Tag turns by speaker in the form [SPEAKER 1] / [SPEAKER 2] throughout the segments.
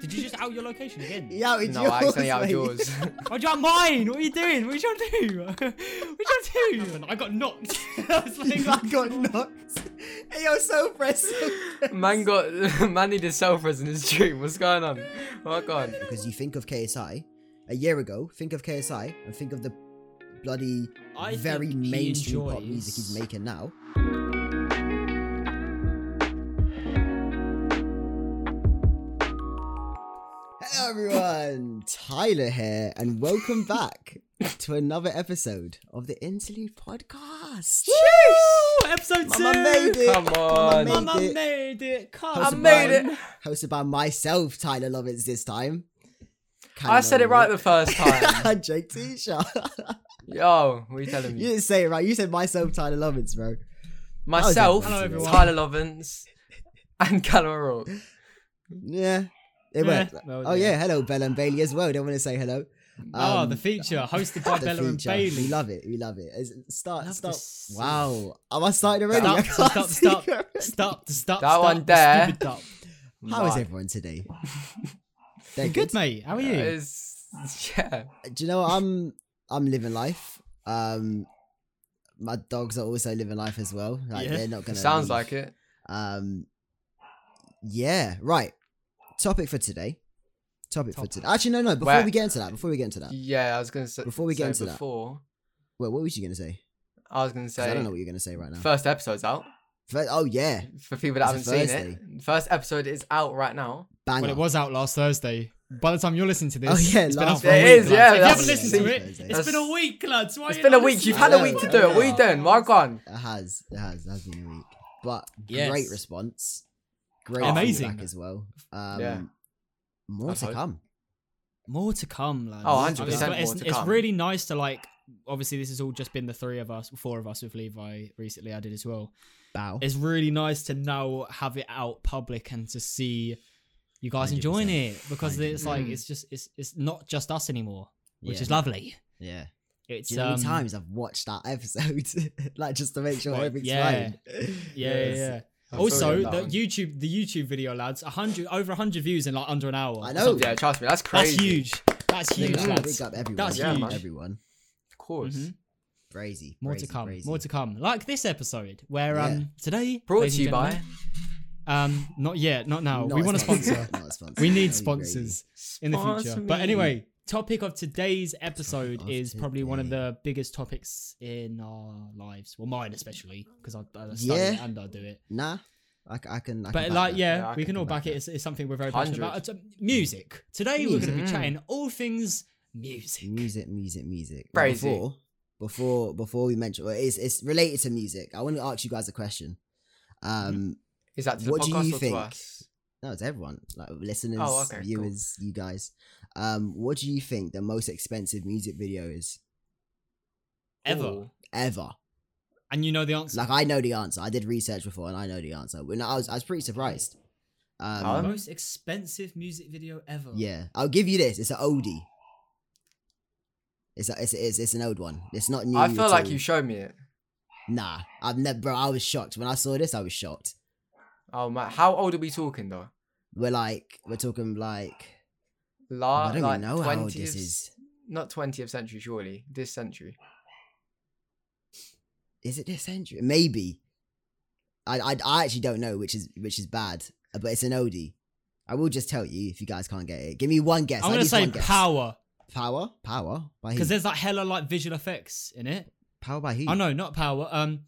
[SPEAKER 1] Did you just out your location again?
[SPEAKER 2] He outed
[SPEAKER 3] No,
[SPEAKER 2] yours,
[SPEAKER 3] I accidentally out
[SPEAKER 2] mate.
[SPEAKER 3] yours.
[SPEAKER 1] I jumped mine. What are you doing? What are you trying to do? what are you trying to do? I got knocked. I was
[SPEAKER 2] You
[SPEAKER 1] like, "Oh,
[SPEAKER 2] like got knocked. Hey, you're so impressive.
[SPEAKER 3] man got man needed selfies in his dream. What's going on? What on?
[SPEAKER 2] Because you think of KSI a year ago, think of KSI and think of the bloody
[SPEAKER 1] I
[SPEAKER 2] very
[SPEAKER 1] think he
[SPEAKER 2] mainstream pop
[SPEAKER 1] enjoys-
[SPEAKER 2] music he's making now. Hello everyone, Tyler here, and welcome back to another episode of the Interlude Podcast.
[SPEAKER 1] Woo! oh, Episode two.
[SPEAKER 2] Mama made it.
[SPEAKER 3] Come
[SPEAKER 2] Mama
[SPEAKER 3] on.
[SPEAKER 1] Mama
[SPEAKER 2] made it. Oh,
[SPEAKER 1] made it. Come
[SPEAKER 2] How's
[SPEAKER 3] I
[SPEAKER 1] on.
[SPEAKER 3] made it.
[SPEAKER 2] Hosted by myself, Tyler Lovitz, this time.
[SPEAKER 3] I said it right
[SPEAKER 2] Kinda
[SPEAKER 3] the first time.
[SPEAKER 2] lovely. Jake T-shirt.
[SPEAKER 3] Yo, what are you telling
[SPEAKER 2] you
[SPEAKER 3] me?
[SPEAKER 2] didn't say it right. You said myself, Tyler Lovitz, bro.
[SPEAKER 3] Myself,
[SPEAKER 1] Hello, everyone.
[SPEAKER 3] Tyler Lovins, and Callum O'Rourke.
[SPEAKER 2] Yeah, it
[SPEAKER 1] Yeah.
[SPEAKER 2] worked.
[SPEAKER 1] Well,
[SPEAKER 2] oh
[SPEAKER 1] yeah.
[SPEAKER 2] yeah. hello Bella and Bailey as well. They want to say hello.
[SPEAKER 1] Oh,
[SPEAKER 2] Um,
[SPEAKER 1] the feature hosted by
[SPEAKER 2] the
[SPEAKER 1] Bella and
[SPEAKER 2] feature.
[SPEAKER 1] Bailey.
[SPEAKER 2] We love it. We love it. Is- Start.
[SPEAKER 3] Love
[SPEAKER 2] start.
[SPEAKER 3] this.
[SPEAKER 2] Wow. Am I starting already? I
[SPEAKER 1] Stop, stop,
[SPEAKER 2] can't see
[SPEAKER 1] stop.
[SPEAKER 2] her.
[SPEAKER 1] Stop, stop,
[SPEAKER 3] That
[SPEAKER 1] stop,
[SPEAKER 3] one there.
[SPEAKER 1] Stupid duck.
[SPEAKER 2] How is
[SPEAKER 3] Right.
[SPEAKER 2] everyone today? They're
[SPEAKER 1] Good, mate. How are you?
[SPEAKER 3] It's, yeah.
[SPEAKER 2] Do you know what? I'm I'm living life. Um, my dogs are also living life as well. Like
[SPEAKER 1] Yeah.
[SPEAKER 2] they're not gonna.
[SPEAKER 3] Sounds
[SPEAKER 2] leave.
[SPEAKER 3] like it.
[SPEAKER 2] Um, yeah. Right. Topic for today. Topic, for
[SPEAKER 1] Topic.
[SPEAKER 2] today. Actually, no, no. Before
[SPEAKER 3] Where-
[SPEAKER 2] we get into that, before we get into that,
[SPEAKER 3] Yeah, I was gonna say
[SPEAKER 2] Before we get
[SPEAKER 3] say
[SPEAKER 2] into that.
[SPEAKER 3] before,
[SPEAKER 2] wait, what was you gonna say?
[SPEAKER 3] I was gonna
[SPEAKER 2] 'Cause
[SPEAKER 3] say
[SPEAKER 2] I don't know what you're gonna say right now.
[SPEAKER 3] first episode's out
[SPEAKER 2] Fir- oh yeah,
[SPEAKER 3] for people that
[SPEAKER 2] It's
[SPEAKER 3] haven't
[SPEAKER 2] a
[SPEAKER 3] seen it. First episode is out right now.
[SPEAKER 2] banger.
[SPEAKER 1] Well, it was out last Thursday. By the time you're listening to this,
[SPEAKER 2] Oh, yeah,
[SPEAKER 1] it's been out
[SPEAKER 2] last
[SPEAKER 1] for a
[SPEAKER 3] It
[SPEAKER 1] week.
[SPEAKER 3] is,
[SPEAKER 1] lads.
[SPEAKER 3] yeah,
[SPEAKER 1] if you
[SPEAKER 3] that's-
[SPEAKER 1] haven't listened to it,
[SPEAKER 2] Thursday.
[SPEAKER 1] it's been a
[SPEAKER 3] That's-
[SPEAKER 1] week, lads. Why
[SPEAKER 3] It's
[SPEAKER 1] are you
[SPEAKER 3] been a
[SPEAKER 1] not
[SPEAKER 3] week.
[SPEAKER 1] listening
[SPEAKER 3] You've
[SPEAKER 1] to
[SPEAKER 3] had a
[SPEAKER 2] it?
[SPEAKER 3] week to do it. What are you doing? Mark on.
[SPEAKER 2] It has. It has. It has been a week, but
[SPEAKER 1] Yes.
[SPEAKER 2] great response. Great
[SPEAKER 1] Amazing.
[SPEAKER 2] feedback as well. Um,
[SPEAKER 3] Yeah.
[SPEAKER 2] More
[SPEAKER 3] That's
[SPEAKER 2] to
[SPEAKER 3] hope.
[SPEAKER 2] come.
[SPEAKER 1] More to come, lads.
[SPEAKER 3] Oh,
[SPEAKER 1] I mean,
[SPEAKER 3] 100%
[SPEAKER 1] it's-
[SPEAKER 3] more to
[SPEAKER 1] It's
[SPEAKER 3] come.
[SPEAKER 1] really nice to like. Obviously, this has all just been the three of us, four of us with Levi recently. I did as well.
[SPEAKER 2] Bow.
[SPEAKER 1] It's really nice to now have it out public and to see you guys enjoying
[SPEAKER 2] 100%.
[SPEAKER 1] it because it's like
[SPEAKER 3] Mm.
[SPEAKER 1] it's just it's it's not just us anymore, which
[SPEAKER 2] Yeah.
[SPEAKER 1] is lovely.
[SPEAKER 2] Yeah.
[SPEAKER 1] It's
[SPEAKER 2] Do you know how many
[SPEAKER 1] um,
[SPEAKER 2] times I've watched that episode, like just to make sure
[SPEAKER 1] Right,
[SPEAKER 2] everything's
[SPEAKER 1] yeah.
[SPEAKER 2] fine.
[SPEAKER 1] Yeah,
[SPEAKER 2] Yes.
[SPEAKER 1] yeah, yeah.
[SPEAKER 3] I'm
[SPEAKER 1] Also,
[SPEAKER 3] sorry
[SPEAKER 1] the
[SPEAKER 3] about that.
[SPEAKER 1] YouTube, the YouTube video, lads, hundred over hundred views in like under an hour.
[SPEAKER 2] I
[SPEAKER 1] or
[SPEAKER 2] know.
[SPEAKER 1] something.
[SPEAKER 3] Yeah, trust me, that's
[SPEAKER 1] that's
[SPEAKER 3] crazy.
[SPEAKER 1] huge. That's huge,
[SPEAKER 2] Big up,
[SPEAKER 1] lads.
[SPEAKER 2] big up everyone.
[SPEAKER 1] That's
[SPEAKER 2] big up
[SPEAKER 3] huge.
[SPEAKER 2] Everyone.
[SPEAKER 3] Of course.
[SPEAKER 1] Mhm.
[SPEAKER 2] Crazy.
[SPEAKER 1] More
[SPEAKER 2] crazy,
[SPEAKER 1] to come.
[SPEAKER 2] crazy.
[SPEAKER 1] More to come. Like this episode, where
[SPEAKER 2] Yeah.
[SPEAKER 1] um today
[SPEAKER 3] Brought
[SPEAKER 1] ladies
[SPEAKER 3] to you
[SPEAKER 1] and
[SPEAKER 3] by
[SPEAKER 1] gentlemen, um not yet, not now.
[SPEAKER 2] No,
[SPEAKER 1] we
[SPEAKER 2] it's
[SPEAKER 1] want a
[SPEAKER 2] not sponsored,
[SPEAKER 1] sponsor.
[SPEAKER 2] not a sponsor,
[SPEAKER 1] we
[SPEAKER 2] that'd
[SPEAKER 1] need
[SPEAKER 2] be
[SPEAKER 1] sponsors in the
[SPEAKER 3] Sponsor
[SPEAKER 1] future. But
[SPEAKER 3] me.
[SPEAKER 1] anyway, topic of today's episode
[SPEAKER 2] of
[SPEAKER 1] is probably one of
[SPEAKER 2] today.
[SPEAKER 1] the biggest topics in our lives. Well, mine especially because I, I study it
[SPEAKER 2] Yeah.
[SPEAKER 1] and I do it.
[SPEAKER 2] great. Nah, I, c- I can. I
[SPEAKER 1] But
[SPEAKER 2] can back
[SPEAKER 1] like,
[SPEAKER 2] that.
[SPEAKER 1] yeah,
[SPEAKER 3] Yeah, I
[SPEAKER 1] we
[SPEAKER 3] can
[SPEAKER 1] can all
[SPEAKER 2] back
[SPEAKER 1] back it.
[SPEAKER 2] that.
[SPEAKER 1] It's, it's something we're very passionate about.
[SPEAKER 3] Hundred.
[SPEAKER 1] It's, um, music. Today we're going to be
[SPEAKER 3] Music.
[SPEAKER 1] chatting all things music.
[SPEAKER 2] music, music, music. But
[SPEAKER 3] Crazy.
[SPEAKER 2] Before, before, before we mention, well, it's it's related to music. I want to ask you guys a question.
[SPEAKER 3] Mm-hmm.
[SPEAKER 2] Um,
[SPEAKER 3] Is that to the
[SPEAKER 2] What do
[SPEAKER 3] podcast
[SPEAKER 2] you
[SPEAKER 3] or
[SPEAKER 2] think?
[SPEAKER 3] to us?
[SPEAKER 2] no, it's everyone, like listeners,
[SPEAKER 3] Oh, okay, cool.
[SPEAKER 2] viewers, you guys. Um, what do you think the most expensive music video is
[SPEAKER 1] Ever.
[SPEAKER 3] Ooh.
[SPEAKER 2] ever?
[SPEAKER 1] And you know the answer.
[SPEAKER 2] Like, I know the answer. I did research before, and I know the answer. When I was, I was pretty surprised.
[SPEAKER 3] Huh?
[SPEAKER 2] Um,
[SPEAKER 1] most expensive music video ever.
[SPEAKER 2] yeah, I'll give you this. It's an oldie. It's, a, it's, it's it's an old one. It's not new.
[SPEAKER 3] I feel
[SPEAKER 2] at
[SPEAKER 3] like
[SPEAKER 2] all.
[SPEAKER 3] you showed me it.
[SPEAKER 2] Nah, I've never, bro. I was shocked when I saw this. I was shocked.
[SPEAKER 3] Oh man, how old are we talking though?
[SPEAKER 2] We're like, we're talking like,
[SPEAKER 3] La-
[SPEAKER 2] I don't
[SPEAKER 3] like
[SPEAKER 2] even know
[SPEAKER 3] 20th,
[SPEAKER 2] how old this is.
[SPEAKER 3] Not 20th century, surely. This century.
[SPEAKER 2] Is it this century? Maybe. I, I, I actually don't know, which is which is bad. uh, But it's an oldie. I will just tell you if you guys can't get it. Give me one guess.
[SPEAKER 1] I'm
[SPEAKER 2] I
[SPEAKER 1] going to
[SPEAKER 2] need
[SPEAKER 1] say
[SPEAKER 2] one guess.
[SPEAKER 1] Power
[SPEAKER 2] Power, power by who?
[SPEAKER 1] because there's like hella like visual effects in it.
[SPEAKER 2] Power by who?
[SPEAKER 1] Oh no, not Power. Um,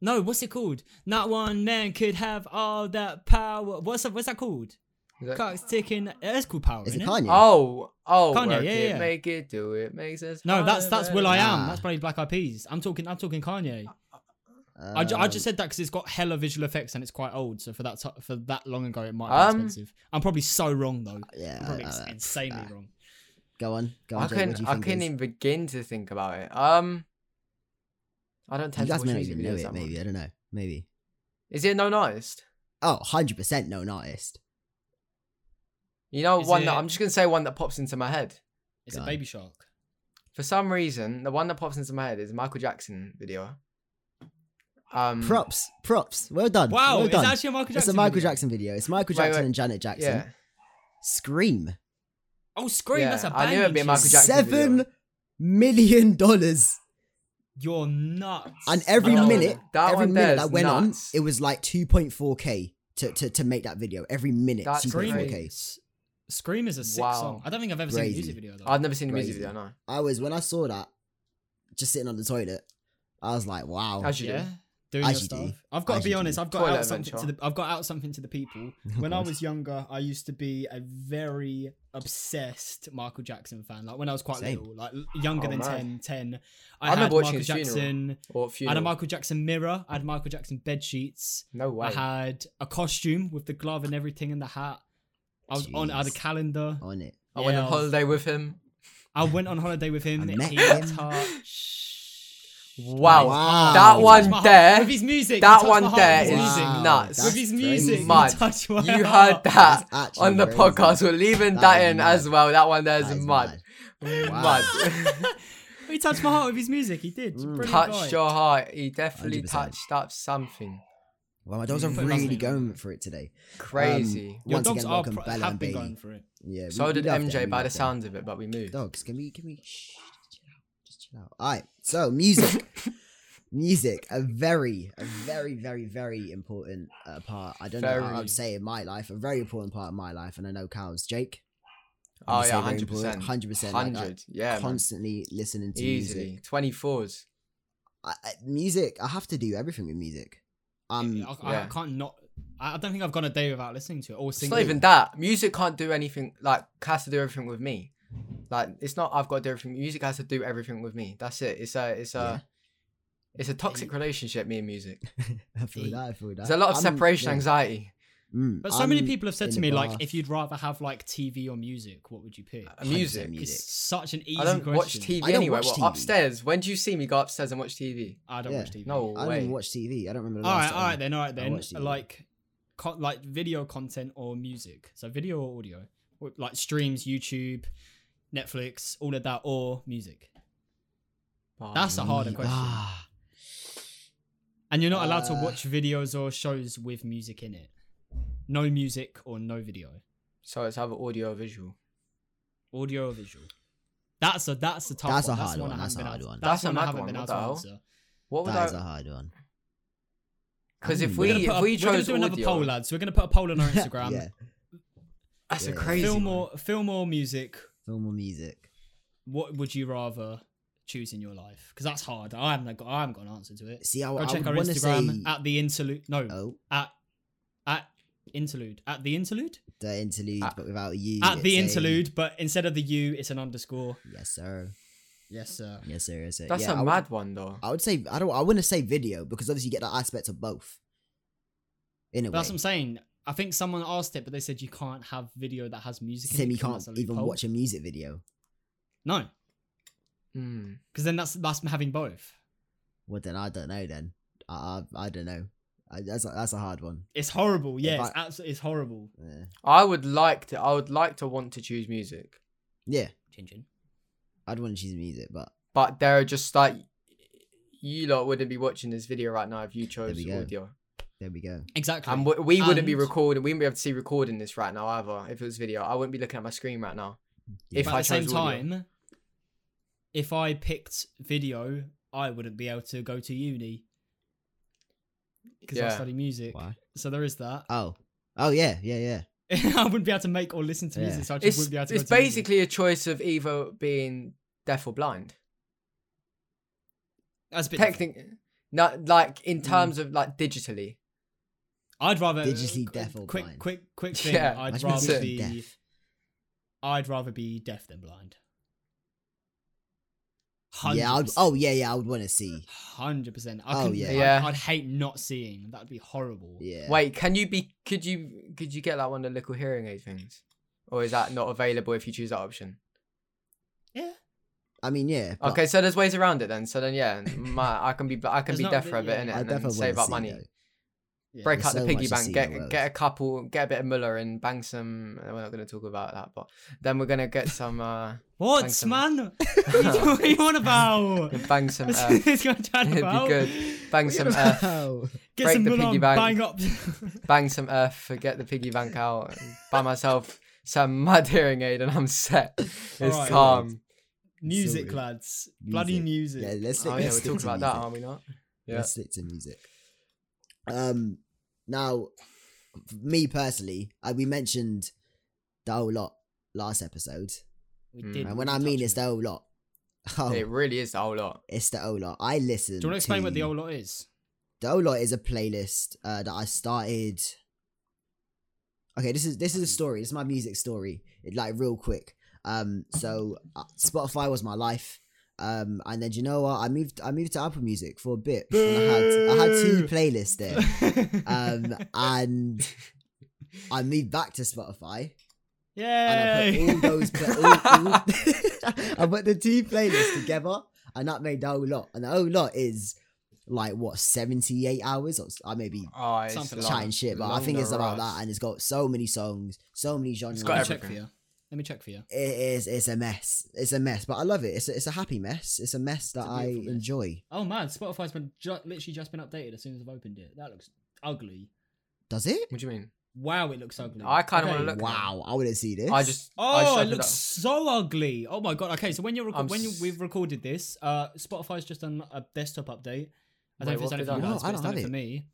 [SPEAKER 1] no, what's it called? Not one man could have all that power. What's that, what's that called?
[SPEAKER 3] Is that-
[SPEAKER 1] Clock's ticking. It's called Power.
[SPEAKER 2] Is it
[SPEAKER 1] innit?
[SPEAKER 2] Kanye?
[SPEAKER 3] Oh, oh,
[SPEAKER 1] Kanye,
[SPEAKER 3] work
[SPEAKER 1] yeah,
[SPEAKER 3] it,
[SPEAKER 1] yeah.
[SPEAKER 3] make it, do it, makes us.
[SPEAKER 1] No, that's
[SPEAKER 3] harder
[SPEAKER 1] that's Will I
[SPEAKER 3] than-
[SPEAKER 1] Am.
[SPEAKER 2] Ah.
[SPEAKER 1] That's probably Black Eyed Peas. I'm talking. I'm talking Kanye. I, ju- I
[SPEAKER 2] Um,
[SPEAKER 1] just said that because it's got hella visual effects and it's quite old. So for that t- for that long ago, it might be
[SPEAKER 3] Um,
[SPEAKER 1] expensive. I'm probably so wrong though.
[SPEAKER 2] Um, Yeah.
[SPEAKER 1] I'm probably
[SPEAKER 2] uh,
[SPEAKER 1] ex-
[SPEAKER 2] uh,
[SPEAKER 1] insanely
[SPEAKER 2] uh,
[SPEAKER 1] wrong.
[SPEAKER 2] Go on. Go on.
[SPEAKER 3] I
[SPEAKER 2] Jake, what do
[SPEAKER 3] couldn't.
[SPEAKER 2] you
[SPEAKER 3] I
[SPEAKER 2] think it
[SPEAKER 3] couldn't
[SPEAKER 2] is?
[SPEAKER 3] even begin to think about it. Um, I don't
[SPEAKER 2] You
[SPEAKER 3] tend to
[SPEAKER 2] guys
[SPEAKER 3] watch
[SPEAKER 2] may not
[SPEAKER 3] music
[SPEAKER 2] even know
[SPEAKER 3] videos.
[SPEAKER 2] it.
[SPEAKER 3] that
[SPEAKER 2] Maybe
[SPEAKER 3] much.
[SPEAKER 2] I don't know. Maybe.
[SPEAKER 3] Is it known artist?
[SPEAKER 2] Oh, 100 percent known artist.
[SPEAKER 3] You know,
[SPEAKER 1] Is
[SPEAKER 3] one that
[SPEAKER 1] it-
[SPEAKER 3] I'm just gonna say one that pops into my head.
[SPEAKER 1] It's a
[SPEAKER 2] God.
[SPEAKER 1] baby shark.
[SPEAKER 3] For some reason, the one that pops into my head is Michael Jackson video. Um,
[SPEAKER 2] Props. Props. Well done.
[SPEAKER 1] Wow,
[SPEAKER 2] Well
[SPEAKER 1] it's
[SPEAKER 2] done.
[SPEAKER 1] actually a Michael Jackson.
[SPEAKER 2] It's a Michael
[SPEAKER 1] video.
[SPEAKER 2] Jackson video. It's Michael
[SPEAKER 3] Wait,
[SPEAKER 2] Jackson
[SPEAKER 3] wait.
[SPEAKER 2] and Janet Jackson.
[SPEAKER 3] Yeah.
[SPEAKER 2] Scream.
[SPEAKER 1] Oh, Scream.
[SPEAKER 3] Yeah,
[SPEAKER 1] that's a
[SPEAKER 3] I knew
[SPEAKER 1] banging
[SPEAKER 3] it'd be a Michael
[SPEAKER 1] tune.
[SPEAKER 3] Jackson video.
[SPEAKER 2] Seven million dollars.
[SPEAKER 1] You're nuts.
[SPEAKER 2] And every
[SPEAKER 3] Oh,
[SPEAKER 2] minute,
[SPEAKER 3] that
[SPEAKER 2] every
[SPEAKER 3] one
[SPEAKER 2] minute
[SPEAKER 3] there
[SPEAKER 2] that
[SPEAKER 3] is
[SPEAKER 2] went
[SPEAKER 3] nuts.
[SPEAKER 2] on, it was like 2.4k to, to, to make that video. Every minute,
[SPEAKER 3] That's
[SPEAKER 1] Scream.
[SPEAKER 2] 2.4k.
[SPEAKER 3] crazy.
[SPEAKER 1] is- Scream is a sick
[SPEAKER 3] Wow.
[SPEAKER 1] song. I don't think I've ever
[SPEAKER 2] Crazy.
[SPEAKER 1] seen a music video though.
[SPEAKER 3] I've never seen the music
[SPEAKER 2] Crazy.
[SPEAKER 3] video. No.
[SPEAKER 2] I was when I saw that, just sitting on the toilet, I was like, wow.
[SPEAKER 3] As you
[SPEAKER 1] yeah.
[SPEAKER 3] do.
[SPEAKER 1] Doing
[SPEAKER 2] I
[SPEAKER 1] your
[SPEAKER 2] should do.
[SPEAKER 1] stuff. I've got
[SPEAKER 2] I
[SPEAKER 1] to be
[SPEAKER 2] should
[SPEAKER 1] honest.
[SPEAKER 2] do. Oh,
[SPEAKER 1] I've got
[SPEAKER 3] Toilet
[SPEAKER 1] out something
[SPEAKER 3] adventure.
[SPEAKER 1] to the. I've got out something to the people. When I was younger, I used to be a very obsessed Michael Jackson fan. Like when I was quite
[SPEAKER 2] Same.
[SPEAKER 1] little, like l- younger
[SPEAKER 3] Oh,
[SPEAKER 1] than
[SPEAKER 3] man.
[SPEAKER 1] 10, 10. I,
[SPEAKER 3] I
[SPEAKER 1] had
[SPEAKER 3] remember watching
[SPEAKER 1] Michael
[SPEAKER 3] his funeral.
[SPEAKER 1] Jackson. I
[SPEAKER 3] Or
[SPEAKER 1] had a
[SPEAKER 3] funeral.
[SPEAKER 1] Michael Jackson mirror. I had Michael Jackson bed sheets.
[SPEAKER 3] No way.
[SPEAKER 1] I had a costume with the glove and everything and the hat. I was on. I had a
[SPEAKER 2] Jeez.
[SPEAKER 1] calendar.
[SPEAKER 2] on it.
[SPEAKER 3] I went
[SPEAKER 1] Yeah,
[SPEAKER 3] on
[SPEAKER 1] I was-
[SPEAKER 3] holiday with him.
[SPEAKER 1] I went on holiday with him.
[SPEAKER 2] I met
[SPEAKER 1] He
[SPEAKER 2] him.
[SPEAKER 1] touched-
[SPEAKER 3] Wow.
[SPEAKER 2] Wow.
[SPEAKER 3] That
[SPEAKER 1] Touched my
[SPEAKER 3] one
[SPEAKER 1] heart.
[SPEAKER 3] there.
[SPEAKER 1] With his music.
[SPEAKER 3] That
[SPEAKER 1] he touched
[SPEAKER 3] one
[SPEAKER 1] my heart
[SPEAKER 3] there
[SPEAKER 1] with
[SPEAKER 3] is
[SPEAKER 1] his music.
[SPEAKER 2] Wow.
[SPEAKER 3] nuts.
[SPEAKER 1] With his
[SPEAKER 2] That's
[SPEAKER 1] music.
[SPEAKER 2] crazy.
[SPEAKER 1] he
[SPEAKER 3] Mad.
[SPEAKER 1] touched my
[SPEAKER 3] You heard
[SPEAKER 1] heart.
[SPEAKER 3] that
[SPEAKER 2] That's actually
[SPEAKER 3] on the
[SPEAKER 2] crazy.
[SPEAKER 3] podcast. We're leaving that,
[SPEAKER 2] That is
[SPEAKER 3] in
[SPEAKER 2] mad.
[SPEAKER 3] as well. That one there is
[SPEAKER 2] That is
[SPEAKER 3] mud.
[SPEAKER 2] mad. Wow.
[SPEAKER 3] Mud.
[SPEAKER 1] he touched my heart with his music. He did. He's a
[SPEAKER 2] Mm.
[SPEAKER 1] brilliant
[SPEAKER 3] touched
[SPEAKER 1] guy.
[SPEAKER 3] your heart. He definitely
[SPEAKER 2] 100%.
[SPEAKER 3] touched up something
[SPEAKER 2] Um, Wow, my dogs are
[SPEAKER 1] Put it on
[SPEAKER 2] really
[SPEAKER 1] me.
[SPEAKER 2] going for it today. Um,
[SPEAKER 3] crazy.
[SPEAKER 1] Your
[SPEAKER 2] Once
[SPEAKER 1] dogs
[SPEAKER 2] again,
[SPEAKER 1] are
[SPEAKER 2] welcome
[SPEAKER 1] pro-
[SPEAKER 2] Bella
[SPEAKER 1] have
[SPEAKER 2] and
[SPEAKER 1] been
[SPEAKER 2] Bailey.
[SPEAKER 1] going for it.
[SPEAKER 2] Yeah, we-
[SPEAKER 3] so
[SPEAKER 2] we
[SPEAKER 3] did
[SPEAKER 2] loved it
[SPEAKER 3] MJ
[SPEAKER 2] and
[SPEAKER 3] by
[SPEAKER 2] we
[SPEAKER 3] the
[SPEAKER 2] loved it.
[SPEAKER 3] sounds of it, but we moved.
[SPEAKER 2] Dogs, can we can we shh, just chill out, just chill out. All right, so music, music, a very, a very, very, very important uh, part. I don't know how
[SPEAKER 3] Very.
[SPEAKER 2] I'd say in my life, a very important part of my life, and I know cows. Jake,
[SPEAKER 3] Oh yeah, hundred percent.
[SPEAKER 2] hundred percent,
[SPEAKER 3] Hundred. Yeah. man.
[SPEAKER 2] Constantly listening to
[SPEAKER 3] Easily.
[SPEAKER 2] music.
[SPEAKER 3] Twenty fours.
[SPEAKER 2] I, I, music, I have to do everything with music. Um,
[SPEAKER 1] I, I
[SPEAKER 3] yeah.
[SPEAKER 1] can't not. I I don't think I've gone a day without listening to it or
[SPEAKER 3] It's
[SPEAKER 1] singing.
[SPEAKER 3] not even that. Music can't do anything. Like has to do everything with me. Like it's not. I've got to do everything. Music has to do everything with me. That's it. It's a. It's a. It's a toxic relationship. Me and music.
[SPEAKER 2] I feel that. I feel that.
[SPEAKER 3] There's a lot of
[SPEAKER 2] I'm-
[SPEAKER 3] separation
[SPEAKER 2] yeah.
[SPEAKER 3] anxiety.
[SPEAKER 2] Mm,
[SPEAKER 1] But so many
[SPEAKER 2] I'm
[SPEAKER 1] people have said
[SPEAKER 2] in
[SPEAKER 1] to me,
[SPEAKER 2] the
[SPEAKER 1] like,
[SPEAKER 2] bath.
[SPEAKER 1] if you'd rather have like TV or music, what would you pick?
[SPEAKER 3] Uh, Music.
[SPEAKER 2] 100% music.
[SPEAKER 1] It's such an easy
[SPEAKER 3] I don't
[SPEAKER 1] question.
[SPEAKER 3] watch TV
[SPEAKER 2] I don't
[SPEAKER 3] anyway.
[SPEAKER 2] watch TV.
[SPEAKER 3] well, upstairs. When do you see me go upstairs and watch TV?
[SPEAKER 1] I don't
[SPEAKER 2] Yeah.
[SPEAKER 1] watch TV.
[SPEAKER 3] No
[SPEAKER 2] I don't
[SPEAKER 3] way.
[SPEAKER 2] even watch TV. I don't remember. The
[SPEAKER 1] All
[SPEAKER 2] last
[SPEAKER 1] right, all
[SPEAKER 2] time.
[SPEAKER 1] right then, all right then.
[SPEAKER 2] watch TV.
[SPEAKER 1] Like, co- like video content or music. So video or audio, Or, like streams, YouTube, Netflix, all of that, or music.
[SPEAKER 3] Oh,
[SPEAKER 1] That's a harder question.
[SPEAKER 2] Ah.
[SPEAKER 1] And you're not allowed to
[SPEAKER 2] Uh,
[SPEAKER 1] watch videos or shows with music in it. No music or no video,
[SPEAKER 3] So it's either audio or visual.
[SPEAKER 1] audio or visual. That's a that's a tough
[SPEAKER 2] That's a
[SPEAKER 1] one.
[SPEAKER 2] hard
[SPEAKER 1] one.
[SPEAKER 2] one,
[SPEAKER 1] I
[SPEAKER 2] that's
[SPEAKER 1] haven't
[SPEAKER 2] a
[SPEAKER 1] been
[SPEAKER 2] hard
[SPEAKER 1] able-
[SPEAKER 2] one.
[SPEAKER 1] That's
[SPEAKER 3] That's a
[SPEAKER 1] one I
[SPEAKER 3] mad
[SPEAKER 1] haven't
[SPEAKER 3] one,
[SPEAKER 1] been
[SPEAKER 3] what
[SPEAKER 1] able
[SPEAKER 3] the
[SPEAKER 1] to
[SPEAKER 3] hell?
[SPEAKER 1] answer.
[SPEAKER 3] What would
[SPEAKER 2] That is a
[SPEAKER 3] I?
[SPEAKER 2] hard one.
[SPEAKER 3] Because if
[SPEAKER 2] Mm.
[SPEAKER 1] We're gonna
[SPEAKER 3] we
[SPEAKER 1] put
[SPEAKER 3] if
[SPEAKER 1] a-
[SPEAKER 3] we
[SPEAKER 1] we're gonna
[SPEAKER 3] chose
[SPEAKER 1] do another
[SPEAKER 3] audio,
[SPEAKER 1] poll, lads. We're gonna put a poll on our Instagram.
[SPEAKER 2] yeah,
[SPEAKER 3] that's a
[SPEAKER 2] Yeah.
[SPEAKER 3] crazy.
[SPEAKER 1] film
[SPEAKER 3] one.
[SPEAKER 1] or film or music.
[SPEAKER 2] film or music.
[SPEAKER 1] What would you rather choose in your life? Because that's hard. I haven't got I haven't got an answer to it.
[SPEAKER 2] See, I,
[SPEAKER 1] Go
[SPEAKER 2] I
[SPEAKER 1] check
[SPEAKER 2] would
[SPEAKER 1] our
[SPEAKER 2] want to
[SPEAKER 1] Instagram
[SPEAKER 2] say
[SPEAKER 1] at the interlude. No,
[SPEAKER 2] oh
[SPEAKER 1] at at interlude at the interlude
[SPEAKER 2] the interlude,
[SPEAKER 3] At-
[SPEAKER 2] but without you.
[SPEAKER 1] at the interlude, but instead of the U, it's an underscore.
[SPEAKER 2] Yes, sir.
[SPEAKER 1] Yes, sir.
[SPEAKER 2] Yes, sir. Yes, sir.
[SPEAKER 3] That's
[SPEAKER 2] yeah,
[SPEAKER 3] a
[SPEAKER 2] I would-
[SPEAKER 3] mad one though.
[SPEAKER 2] I would say I don't. I wouldn't say video because obviously you get that aspect of both. In a
[SPEAKER 1] That's what
[SPEAKER 2] way,
[SPEAKER 1] I'm saying. I think someone asked it, but they said you can't have video that has music. in
[SPEAKER 2] Tim,
[SPEAKER 1] it,
[SPEAKER 2] you
[SPEAKER 1] and
[SPEAKER 2] can't
[SPEAKER 1] that's a
[SPEAKER 2] even
[SPEAKER 1] loophole.
[SPEAKER 2] watch a music video.
[SPEAKER 1] No,
[SPEAKER 3] Hmm.
[SPEAKER 1] because then that's that's having both.
[SPEAKER 2] Well, then I don't know. Then I I, I don't know. I, that's a, that's a hard one.
[SPEAKER 1] It's horrible. Yeah,
[SPEAKER 2] If
[SPEAKER 1] it's absolutely it's horrible.
[SPEAKER 2] Yeah.
[SPEAKER 3] I would like to. I would like to want to choose music,
[SPEAKER 2] yeah,
[SPEAKER 1] Chin chin.
[SPEAKER 2] I'd want to choose music, but
[SPEAKER 3] but there are just like you lot wouldn't be watching this video right now if you chose
[SPEAKER 2] we go.
[SPEAKER 3] audio,
[SPEAKER 2] there we go.
[SPEAKER 1] Exactly.
[SPEAKER 3] and we, we wouldn't be
[SPEAKER 1] And-
[SPEAKER 3] recording. We wouldn't be able to see recording this right now either. If it was video, I wouldn't be looking at my screen right now.
[SPEAKER 2] Yeah.
[SPEAKER 3] If
[SPEAKER 1] but
[SPEAKER 3] I
[SPEAKER 1] at the same
[SPEAKER 3] chose audio.
[SPEAKER 1] time, if I picked video, I wouldn't be able to go to uni because I
[SPEAKER 3] Yeah.
[SPEAKER 1] study music.
[SPEAKER 2] Why?
[SPEAKER 1] So there is that.
[SPEAKER 2] Oh, oh yeah, yeah, yeah.
[SPEAKER 1] I wouldn't be able to make or listen to
[SPEAKER 2] Yeah.
[SPEAKER 1] music, so I just
[SPEAKER 3] It's,
[SPEAKER 1] wouldn't be able to.
[SPEAKER 3] it's
[SPEAKER 1] go to uni.
[SPEAKER 3] basically a choice of either being deaf or blind.
[SPEAKER 1] that's a bit different.
[SPEAKER 3] Technically, not like in
[SPEAKER 1] Mm.
[SPEAKER 3] terms of like digitally.
[SPEAKER 1] I'd rather
[SPEAKER 2] Digitally
[SPEAKER 1] qu-
[SPEAKER 2] deaf or
[SPEAKER 1] quick,
[SPEAKER 2] blind.
[SPEAKER 1] quick, quick thing.
[SPEAKER 3] Yeah,
[SPEAKER 1] I'd
[SPEAKER 2] Imagine
[SPEAKER 1] rather
[SPEAKER 3] being
[SPEAKER 1] be
[SPEAKER 2] deaf.
[SPEAKER 1] I'd rather be deaf than blind.
[SPEAKER 2] Yeah. I'd, oh yeah, yeah. I would want to see.
[SPEAKER 1] hundred percent. I
[SPEAKER 2] Oh,
[SPEAKER 1] couldn't-
[SPEAKER 2] yeah.
[SPEAKER 1] I'd,
[SPEAKER 3] Yeah.
[SPEAKER 1] I'd hate not seeing. That'd be horrible.
[SPEAKER 2] Yeah.
[SPEAKER 3] Wait, can you be? Could you? Could you get like one of the little hearing aid things, or is that not available if you choose that option?
[SPEAKER 2] I mean, yeah. but
[SPEAKER 3] Okay, so there's ways around it then. So then, yeah, my, I can be I can
[SPEAKER 1] There's
[SPEAKER 3] be
[SPEAKER 1] not
[SPEAKER 3] deaf
[SPEAKER 1] the-
[SPEAKER 3] for a bit
[SPEAKER 1] yeah.
[SPEAKER 3] innit,
[SPEAKER 1] I
[SPEAKER 2] I
[SPEAKER 3] and then
[SPEAKER 2] definitely
[SPEAKER 3] save
[SPEAKER 2] wanna
[SPEAKER 3] up
[SPEAKER 2] see,
[SPEAKER 3] money.
[SPEAKER 2] though.
[SPEAKER 1] Yeah.
[SPEAKER 3] Break
[SPEAKER 2] There's
[SPEAKER 3] up the
[SPEAKER 2] so much
[SPEAKER 3] piggy
[SPEAKER 2] to see
[SPEAKER 3] bank,
[SPEAKER 2] in the
[SPEAKER 3] get
[SPEAKER 2] world.
[SPEAKER 3] get a couple, get a bit of Muller and bang some. We're not going to talk about that, but then we're going to get some uh,
[SPEAKER 1] What,
[SPEAKER 3] Thanks,
[SPEAKER 1] man? what are you on about?
[SPEAKER 3] bang some
[SPEAKER 1] That's
[SPEAKER 3] uh,
[SPEAKER 1] what it's gonna turn
[SPEAKER 3] it'd be
[SPEAKER 1] about.
[SPEAKER 3] good. bang some earth,
[SPEAKER 2] Oh.
[SPEAKER 1] Get
[SPEAKER 3] Break
[SPEAKER 1] some
[SPEAKER 3] the
[SPEAKER 1] Mulan,
[SPEAKER 3] piggy bank.
[SPEAKER 1] bang up.
[SPEAKER 3] bang some earth, get the piggy bank out and by myself. It's a mad hearing aid, and I'm set. It's
[SPEAKER 1] Alright.
[SPEAKER 3] calm.
[SPEAKER 1] Music,
[SPEAKER 2] Sorry.
[SPEAKER 1] lads. Bloody music.
[SPEAKER 2] Yeah, let's stick,
[SPEAKER 3] Oh
[SPEAKER 2] let's
[SPEAKER 3] yeah, we're
[SPEAKER 2] stick
[SPEAKER 3] talking
[SPEAKER 2] to
[SPEAKER 3] about
[SPEAKER 2] music.
[SPEAKER 3] that, are we not? Yeah.
[SPEAKER 2] Let's stick to music. Um, now, f- me personally, I, we mentioned the whole lot last episode,
[SPEAKER 1] We
[SPEAKER 3] Mm.
[SPEAKER 1] did.
[SPEAKER 2] and when I mean it's the whole lot, oh,
[SPEAKER 3] It really is a whole lot.
[SPEAKER 2] it's the whole lot. I listen.
[SPEAKER 1] Do you want to explain what the old lot is?
[SPEAKER 2] The whole lot is a playlist uh, that I started. Okay, this is this is a story. This is my music story. It, like real quick. Um, so uh, Spotify was my life. Um, and then do you know what? I moved. I moved to Apple Music for a bit. And I had I had two
[SPEAKER 1] Boo.
[SPEAKER 2] playlists there. um, and I moved back to Spotify, and I put all
[SPEAKER 1] Yay!
[SPEAKER 2] those. Pla- all, all- I put the two playlists together, and that made the whole lot. And the whole lot is like what seventy-eight hours, or s- I maybe
[SPEAKER 3] Oh, it's
[SPEAKER 1] Something
[SPEAKER 3] long-
[SPEAKER 1] like
[SPEAKER 2] chatting shit, but I
[SPEAKER 3] long
[SPEAKER 2] think it's about
[SPEAKER 3] rods.
[SPEAKER 2] that, and it's got so many songs, so many genres.
[SPEAKER 3] got
[SPEAKER 1] Let me
[SPEAKER 3] everything.
[SPEAKER 1] check for you. Let me check for you.
[SPEAKER 2] It is. It's a mess. It's a mess, but I love it. It's a, it's a happy mess. It's a mess that
[SPEAKER 1] a
[SPEAKER 2] I
[SPEAKER 1] beautiful mess.
[SPEAKER 2] enjoy.
[SPEAKER 1] Oh man, Spotify's been ju- literally just been updated as soon as I've opened it. That looks ugly.
[SPEAKER 2] Does it?
[SPEAKER 3] What do you mean?
[SPEAKER 1] Wow, it looks ugly.
[SPEAKER 3] I kinda wanna
[SPEAKER 1] Okay.
[SPEAKER 3] look-
[SPEAKER 2] Wow, I wouldn't see this.
[SPEAKER 3] I just. I
[SPEAKER 1] Oh,
[SPEAKER 3] just
[SPEAKER 1] it
[SPEAKER 3] opened
[SPEAKER 1] looks so ugly. Oh my god. Okay, so when you're
[SPEAKER 3] I'm
[SPEAKER 1] reco- when you-
[SPEAKER 3] s-
[SPEAKER 1] we've recorded this, uh, Spotify's just done a desktop update. I
[SPEAKER 3] Wait,
[SPEAKER 1] don't know if it's
[SPEAKER 3] what
[SPEAKER 1] done it
[SPEAKER 3] did I
[SPEAKER 1] for you guys, but
[SPEAKER 2] No,
[SPEAKER 3] do?
[SPEAKER 2] I
[SPEAKER 1] it's
[SPEAKER 2] don't
[SPEAKER 1] done
[SPEAKER 2] have
[SPEAKER 1] it for
[SPEAKER 2] it.
[SPEAKER 1] me.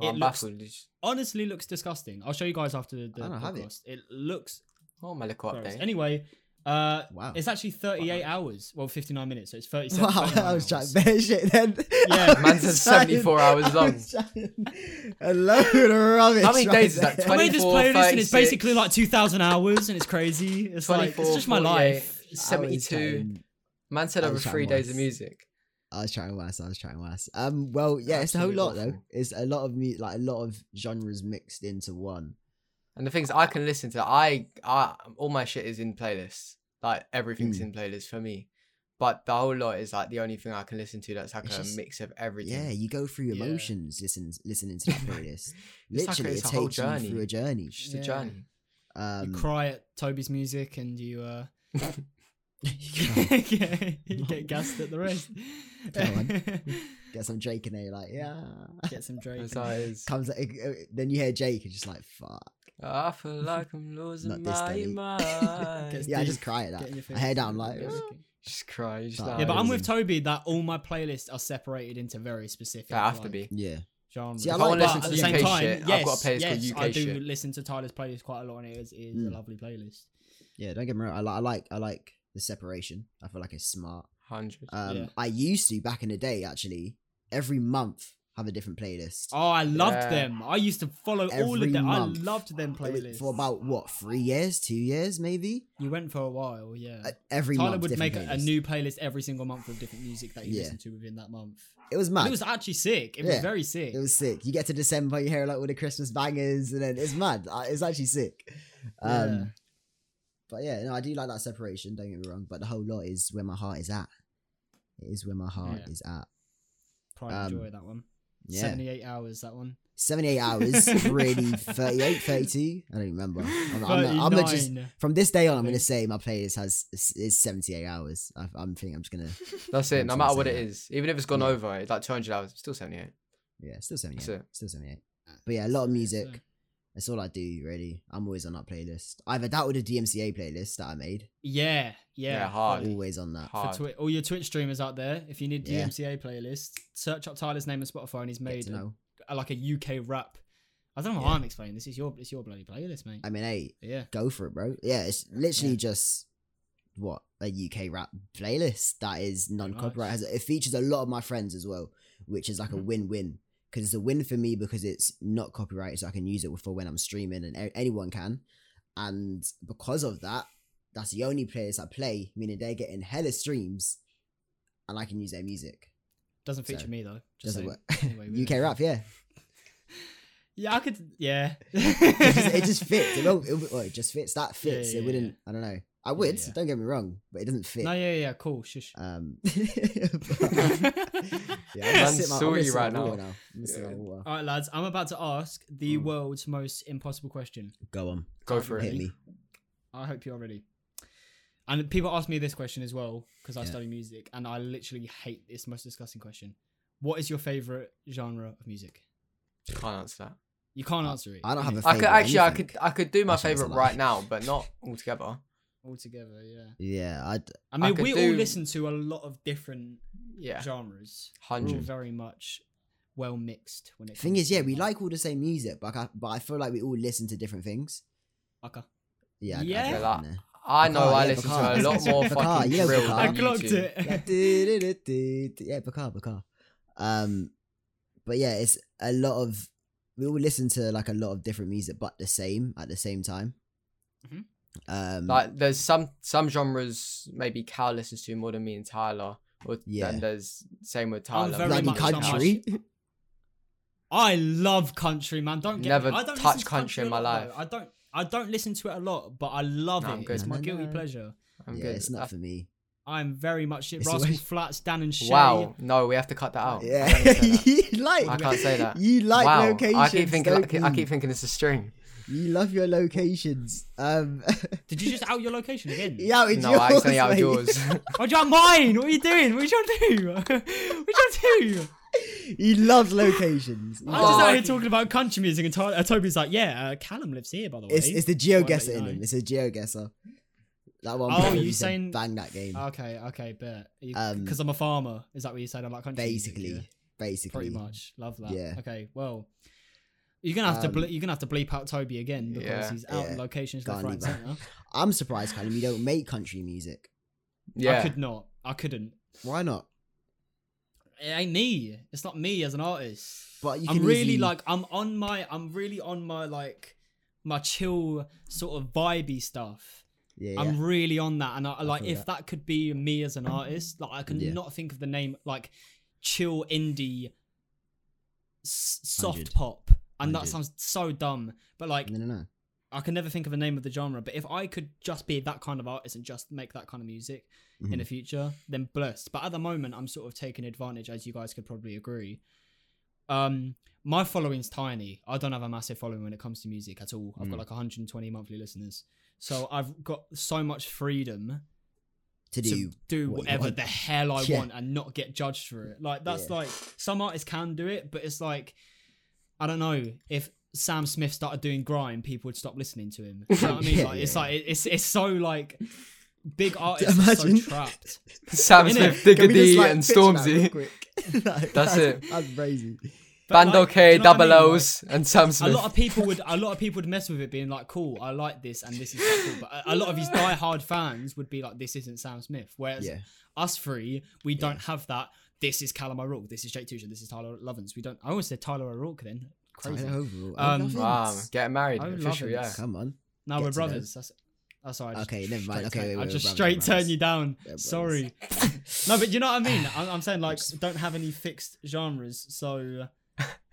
[SPEAKER 3] Oh,
[SPEAKER 1] it
[SPEAKER 3] I'm
[SPEAKER 1] looks-
[SPEAKER 3] baffled. It's-
[SPEAKER 1] Honestly, looks disgusting. I'll show you guys after the
[SPEAKER 2] I don't
[SPEAKER 1] podcast.
[SPEAKER 2] have it.
[SPEAKER 1] It looks
[SPEAKER 3] Oh, my little
[SPEAKER 1] gross.
[SPEAKER 3] update.
[SPEAKER 1] Anyway, uh,
[SPEAKER 2] wow.
[SPEAKER 1] it's actually 38 hours. Well, 59 minutes, so it's 37.
[SPEAKER 2] Wow,
[SPEAKER 1] 39
[SPEAKER 2] I was trying
[SPEAKER 1] hours.
[SPEAKER 2] bare shit then.
[SPEAKER 1] Yeah,
[SPEAKER 2] I
[SPEAKER 3] Man's
[SPEAKER 2] was
[SPEAKER 3] is 74
[SPEAKER 2] trying-
[SPEAKER 3] hours
[SPEAKER 2] I
[SPEAKER 3] long.
[SPEAKER 2] was trying- A load of rubbish.
[SPEAKER 3] How many
[SPEAKER 2] right
[SPEAKER 3] days is that?
[SPEAKER 2] there.
[SPEAKER 1] I made this
[SPEAKER 3] 24,
[SPEAKER 1] playlist and it's
[SPEAKER 3] 36.
[SPEAKER 1] basically like 2,000 hours and it's crazy. It's like, it's
[SPEAKER 3] 24,
[SPEAKER 1] just my
[SPEAKER 3] 48,
[SPEAKER 1] life.
[SPEAKER 2] I was
[SPEAKER 3] 72.
[SPEAKER 2] trying-
[SPEAKER 3] Man said
[SPEAKER 2] I
[SPEAKER 3] over
[SPEAKER 2] was
[SPEAKER 3] three
[SPEAKER 2] trying
[SPEAKER 3] days of
[SPEAKER 2] once.
[SPEAKER 3] music.
[SPEAKER 2] I was trying worse. I was trying worse. Um, well, yeah, it's a whole lot
[SPEAKER 3] Absolutely
[SPEAKER 2] though.
[SPEAKER 3] awful.
[SPEAKER 2] It's a lot of mu- like a lot of genres mixed into one.
[SPEAKER 3] And the things I can listen to, I, I all my shit is in playlists. Like everything's
[SPEAKER 2] Mm.
[SPEAKER 3] in playlists for me. But the whole lot is like the only thing I can listen to that's like
[SPEAKER 2] It's
[SPEAKER 3] a
[SPEAKER 2] just-
[SPEAKER 3] mix of everything.
[SPEAKER 2] Yeah, you go through
[SPEAKER 1] Yeah.
[SPEAKER 2] emotions listen, listening to that playlist.
[SPEAKER 3] It's like
[SPEAKER 2] Literally, it
[SPEAKER 3] it's a whole
[SPEAKER 2] takes you through
[SPEAKER 3] journey.
[SPEAKER 2] a journey.
[SPEAKER 3] It's just
[SPEAKER 1] Yeah.
[SPEAKER 3] a journey.
[SPEAKER 1] you
[SPEAKER 2] Um,
[SPEAKER 1] cry at Toby's music and you uh,
[SPEAKER 2] you
[SPEAKER 1] get, get gassed at the rest.
[SPEAKER 2] Go on. get some Drake and they're like, yeah.
[SPEAKER 1] Get some Drake.
[SPEAKER 3] That's how it is.
[SPEAKER 2] Comes like, then you hear Jake and just like, fuck.
[SPEAKER 3] I feel like I'm losing
[SPEAKER 2] Not this
[SPEAKER 3] my
[SPEAKER 2] day.
[SPEAKER 1] Gets
[SPEAKER 3] mind.
[SPEAKER 2] Yeah, I
[SPEAKER 1] deep.
[SPEAKER 2] just cry at
[SPEAKER 1] Get in your
[SPEAKER 2] that. I hear
[SPEAKER 1] face.
[SPEAKER 2] that. I'm like,
[SPEAKER 1] Get
[SPEAKER 2] "Ah."
[SPEAKER 1] looking.
[SPEAKER 3] just cry. you Just
[SPEAKER 2] But-
[SPEAKER 3] like,
[SPEAKER 1] yeah, but I'm with
[SPEAKER 2] amazing.
[SPEAKER 1] Toby that all my playlists are separated into very specific.
[SPEAKER 3] They have to
[SPEAKER 1] like,
[SPEAKER 3] be.
[SPEAKER 2] yeah.
[SPEAKER 1] genres.
[SPEAKER 2] See, I
[SPEAKER 3] If I
[SPEAKER 2] like
[SPEAKER 3] want
[SPEAKER 2] that.
[SPEAKER 3] to
[SPEAKER 1] but at
[SPEAKER 3] listen to
[SPEAKER 1] the
[SPEAKER 2] Yeah.
[SPEAKER 1] same
[SPEAKER 3] UK
[SPEAKER 1] time,
[SPEAKER 3] shit,
[SPEAKER 1] yes,
[SPEAKER 3] I've got a playlist
[SPEAKER 1] yes,
[SPEAKER 3] called UK
[SPEAKER 1] I do
[SPEAKER 3] shit.
[SPEAKER 1] listen to Tyler's playlist quite a lot, and it is, it is a
[SPEAKER 2] Mm.
[SPEAKER 1] lovely playlist.
[SPEAKER 2] Yeah, don't get me wrong. I, li- I like I like the separation. I feel like it's smart.
[SPEAKER 3] Hundred.
[SPEAKER 2] Um,
[SPEAKER 1] Yeah.
[SPEAKER 2] I used to back in the day actually every month have a different playlist.
[SPEAKER 1] Oh, I loved
[SPEAKER 3] Yeah.
[SPEAKER 1] them. I used to follow all
[SPEAKER 2] Every
[SPEAKER 1] of them.
[SPEAKER 2] month.
[SPEAKER 1] I loved them
[SPEAKER 2] It was
[SPEAKER 1] playlists.
[SPEAKER 2] for about what three years, two years maybe.
[SPEAKER 1] you went for a while, yeah.
[SPEAKER 2] Uh, every
[SPEAKER 1] Tyler
[SPEAKER 2] month
[SPEAKER 1] would
[SPEAKER 2] different
[SPEAKER 1] make a- a
[SPEAKER 2] playlist.
[SPEAKER 1] new playlist every single month with different music that you
[SPEAKER 2] Yeah.
[SPEAKER 1] listen to within that month.
[SPEAKER 2] It was mad.
[SPEAKER 1] It was actually sick. It was
[SPEAKER 2] Yeah.
[SPEAKER 1] very sick.
[SPEAKER 2] It was sick. You get to December, you hear like all the Christmas bangers, and then it's mad. Uh, It's actually sick. Um,
[SPEAKER 1] Yeah.
[SPEAKER 2] But yeah, no, I do like that separation. Don't get me wrong. But the whole lot is where my heart is at. It is where my heart
[SPEAKER 1] Yeah.
[SPEAKER 2] is at.
[SPEAKER 1] Pride
[SPEAKER 2] um,
[SPEAKER 1] and Joy, that one.
[SPEAKER 2] Yeah,
[SPEAKER 1] 78 hours, that one.
[SPEAKER 2] seventy-eight hours, really. 38, 32? I don't remember. I'm, I'm, I'm gonna just
[SPEAKER 1] 39.
[SPEAKER 2] from this day on. I'm gonna
[SPEAKER 1] Thanks.
[SPEAKER 2] say my playlist has is- is seventy-eight hours. I, I'm thinking I'm just gonna
[SPEAKER 3] That's it. No
[SPEAKER 2] Something
[SPEAKER 3] matter
[SPEAKER 2] like
[SPEAKER 3] what it
[SPEAKER 2] that.
[SPEAKER 3] is, even if it's gone
[SPEAKER 2] Yeah.
[SPEAKER 3] over, it's like 200 hours. It's still 78.
[SPEAKER 2] yeah, still seventy-eight,
[SPEAKER 3] That's it.
[SPEAKER 2] still seventy-eight. But yeah, a lot of music.
[SPEAKER 1] So-
[SPEAKER 2] That's all I do really. I'm always on that playlist. Either that or the DMCA playlist that I made.
[SPEAKER 1] Yeah, yeah.
[SPEAKER 3] Yeah, hard.
[SPEAKER 1] fully.
[SPEAKER 2] Always on that.
[SPEAKER 1] for
[SPEAKER 3] Hard.
[SPEAKER 1] Twi- all your Twitch streamers out there, if you need
[SPEAKER 2] Yeah.
[SPEAKER 1] DMCA playlist, search up Tyler's name on Spotify, and he's
[SPEAKER 2] Get
[SPEAKER 1] made
[SPEAKER 2] to
[SPEAKER 1] a,
[SPEAKER 2] know.
[SPEAKER 1] a- like a UK rap. I don't know why
[SPEAKER 2] Yeah.
[SPEAKER 1] I'm explaining this. It's your it's your bloody playlist, mate.
[SPEAKER 2] I mean, hey,
[SPEAKER 1] But yeah,
[SPEAKER 2] go for it, bro. Yeah, it's literally
[SPEAKER 1] Yeah.
[SPEAKER 2] just what a UK rap playlist that is non-copyright.
[SPEAKER 1] nice.
[SPEAKER 2] Has It features a lot of my friends as well, which is like a
[SPEAKER 1] Mhm.
[SPEAKER 2] win-win because it's a win for me because it's not copyrighted, so I can use it for when I'm streaming, and a- anyone can. And because of that, that's the only playlist I play, meaning they're getting hella streams, and I can use their music.
[SPEAKER 1] doesn't feature
[SPEAKER 2] So,
[SPEAKER 1] me though. Just
[SPEAKER 2] Doesn't
[SPEAKER 1] saying.
[SPEAKER 2] work.
[SPEAKER 1] Anyway, we
[SPEAKER 2] UK
[SPEAKER 1] don't-
[SPEAKER 2] rap, yeah.
[SPEAKER 1] Yeah, I could. Yeah,
[SPEAKER 2] it, just, it just fits. It, won't, it, won't- well, it just fits. That
[SPEAKER 1] Yeah,
[SPEAKER 2] fits.
[SPEAKER 1] yeah,
[SPEAKER 2] it
[SPEAKER 1] yeah.
[SPEAKER 2] wouldn't. I don't know. I would.
[SPEAKER 1] yeah.
[SPEAKER 2] Don't get me wrong, but it doesn't fit.
[SPEAKER 1] No, yeah, yeah, cool. Shush.
[SPEAKER 2] Um,
[SPEAKER 1] All
[SPEAKER 2] yeah, I'm gonna
[SPEAKER 3] Man,
[SPEAKER 2] sit my- I'm
[SPEAKER 3] sorry
[SPEAKER 2] gonna sit
[SPEAKER 3] right
[SPEAKER 2] my
[SPEAKER 3] now.
[SPEAKER 2] water now. I'm gonna sit my
[SPEAKER 3] Yeah.
[SPEAKER 2] water.
[SPEAKER 1] right, lads. I'm about to ask the
[SPEAKER 2] Mm.
[SPEAKER 1] world's most impossible question.
[SPEAKER 2] Go on,
[SPEAKER 3] Go for
[SPEAKER 2] hit
[SPEAKER 3] it.
[SPEAKER 2] me.
[SPEAKER 1] I hope you're ready. And people ask me this question as well because I
[SPEAKER 2] Yeah.
[SPEAKER 1] study music, and I literally hate this most disgusting question. What is your favorite genre of music?
[SPEAKER 3] Can't answer that.
[SPEAKER 1] You can't answer it.
[SPEAKER 2] I don't have a
[SPEAKER 1] can
[SPEAKER 3] I could
[SPEAKER 2] Favourite
[SPEAKER 3] actually, I
[SPEAKER 2] anything.
[SPEAKER 3] could, I could do my
[SPEAKER 2] Actually, that's a
[SPEAKER 3] favorite
[SPEAKER 2] lie.
[SPEAKER 3] right now, but not altogether.
[SPEAKER 1] you? altogether. Yeah.
[SPEAKER 2] Yeah, I
[SPEAKER 1] I mean,
[SPEAKER 3] could
[SPEAKER 1] we all
[SPEAKER 3] do-
[SPEAKER 1] listen to a lot of different
[SPEAKER 3] Yeah,
[SPEAKER 1] genres. We're all
[SPEAKER 3] hundred.
[SPEAKER 1] very much well mixed when it.
[SPEAKER 2] thing
[SPEAKER 1] comes
[SPEAKER 2] is, yeah,
[SPEAKER 1] to
[SPEAKER 2] we like all the same music, but I, but I feel like we all listen to different things.
[SPEAKER 1] Okay.
[SPEAKER 2] Yeah, I- I
[SPEAKER 1] Yeah.
[SPEAKER 2] get
[SPEAKER 3] Yeah,
[SPEAKER 2] that.
[SPEAKER 3] I
[SPEAKER 2] Bakar,
[SPEAKER 3] know. I
[SPEAKER 2] yeah,
[SPEAKER 3] listen
[SPEAKER 2] Bakar.
[SPEAKER 3] to a lot more
[SPEAKER 1] Bakar,
[SPEAKER 3] fucking
[SPEAKER 2] you know
[SPEAKER 3] drill
[SPEAKER 2] Bakar.
[SPEAKER 1] I
[SPEAKER 3] than
[SPEAKER 2] on
[SPEAKER 1] clocked
[SPEAKER 3] YouTube.
[SPEAKER 1] it.
[SPEAKER 2] yeah, Bakar, Bakar. Um, but yeah, it's a lot of we all listen to like a lot of different music, but the same at the same time.
[SPEAKER 1] Mhm.
[SPEAKER 2] Um,
[SPEAKER 3] Mm-hmm. Like, there's some some genres maybe Cal listens to more than me and Tyler. Or
[SPEAKER 2] Yeah.
[SPEAKER 3] then there's same with Tyler.
[SPEAKER 1] very
[SPEAKER 2] bloody
[SPEAKER 1] much on my
[SPEAKER 2] country.
[SPEAKER 1] I love country, man. Don't get
[SPEAKER 3] Never
[SPEAKER 1] me- I don't
[SPEAKER 3] touch
[SPEAKER 1] listen to
[SPEAKER 3] country in
[SPEAKER 1] a
[SPEAKER 3] my
[SPEAKER 1] lot,
[SPEAKER 3] life.
[SPEAKER 1] though. I don't. I don't listen to it a lot, but I love
[SPEAKER 3] No, I'm
[SPEAKER 1] it.
[SPEAKER 3] good.
[SPEAKER 1] It's my
[SPEAKER 2] No,
[SPEAKER 1] guilty
[SPEAKER 2] no.
[SPEAKER 1] pleasure.
[SPEAKER 3] I'm
[SPEAKER 2] yeah,
[SPEAKER 3] good. Uh,
[SPEAKER 2] it's not
[SPEAKER 3] That's-
[SPEAKER 2] for me.
[SPEAKER 1] I'm very much it.
[SPEAKER 2] It's
[SPEAKER 1] Rascal
[SPEAKER 2] always-
[SPEAKER 1] Flats, Dan and Shay.
[SPEAKER 3] wow. No, we have to cut that out.
[SPEAKER 2] Yeah,
[SPEAKER 3] Oh, I can't say that.
[SPEAKER 2] you like.
[SPEAKER 3] I can't say that.
[SPEAKER 2] You like
[SPEAKER 3] wow.
[SPEAKER 2] locations.
[SPEAKER 3] I keep thinking.
[SPEAKER 2] don't
[SPEAKER 3] Like, I
[SPEAKER 2] you?
[SPEAKER 3] keep thinking it's a string.
[SPEAKER 2] You love your locations. Um,
[SPEAKER 1] Did you just out your location again?
[SPEAKER 2] yeah, it's
[SPEAKER 3] No,
[SPEAKER 2] yours,
[SPEAKER 3] I accidentally out
[SPEAKER 2] mate.
[SPEAKER 3] yours.
[SPEAKER 1] Oh, do you want mine? What are you doing? What are you trying to do? What are you trying to do?
[SPEAKER 2] He loves locations. He
[SPEAKER 1] I'm just
[SPEAKER 2] does.
[SPEAKER 1] out here talking about country music, and Ty- uh, Toby's like, "Yeah, uh, Callum lives here, by the way."
[SPEAKER 2] it's, it's the
[SPEAKER 1] Well, I bet
[SPEAKER 2] geoguesser
[SPEAKER 1] you
[SPEAKER 2] in
[SPEAKER 1] know.
[SPEAKER 2] him. It's a geoguesser. That one.
[SPEAKER 1] Oh,
[SPEAKER 2] player
[SPEAKER 1] you
[SPEAKER 2] who said,
[SPEAKER 1] saying- Uh,
[SPEAKER 2] bang that game?
[SPEAKER 1] Okay, okay, but
[SPEAKER 2] Um,
[SPEAKER 1] because I'm a farmer, is that what you said? I like country music,
[SPEAKER 2] basically,
[SPEAKER 1] yeah?
[SPEAKER 2] basically.
[SPEAKER 1] pretty much. Love that.
[SPEAKER 2] Mm. Yeah.
[SPEAKER 1] Okay. Well, you're gonna have to ble-
[SPEAKER 2] Um,
[SPEAKER 1] you're gonna have to bleep out Toby again because
[SPEAKER 3] Yeah.
[SPEAKER 1] he's out
[SPEAKER 2] Yeah.
[SPEAKER 1] in locations left,
[SPEAKER 2] Can't
[SPEAKER 1] right, and
[SPEAKER 2] leave
[SPEAKER 1] centre.
[SPEAKER 2] I'm surprised, Callum. You don't make country music.
[SPEAKER 3] yeah.
[SPEAKER 1] I could not. I couldn't.
[SPEAKER 2] Why not?
[SPEAKER 1] It ain't me. It's not me as an artist.
[SPEAKER 2] But you
[SPEAKER 1] I'm
[SPEAKER 2] can
[SPEAKER 1] really
[SPEAKER 2] easily-
[SPEAKER 1] like I'm on my I'm really on my like my chill sort of vibey stuff.
[SPEAKER 2] Yeah. yeah.
[SPEAKER 1] I'm really on that, and I, like
[SPEAKER 2] feel
[SPEAKER 1] if
[SPEAKER 2] that.
[SPEAKER 1] that could be me as an artist, like I can
[SPEAKER 2] Yeah.
[SPEAKER 1] not think of the name like chill indie s- soft
[SPEAKER 2] 100.
[SPEAKER 1] pop, and that
[SPEAKER 2] 100.
[SPEAKER 1] sounds so dumb. But like
[SPEAKER 2] no, no, no.
[SPEAKER 1] I can never think of the name of the genre, but if I could just be that kind of artist and just make that kind of music in
[SPEAKER 2] Mhm.
[SPEAKER 1] the future, then blessed. But at the moment, I'm sort of taking advantage, as you guys could probably agree. Um, my following's tiny. I don't have a massive following when it comes to music at all. I've
[SPEAKER 2] Mm.
[SPEAKER 1] got like 120 monthly listeners, so I've got so much freedom
[SPEAKER 2] To do.
[SPEAKER 1] do
[SPEAKER 2] what you
[SPEAKER 1] whatever
[SPEAKER 2] want.
[SPEAKER 1] the hell I
[SPEAKER 2] Yeah.
[SPEAKER 1] want and not get judged for it. Like that's
[SPEAKER 2] Yeah.
[SPEAKER 1] like some artists can do it, but it's like I don't know if Sam Smith started doing grime, people would stop listening to him. You know what I mean?
[SPEAKER 2] Yeah,
[SPEAKER 1] Like
[SPEAKER 2] yeah,
[SPEAKER 1] it's
[SPEAKER 2] yeah.
[SPEAKER 1] like it's it's so like big artists are so
[SPEAKER 2] Imagine.
[SPEAKER 1] trapped.
[SPEAKER 3] Sam
[SPEAKER 1] Innit?
[SPEAKER 3] Smith,
[SPEAKER 2] Can we
[SPEAKER 3] Diggity,
[SPEAKER 2] just, like,
[SPEAKER 3] and
[SPEAKER 2] picture that real
[SPEAKER 3] Stormzy,
[SPEAKER 2] quick? Like,
[SPEAKER 3] That's it.
[SPEAKER 2] That's crazy.
[SPEAKER 1] But,
[SPEAKER 3] Bando
[SPEAKER 1] like, do
[SPEAKER 3] K,
[SPEAKER 1] you know what I
[SPEAKER 3] Double
[SPEAKER 1] mean? Like,
[SPEAKER 3] O's, and Sam
[SPEAKER 1] a
[SPEAKER 3] Smith.
[SPEAKER 1] lot of people would a lot of people would mess with it being like cool i like this and this is so cool but a, a lot of his diehard fans would be like this isn't sam smith whereas
[SPEAKER 2] Yeah.
[SPEAKER 1] us three we don't have that this is callum o'rourke this is jake Tusha, this is tyler lovins we don't i always said tyler o'rourke then crazy
[SPEAKER 2] Tyler Overall.
[SPEAKER 1] Um,
[SPEAKER 2] Um,
[SPEAKER 3] Wow, getting married,
[SPEAKER 1] I would love
[SPEAKER 3] official,
[SPEAKER 1] it.
[SPEAKER 3] yeah.
[SPEAKER 2] Come on.
[SPEAKER 1] no
[SPEAKER 2] Get
[SPEAKER 1] we're
[SPEAKER 2] to know.
[SPEAKER 1] brothers that's that's all right I just
[SPEAKER 2] Okay, never
[SPEAKER 1] straight
[SPEAKER 2] mind. Okay,
[SPEAKER 1] turn-
[SPEAKER 2] wait,
[SPEAKER 1] i
[SPEAKER 2] wait,
[SPEAKER 1] just
[SPEAKER 2] we're
[SPEAKER 1] straight
[SPEAKER 2] brothers, we're
[SPEAKER 1] turn you down
[SPEAKER 2] We're brothers.
[SPEAKER 1] sorry no but you know what i mean i'm, I'm saying like don't have any fixed genres so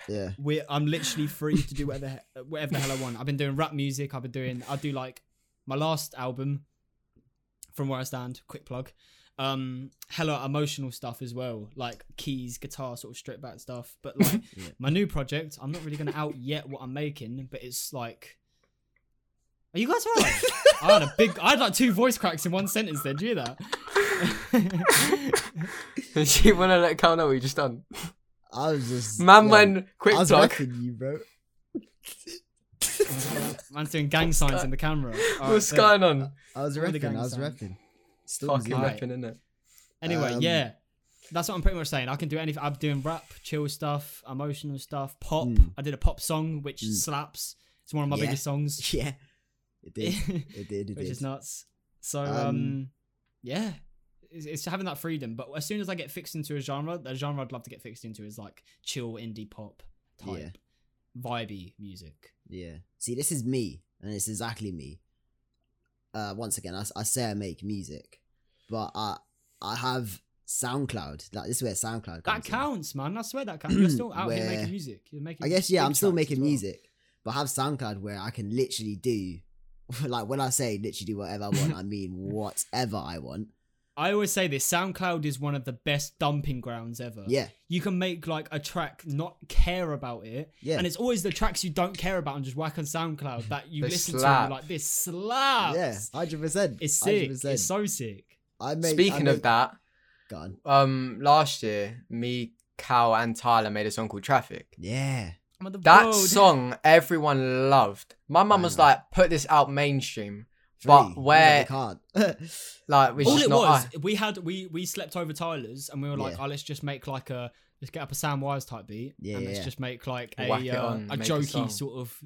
[SPEAKER 2] Yeah.
[SPEAKER 1] we I'm literally free to do whatever the he- whatever the hell I want. I've been doing rap music. I've been doing I do like my last album from where I stand. Quick plug. Um, hella emotional stuff as well, like keys, guitar, sort of stripped back stuff. But like
[SPEAKER 2] Yeah.
[SPEAKER 1] my new project, I'm not really gonna out yet what I'm making, but it's like, are you guys alright? I had a big, I had like two voice cracks in one sentence. There, do you hear that?
[SPEAKER 3] Do you want to let Cal know what you just done?
[SPEAKER 2] I was just.
[SPEAKER 3] Man,
[SPEAKER 2] yo,
[SPEAKER 3] man, quick
[SPEAKER 2] I was
[SPEAKER 3] plug.
[SPEAKER 2] repping you, bro.
[SPEAKER 1] Man's doing gang signs in the camera. Alright,
[SPEAKER 3] What's
[SPEAKER 1] there.
[SPEAKER 3] going on?
[SPEAKER 2] I was
[SPEAKER 1] All the
[SPEAKER 2] repping.
[SPEAKER 1] gang
[SPEAKER 2] I was
[SPEAKER 1] signs.
[SPEAKER 2] repping.
[SPEAKER 3] Fucking
[SPEAKER 2] Stormzy.
[SPEAKER 1] Alright.
[SPEAKER 3] rapping, innit?
[SPEAKER 1] Anyway,
[SPEAKER 2] Um,
[SPEAKER 1] yeah, that's what I'm pretty much saying. I can do anything. I'm doing rap, chill stuff, emotional stuff, pop.
[SPEAKER 2] Mm.
[SPEAKER 1] I did a pop song which
[SPEAKER 2] Mm.
[SPEAKER 1] slaps. It's one of my
[SPEAKER 2] Yeah.
[SPEAKER 1] biggest songs,
[SPEAKER 2] Yeah. It did.
[SPEAKER 1] which
[SPEAKER 2] It did. It did.
[SPEAKER 1] is nuts. So, um,
[SPEAKER 2] Um,
[SPEAKER 1] yeah, it's, it's having that freedom. But as soon as I get fixed into a genre, the genre I'd love to get fixed into is like chill indie pop type,
[SPEAKER 2] Yeah.
[SPEAKER 1] vibey music.
[SPEAKER 2] Yeah. See, this is me, and it's exactly me. Uh, once again, I, s- I say I make music, but I I have SoundCloud. Like this is where
[SPEAKER 1] That
[SPEAKER 2] SoundCloud. Comes in.
[SPEAKER 1] counts, man. I swear that counts. You're still out here
[SPEAKER 2] Where-
[SPEAKER 1] making music. You're making.
[SPEAKER 2] I guess yeah,
[SPEAKER 1] big
[SPEAKER 2] I'm still
[SPEAKER 1] tracks as
[SPEAKER 2] making
[SPEAKER 1] well.
[SPEAKER 2] music, but I have SoundCloud where I can literally do, like when I say literally do whatever I want, I mean whatever I want.
[SPEAKER 1] I always say this: SoundCloud is one of the best dumping grounds ever.
[SPEAKER 2] Yeah,
[SPEAKER 1] you can make like a track not care about it
[SPEAKER 2] yeah,
[SPEAKER 1] and it's always the tracks you don't care about and just whack on soundcloud that you
[SPEAKER 3] They
[SPEAKER 1] listen to
[SPEAKER 3] slap.
[SPEAKER 1] and you're like this slaps
[SPEAKER 2] yeah, hundred percent.
[SPEAKER 1] it's sick it's so sick
[SPEAKER 2] I make,
[SPEAKER 3] Speaking
[SPEAKER 2] I
[SPEAKER 3] of
[SPEAKER 2] make-
[SPEAKER 3] that,
[SPEAKER 2] go on.
[SPEAKER 3] um, last year, me, Cal, and Tyler made a song called Traffic.
[SPEAKER 2] Yeah,
[SPEAKER 1] I'm on the
[SPEAKER 3] That
[SPEAKER 1] road.
[SPEAKER 3] song everyone loved. My mum
[SPEAKER 2] I
[SPEAKER 3] was
[SPEAKER 2] know.
[SPEAKER 3] like, put this out mainstream. But
[SPEAKER 2] Free.
[SPEAKER 3] where-
[SPEAKER 2] Yeah, they can't.
[SPEAKER 3] Like, which
[SPEAKER 1] All
[SPEAKER 3] is
[SPEAKER 1] it
[SPEAKER 3] not
[SPEAKER 1] was, we had we we slept over Tyler's and we were like,
[SPEAKER 2] Yeah.
[SPEAKER 1] oh, let's just make like a let's get up a Sam Wise type beat
[SPEAKER 2] Yeah,
[SPEAKER 1] and
[SPEAKER 2] yeah,
[SPEAKER 1] let's
[SPEAKER 2] yeah.
[SPEAKER 1] just make like a
[SPEAKER 3] Whack it
[SPEAKER 1] uh,
[SPEAKER 3] on,
[SPEAKER 1] a
[SPEAKER 3] make a
[SPEAKER 1] jokey
[SPEAKER 3] song. Mm.
[SPEAKER 1] sort of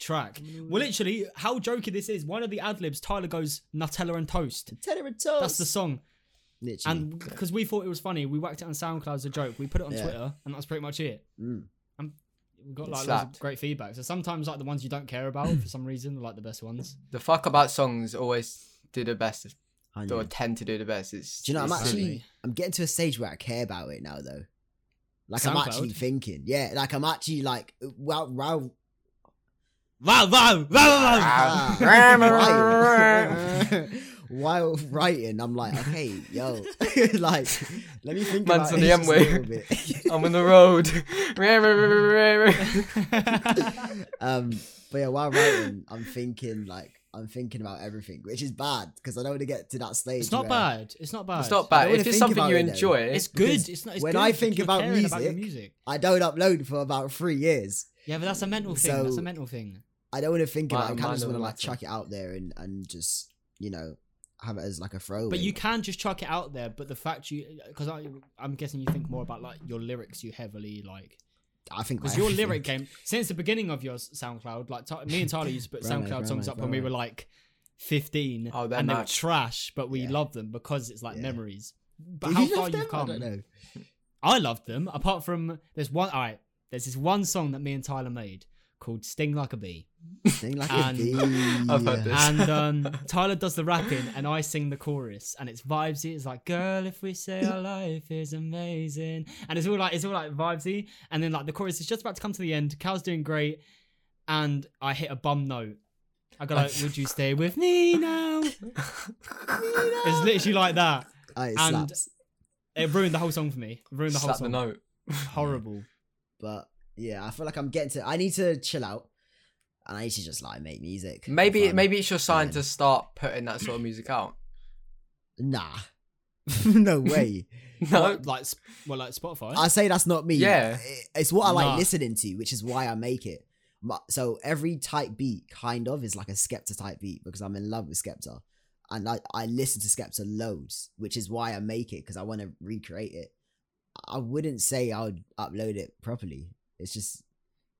[SPEAKER 1] track. Well, literally, how jokey this is. One of the ad libs, Tyler goes Nutella and toast.
[SPEAKER 2] Tenor and toast.
[SPEAKER 1] That's the song,
[SPEAKER 2] Literally.
[SPEAKER 1] and because we thought it was funny, we whacked it on SoundCloud as a joke. We put it on
[SPEAKER 2] Yeah.
[SPEAKER 1] Twitter, and that's pretty much it.
[SPEAKER 2] Mm.
[SPEAKER 1] And we got
[SPEAKER 3] It
[SPEAKER 1] like loads
[SPEAKER 3] slapped.
[SPEAKER 1] of great feedback. So sometimes like the ones you don't care about for some reason, are, like the best ones.
[SPEAKER 3] I. The fuck about songs always do the best,
[SPEAKER 2] I know.
[SPEAKER 3] or tend to do the best. It's,
[SPEAKER 2] Do you know, I'm
[SPEAKER 3] it's-
[SPEAKER 2] actually,
[SPEAKER 1] Absolutely.
[SPEAKER 2] I'm getting to a stage where I care about it now, though. Like, I'm
[SPEAKER 1] SoundCloud?
[SPEAKER 2] actually thinking. Yeah, like, I'm actually, like, wow, wow.
[SPEAKER 1] Wow! Wow! Wow!
[SPEAKER 3] Ah.
[SPEAKER 1] Wow! wow.
[SPEAKER 2] While while writing, I'm like, okay, yo, like, let me think about
[SPEAKER 3] Man's on
[SPEAKER 2] this
[SPEAKER 3] the
[SPEAKER 2] just a
[SPEAKER 3] M-way.
[SPEAKER 2] little bit.
[SPEAKER 3] I'm on the road.
[SPEAKER 2] um, but yeah, while writing, I'm thinking, like, I'm thinking about everything, which is bad because I don't want to get to that stage.
[SPEAKER 1] It's not
[SPEAKER 2] where-
[SPEAKER 1] bad. It's not bad.
[SPEAKER 3] it's not
[SPEAKER 2] I
[SPEAKER 3] bad.
[SPEAKER 2] wanna
[SPEAKER 3] If
[SPEAKER 2] think
[SPEAKER 3] it's something
[SPEAKER 2] about
[SPEAKER 3] you
[SPEAKER 2] it, though.
[SPEAKER 3] enjoy,
[SPEAKER 1] It's
[SPEAKER 2] Because
[SPEAKER 1] good. It's not. It's
[SPEAKER 2] when
[SPEAKER 1] good
[SPEAKER 2] I
[SPEAKER 1] if
[SPEAKER 2] think
[SPEAKER 1] you're
[SPEAKER 2] about
[SPEAKER 1] caring about your
[SPEAKER 2] music-
[SPEAKER 1] music.
[SPEAKER 2] I don't upload for about three years.
[SPEAKER 1] Yeah, but that's a mental thing. that's
[SPEAKER 2] So-
[SPEAKER 1] a mental thing.
[SPEAKER 2] I don't want to think
[SPEAKER 3] Mine-
[SPEAKER 2] about it. I kind
[SPEAKER 3] mine
[SPEAKER 2] of just want to
[SPEAKER 3] doesn't
[SPEAKER 2] like
[SPEAKER 3] matter.
[SPEAKER 2] chuck it out there and and just you know have it as like a throwaway.
[SPEAKER 1] But you can just chuck it out there. But the fact you, because I, I'm guessing you think more about like your lyrics. You heavily like
[SPEAKER 2] I think
[SPEAKER 1] because
[SPEAKER 2] my-
[SPEAKER 1] your lyric game since the beginning of your s- SoundCloud. Like Ty- me and Tyler used to put
[SPEAKER 2] Bro, mate,
[SPEAKER 1] SoundCloud
[SPEAKER 2] bro,
[SPEAKER 1] songs
[SPEAKER 2] mate,
[SPEAKER 1] up
[SPEAKER 2] bro,
[SPEAKER 1] when we
[SPEAKER 2] mate.
[SPEAKER 1] were like 15,
[SPEAKER 3] Oh, they're
[SPEAKER 1] and they were
[SPEAKER 3] mad.
[SPEAKER 1] trash, but we
[SPEAKER 2] Yeah.
[SPEAKER 1] love them because it's like
[SPEAKER 2] Yeah.
[SPEAKER 1] memories.
[SPEAKER 2] Do
[SPEAKER 1] But
[SPEAKER 2] you
[SPEAKER 1] how
[SPEAKER 2] love
[SPEAKER 1] far
[SPEAKER 2] them?
[SPEAKER 1] you've come.
[SPEAKER 2] I don't know.
[SPEAKER 1] I loved them. Apart from there's one. All right, there's this one song that me and Tyler made called "Sting Like a Bee,"
[SPEAKER 2] Thing like a
[SPEAKER 1] And-
[SPEAKER 2] bee.
[SPEAKER 3] I've heard this.
[SPEAKER 1] and um, Tyler does the rapping and I sing the chorus, and it's vibesy. It's like, "Girl, if we say our life is amazing," and it's all like it's all like vibesy. And then like the chorus is just about to come to the end. Cal's doing great, and I hit a bum note. I go like, "Would you stay with me now?" It's literally like that.
[SPEAKER 2] Oh, it
[SPEAKER 1] and-
[SPEAKER 2] slaps.
[SPEAKER 1] It ruined the whole song for me. Ruined the whole
[SPEAKER 3] slap the
[SPEAKER 1] song.
[SPEAKER 3] note.
[SPEAKER 1] Horrible.
[SPEAKER 2] But yeah, I feel like I'm getting to. I need to chill out, and I need to just like make music. for
[SPEAKER 3] Maybe
[SPEAKER 2] fun.
[SPEAKER 3] maybe it's your sign
[SPEAKER 2] Fine.
[SPEAKER 3] to start putting that sort of music out.
[SPEAKER 2] nah, no way.
[SPEAKER 3] No,
[SPEAKER 1] What, like, sp- well, like Spotify.
[SPEAKER 2] I say that's not me.
[SPEAKER 3] Yeah.
[SPEAKER 2] It- it's what I like
[SPEAKER 1] Nah.
[SPEAKER 2] listening to, which is why I make it. My- So every type beat kind of is like a Skepta type beat because I'm in love with Skepta, and I I listen to Skepta loads, which is why I make it because I want to recreate it. I wouldn't say I would upload it properly. It's just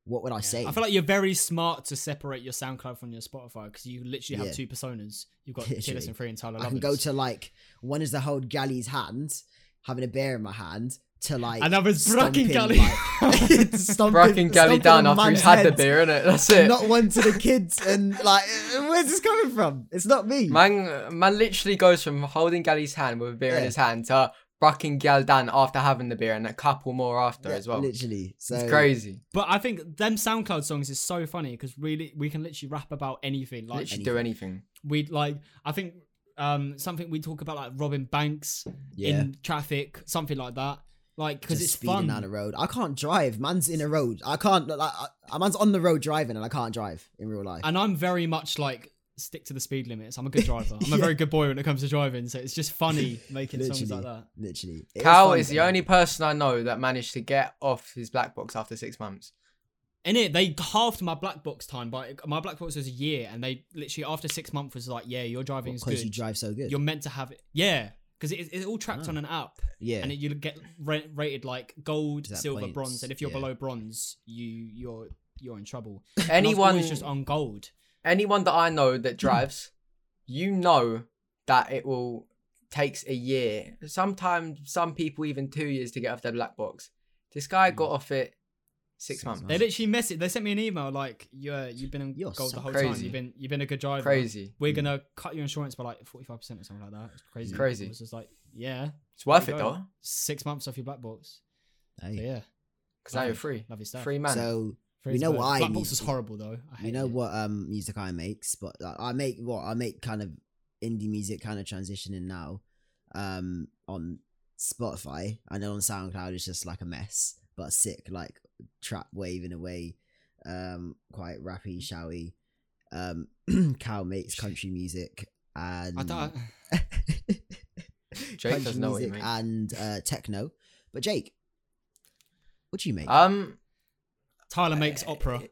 [SPEAKER 2] what would I
[SPEAKER 1] Yeah.
[SPEAKER 2] say?
[SPEAKER 1] I feel like you're very smart to separate your SoundCloud from your Spotify because you literally have
[SPEAKER 2] Yeah.
[SPEAKER 1] two personas. You've got
[SPEAKER 2] Literally.
[SPEAKER 1] Tillison Free and Tyler
[SPEAKER 2] I
[SPEAKER 1] Lovers.
[SPEAKER 2] can go to like one is to hold Galley's hand, having a bear in my hand, to like
[SPEAKER 1] another's Bracken
[SPEAKER 2] stomping,
[SPEAKER 1] Galley.
[SPEAKER 2] like- stomping-
[SPEAKER 3] Bracken Gally
[SPEAKER 2] stomping
[SPEAKER 3] down
[SPEAKER 2] on
[SPEAKER 3] after he's
[SPEAKER 2] man's
[SPEAKER 3] had the
[SPEAKER 2] heads.
[SPEAKER 3] beer in it. That's it.
[SPEAKER 2] Not one to the kids, and like, where's this coming from? It's not me.
[SPEAKER 3] Man, man literally goes from holding Galley's hand with a beer in
[SPEAKER 2] Yeah.
[SPEAKER 3] his hand to rocking Gal Dan after having the beer and a couple more after
[SPEAKER 2] Yeah,
[SPEAKER 3] as well.
[SPEAKER 2] Literally, so
[SPEAKER 3] It's crazy.
[SPEAKER 1] But I think them SoundCloud songs is so funny because really we can literally rap about anything. Like
[SPEAKER 3] literally do anything.
[SPEAKER 1] we like I think um something we talk about like robbing banks in traffic, something like that. Like because
[SPEAKER 2] Just
[SPEAKER 1] it's
[SPEAKER 2] speeding
[SPEAKER 1] fun.
[SPEAKER 2] down the road. I can't drive. Man's in a road. I can't. Like, I, I- man's on the road driving, and I can't drive in real life.
[SPEAKER 1] and I'm very much like stick to the speed limits. I'm a good driver. I'm a very good boy when it comes to driving. So it's just funny making songs like
[SPEAKER 2] Literally.
[SPEAKER 1] that.
[SPEAKER 2] Literally, It
[SPEAKER 3] Cal
[SPEAKER 2] fun,
[SPEAKER 3] is the
[SPEAKER 2] though.
[SPEAKER 3] only person I know that managed to get off his black box after six months.
[SPEAKER 1] In it, they halved my black box time. By my black box was a year, and they literally after six months was like, "Yeah, your driving is
[SPEAKER 2] because
[SPEAKER 1] good.
[SPEAKER 2] you drive so good.
[SPEAKER 1] You're meant to have it. Yeah, because it, it all
[SPEAKER 2] Ah.
[SPEAKER 1] tracked on an app,
[SPEAKER 2] yeah,
[SPEAKER 1] and it, you get ra- rated like gold,
[SPEAKER 2] Is that
[SPEAKER 1] silver,
[SPEAKER 2] points?
[SPEAKER 1] bronze, and if you're
[SPEAKER 2] Yeah.
[SPEAKER 1] below bronze, you you're you're in trouble. And I was
[SPEAKER 3] Anyone,
[SPEAKER 1] always just on gold.
[SPEAKER 3] anyone that I know that drives, you know that it will takes a year. Sometimes some people even two years to get off their black box. This guy
[SPEAKER 2] Mm.
[SPEAKER 3] got off it six,
[SPEAKER 2] Six
[SPEAKER 3] months.
[SPEAKER 2] months.
[SPEAKER 1] They literally messaged. They sent me an email like, "Yeah, you've been on
[SPEAKER 2] You're
[SPEAKER 1] gold
[SPEAKER 2] so Mm.
[SPEAKER 1] the whole time.
[SPEAKER 3] crazy.
[SPEAKER 1] You've been you've been a good driver.
[SPEAKER 3] Crazy.
[SPEAKER 1] We're gonna cut your insurance by like forty five percent or something like that. It's crazy.
[SPEAKER 3] Crazy.
[SPEAKER 1] It was just like, yeah,
[SPEAKER 3] It's worth
[SPEAKER 1] There
[SPEAKER 3] it
[SPEAKER 1] you go.
[SPEAKER 3] though,
[SPEAKER 1] six months off your black box. So,
[SPEAKER 2] Hey.
[SPEAKER 1] yeah,
[SPEAKER 3] because now you're free,
[SPEAKER 1] love your stuff.
[SPEAKER 3] free man.
[SPEAKER 2] So
[SPEAKER 1] Free
[SPEAKER 2] You
[SPEAKER 1] is
[SPEAKER 2] know
[SPEAKER 1] good.
[SPEAKER 2] why
[SPEAKER 1] Black
[SPEAKER 2] you-
[SPEAKER 1] Box was horrible though. I
[SPEAKER 2] you
[SPEAKER 1] hated
[SPEAKER 2] know
[SPEAKER 1] it.
[SPEAKER 2] what um music I makes, but like, I make what I make kind of indie music kind of transitioning now, um on Spotify and then on SoundCloud it's just like a mess, but sick like trap waving away, um quite rappy, shouty, um Cal makes country music and
[SPEAKER 1] I don't.
[SPEAKER 2] country
[SPEAKER 3] doesn't know what he
[SPEAKER 2] music
[SPEAKER 3] makes.
[SPEAKER 2] and uh, techno, but Jake, what do you make?
[SPEAKER 3] Um,
[SPEAKER 1] Tyler makes opera.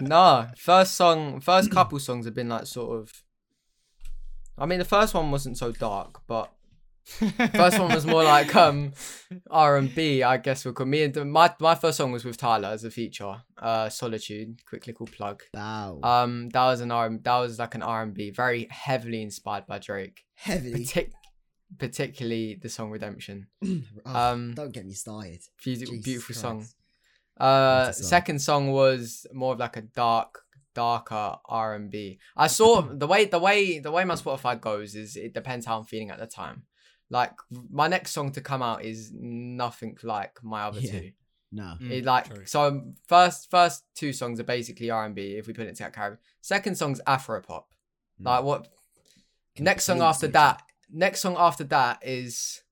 [SPEAKER 3] no, first song, first couple songs have been like sort of. I mean, the first one wasn't so dark, but first one was more like um R and B. I guess we could. Me and my my first song was with Tyler as a feature. Uh, Solitude, quick little plug.
[SPEAKER 2] Wow.
[SPEAKER 3] Um, that was an R. That was like an R and B, very heavily inspired by Drake,
[SPEAKER 2] Heavily.
[SPEAKER 3] Partic- particularly the song Redemption.
[SPEAKER 2] Oh,
[SPEAKER 3] Um,
[SPEAKER 2] don't get me started.
[SPEAKER 3] beautiful,
[SPEAKER 2] Jesus
[SPEAKER 3] beautiful song.
[SPEAKER 2] Christ.
[SPEAKER 3] Uh,
[SPEAKER 2] song.
[SPEAKER 3] second song was more of like a dark, darker R and B. I saw the way the way the way my Spotify goes is it depends how I'm feeling at the time. Like my next song to come out is nothing like my other
[SPEAKER 2] Yeah.
[SPEAKER 3] two.
[SPEAKER 2] No.
[SPEAKER 1] Mm,
[SPEAKER 3] It like
[SPEAKER 4] true.
[SPEAKER 3] so first first two songs are basically R and B if we put it to that category. Second song's Afro pop.
[SPEAKER 2] Mm.
[SPEAKER 3] Like what? Next song
[SPEAKER 2] Complete
[SPEAKER 3] after
[SPEAKER 2] switch
[SPEAKER 3] that. Next song after that is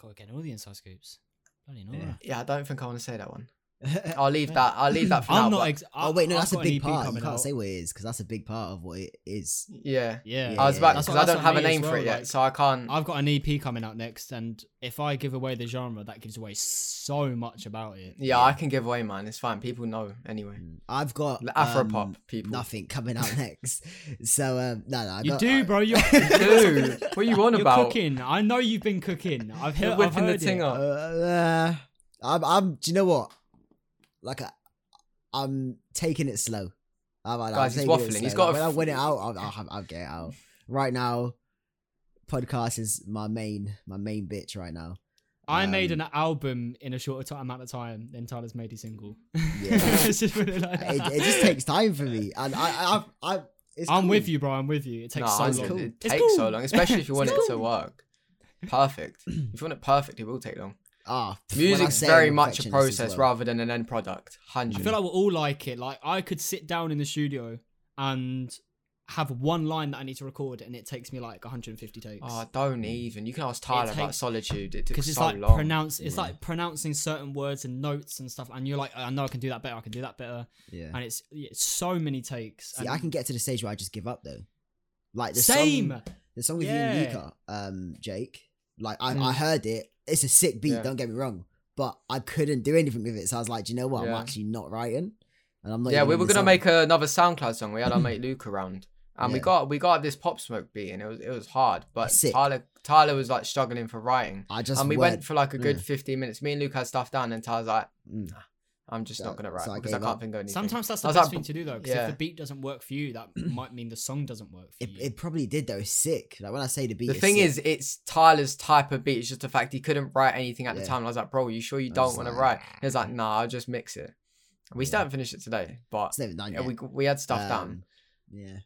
[SPEAKER 4] Got again all the inside scoops. Bloody Nora.
[SPEAKER 2] Yeah.
[SPEAKER 3] yeah. I don't think I want to say that one.
[SPEAKER 2] oh
[SPEAKER 3] I'll leave that. I'll leave that for now.
[SPEAKER 1] I'm not.
[SPEAKER 3] but-
[SPEAKER 1] Ex- I-
[SPEAKER 2] wait, no,
[SPEAKER 1] I've
[SPEAKER 2] that's a
[SPEAKER 1] got an
[SPEAKER 3] E
[SPEAKER 1] EP
[SPEAKER 2] big part. You
[SPEAKER 1] coming
[SPEAKER 2] can't
[SPEAKER 1] out.
[SPEAKER 2] say what it is because that's a big part of what it is.
[SPEAKER 3] yeah.
[SPEAKER 1] Yeah.
[SPEAKER 2] Yeah.
[SPEAKER 3] I was about
[SPEAKER 1] That's
[SPEAKER 3] because
[SPEAKER 1] what-
[SPEAKER 3] I
[SPEAKER 1] that's what
[SPEAKER 3] don't
[SPEAKER 1] I
[SPEAKER 3] have a
[SPEAKER 1] mean as
[SPEAKER 3] name for
[SPEAKER 1] well,
[SPEAKER 3] it yet,
[SPEAKER 1] like-
[SPEAKER 3] so I can't.
[SPEAKER 1] I've got an EP coming out next, and if I give away the genre, that gives away so much about it.
[SPEAKER 3] yeah, I can give away mine. It's fine. People know anyway.
[SPEAKER 2] Mm. I've got
[SPEAKER 3] The Afropop
[SPEAKER 2] um,
[SPEAKER 3] people.
[SPEAKER 2] Nothing coming out next. So um, no, no. I
[SPEAKER 1] You
[SPEAKER 2] got,
[SPEAKER 1] do, bro. You're,
[SPEAKER 3] Dude, what you on
[SPEAKER 1] you're
[SPEAKER 3] about?
[SPEAKER 1] cooking. I know you've been cooking. I've
[SPEAKER 3] You're
[SPEAKER 1] heard. I've
[SPEAKER 3] whipping the
[SPEAKER 1] heard
[SPEAKER 3] thing
[SPEAKER 1] it.
[SPEAKER 3] up.
[SPEAKER 2] Uh, I'm, I'm. Do you know what? Like, I, I'm taking it slow. I'm, I'm
[SPEAKER 3] Guys, he's
[SPEAKER 2] taking it
[SPEAKER 3] waffling.
[SPEAKER 2] slow.
[SPEAKER 3] He's got a
[SPEAKER 2] When I
[SPEAKER 3] f-
[SPEAKER 2] win it out, I'll, I'll, have- I'll get it out. Right now, podcast is my main, my main bitch right now.
[SPEAKER 1] I made
[SPEAKER 2] Um,
[SPEAKER 1] an album in a shorter ti- amount of time than Tyler's made his single.
[SPEAKER 2] Yeah.
[SPEAKER 1] It's just really like that.
[SPEAKER 2] it, it just takes time for me, and I, I, I, I it's
[SPEAKER 1] I'm
[SPEAKER 2] cool.
[SPEAKER 1] with you, bro. I'm with you. It takes
[SPEAKER 3] Nah,
[SPEAKER 1] so
[SPEAKER 3] it's
[SPEAKER 1] long.
[SPEAKER 3] cool. It
[SPEAKER 1] It's
[SPEAKER 3] takes so
[SPEAKER 1] cool.
[SPEAKER 3] long, especially if you want
[SPEAKER 1] It's
[SPEAKER 3] it to
[SPEAKER 1] cool.
[SPEAKER 3] work. Perfect. if you want it perfect, it will take long.
[SPEAKER 2] Ah, pff, when I
[SPEAKER 3] Music's
[SPEAKER 2] say
[SPEAKER 3] very
[SPEAKER 2] I'm
[SPEAKER 3] much a
[SPEAKER 2] perfectionist as
[SPEAKER 3] process
[SPEAKER 2] well.
[SPEAKER 3] rather than an end product.
[SPEAKER 1] I
[SPEAKER 3] Hundred.
[SPEAKER 1] feel like we'll all like it. Like I could sit down in the studio and have one line that I need to record, and it takes me like 150 takes.
[SPEAKER 2] Ah,
[SPEAKER 3] oh, don't even. You can ask Tyler about
[SPEAKER 1] takes-
[SPEAKER 3] solitude. It took
[SPEAKER 1] because it's
[SPEAKER 3] so
[SPEAKER 1] like
[SPEAKER 3] long.
[SPEAKER 1] pronounce it's like pronouncing certain words and notes and stuff and you're like i know i can do that better i can do that better
[SPEAKER 2] Yeah.
[SPEAKER 1] and it's, it's so many takes
[SPEAKER 2] See, I
[SPEAKER 1] and-
[SPEAKER 2] can get to the stage where I just give up though. Like the
[SPEAKER 1] same
[SPEAKER 2] Song, the song with you
[SPEAKER 1] Yeah.
[SPEAKER 2] and Luca, um, Jake. Like I,
[SPEAKER 1] Mm.
[SPEAKER 2] I heard it. It's a sick beat.
[SPEAKER 3] Yeah.
[SPEAKER 2] Don't get me wrong, but I couldn't do anything with it. So I was like, do you know what?
[SPEAKER 3] Yeah.
[SPEAKER 2] I'm actually not writing, and I'm not.
[SPEAKER 3] yeah,
[SPEAKER 2] even
[SPEAKER 3] we
[SPEAKER 2] in
[SPEAKER 3] were
[SPEAKER 2] the
[SPEAKER 3] gonna
[SPEAKER 2] song.
[SPEAKER 3] make another SoundCloud song. We had our mate Luke around, and we
[SPEAKER 2] Yeah.
[SPEAKER 3] got we got this pop smoke beat, and it was it was hard. But
[SPEAKER 2] Sick.
[SPEAKER 3] Tyler Tyler was like struggling for writing.
[SPEAKER 2] I just
[SPEAKER 3] and we
[SPEAKER 2] word- Mm.
[SPEAKER 3] went for like a good
[SPEAKER 2] yeah.
[SPEAKER 3] 15 minutes. Me and Luke had stuff down, and Tyler's like,
[SPEAKER 2] Mm.
[SPEAKER 3] I'm just
[SPEAKER 2] So-
[SPEAKER 3] not going to write
[SPEAKER 2] so I
[SPEAKER 3] because I
[SPEAKER 2] gave
[SPEAKER 3] can't
[SPEAKER 2] up.
[SPEAKER 3] think of anything.
[SPEAKER 1] sometimes that's the
[SPEAKER 3] I was
[SPEAKER 1] best
[SPEAKER 3] like,
[SPEAKER 1] thing to do though because
[SPEAKER 3] yeah.
[SPEAKER 1] if the beat doesn't work for you that might mean the song doesn't work for
[SPEAKER 2] It,
[SPEAKER 1] you
[SPEAKER 2] it probably did though. It's sick. Like when I say the beat.
[SPEAKER 3] the
[SPEAKER 2] is
[SPEAKER 3] thing
[SPEAKER 2] sick,
[SPEAKER 3] is, it's Tyler's type of beat. It's just the fact he couldn't write anything at the
[SPEAKER 2] Yeah.
[SPEAKER 3] time. And I was like, bro, you sure you
[SPEAKER 2] I
[SPEAKER 3] don't
[SPEAKER 2] was
[SPEAKER 3] want to
[SPEAKER 2] like,
[SPEAKER 3] write? He was like, nah, I'll just mix it. We
[SPEAKER 2] Yeah.
[SPEAKER 3] still haven't finished it today, but
[SPEAKER 2] it's never done
[SPEAKER 3] yeah,
[SPEAKER 2] yet.
[SPEAKER 3] we, we had stuff down.
[SPEAKER 2] Um, Yeah.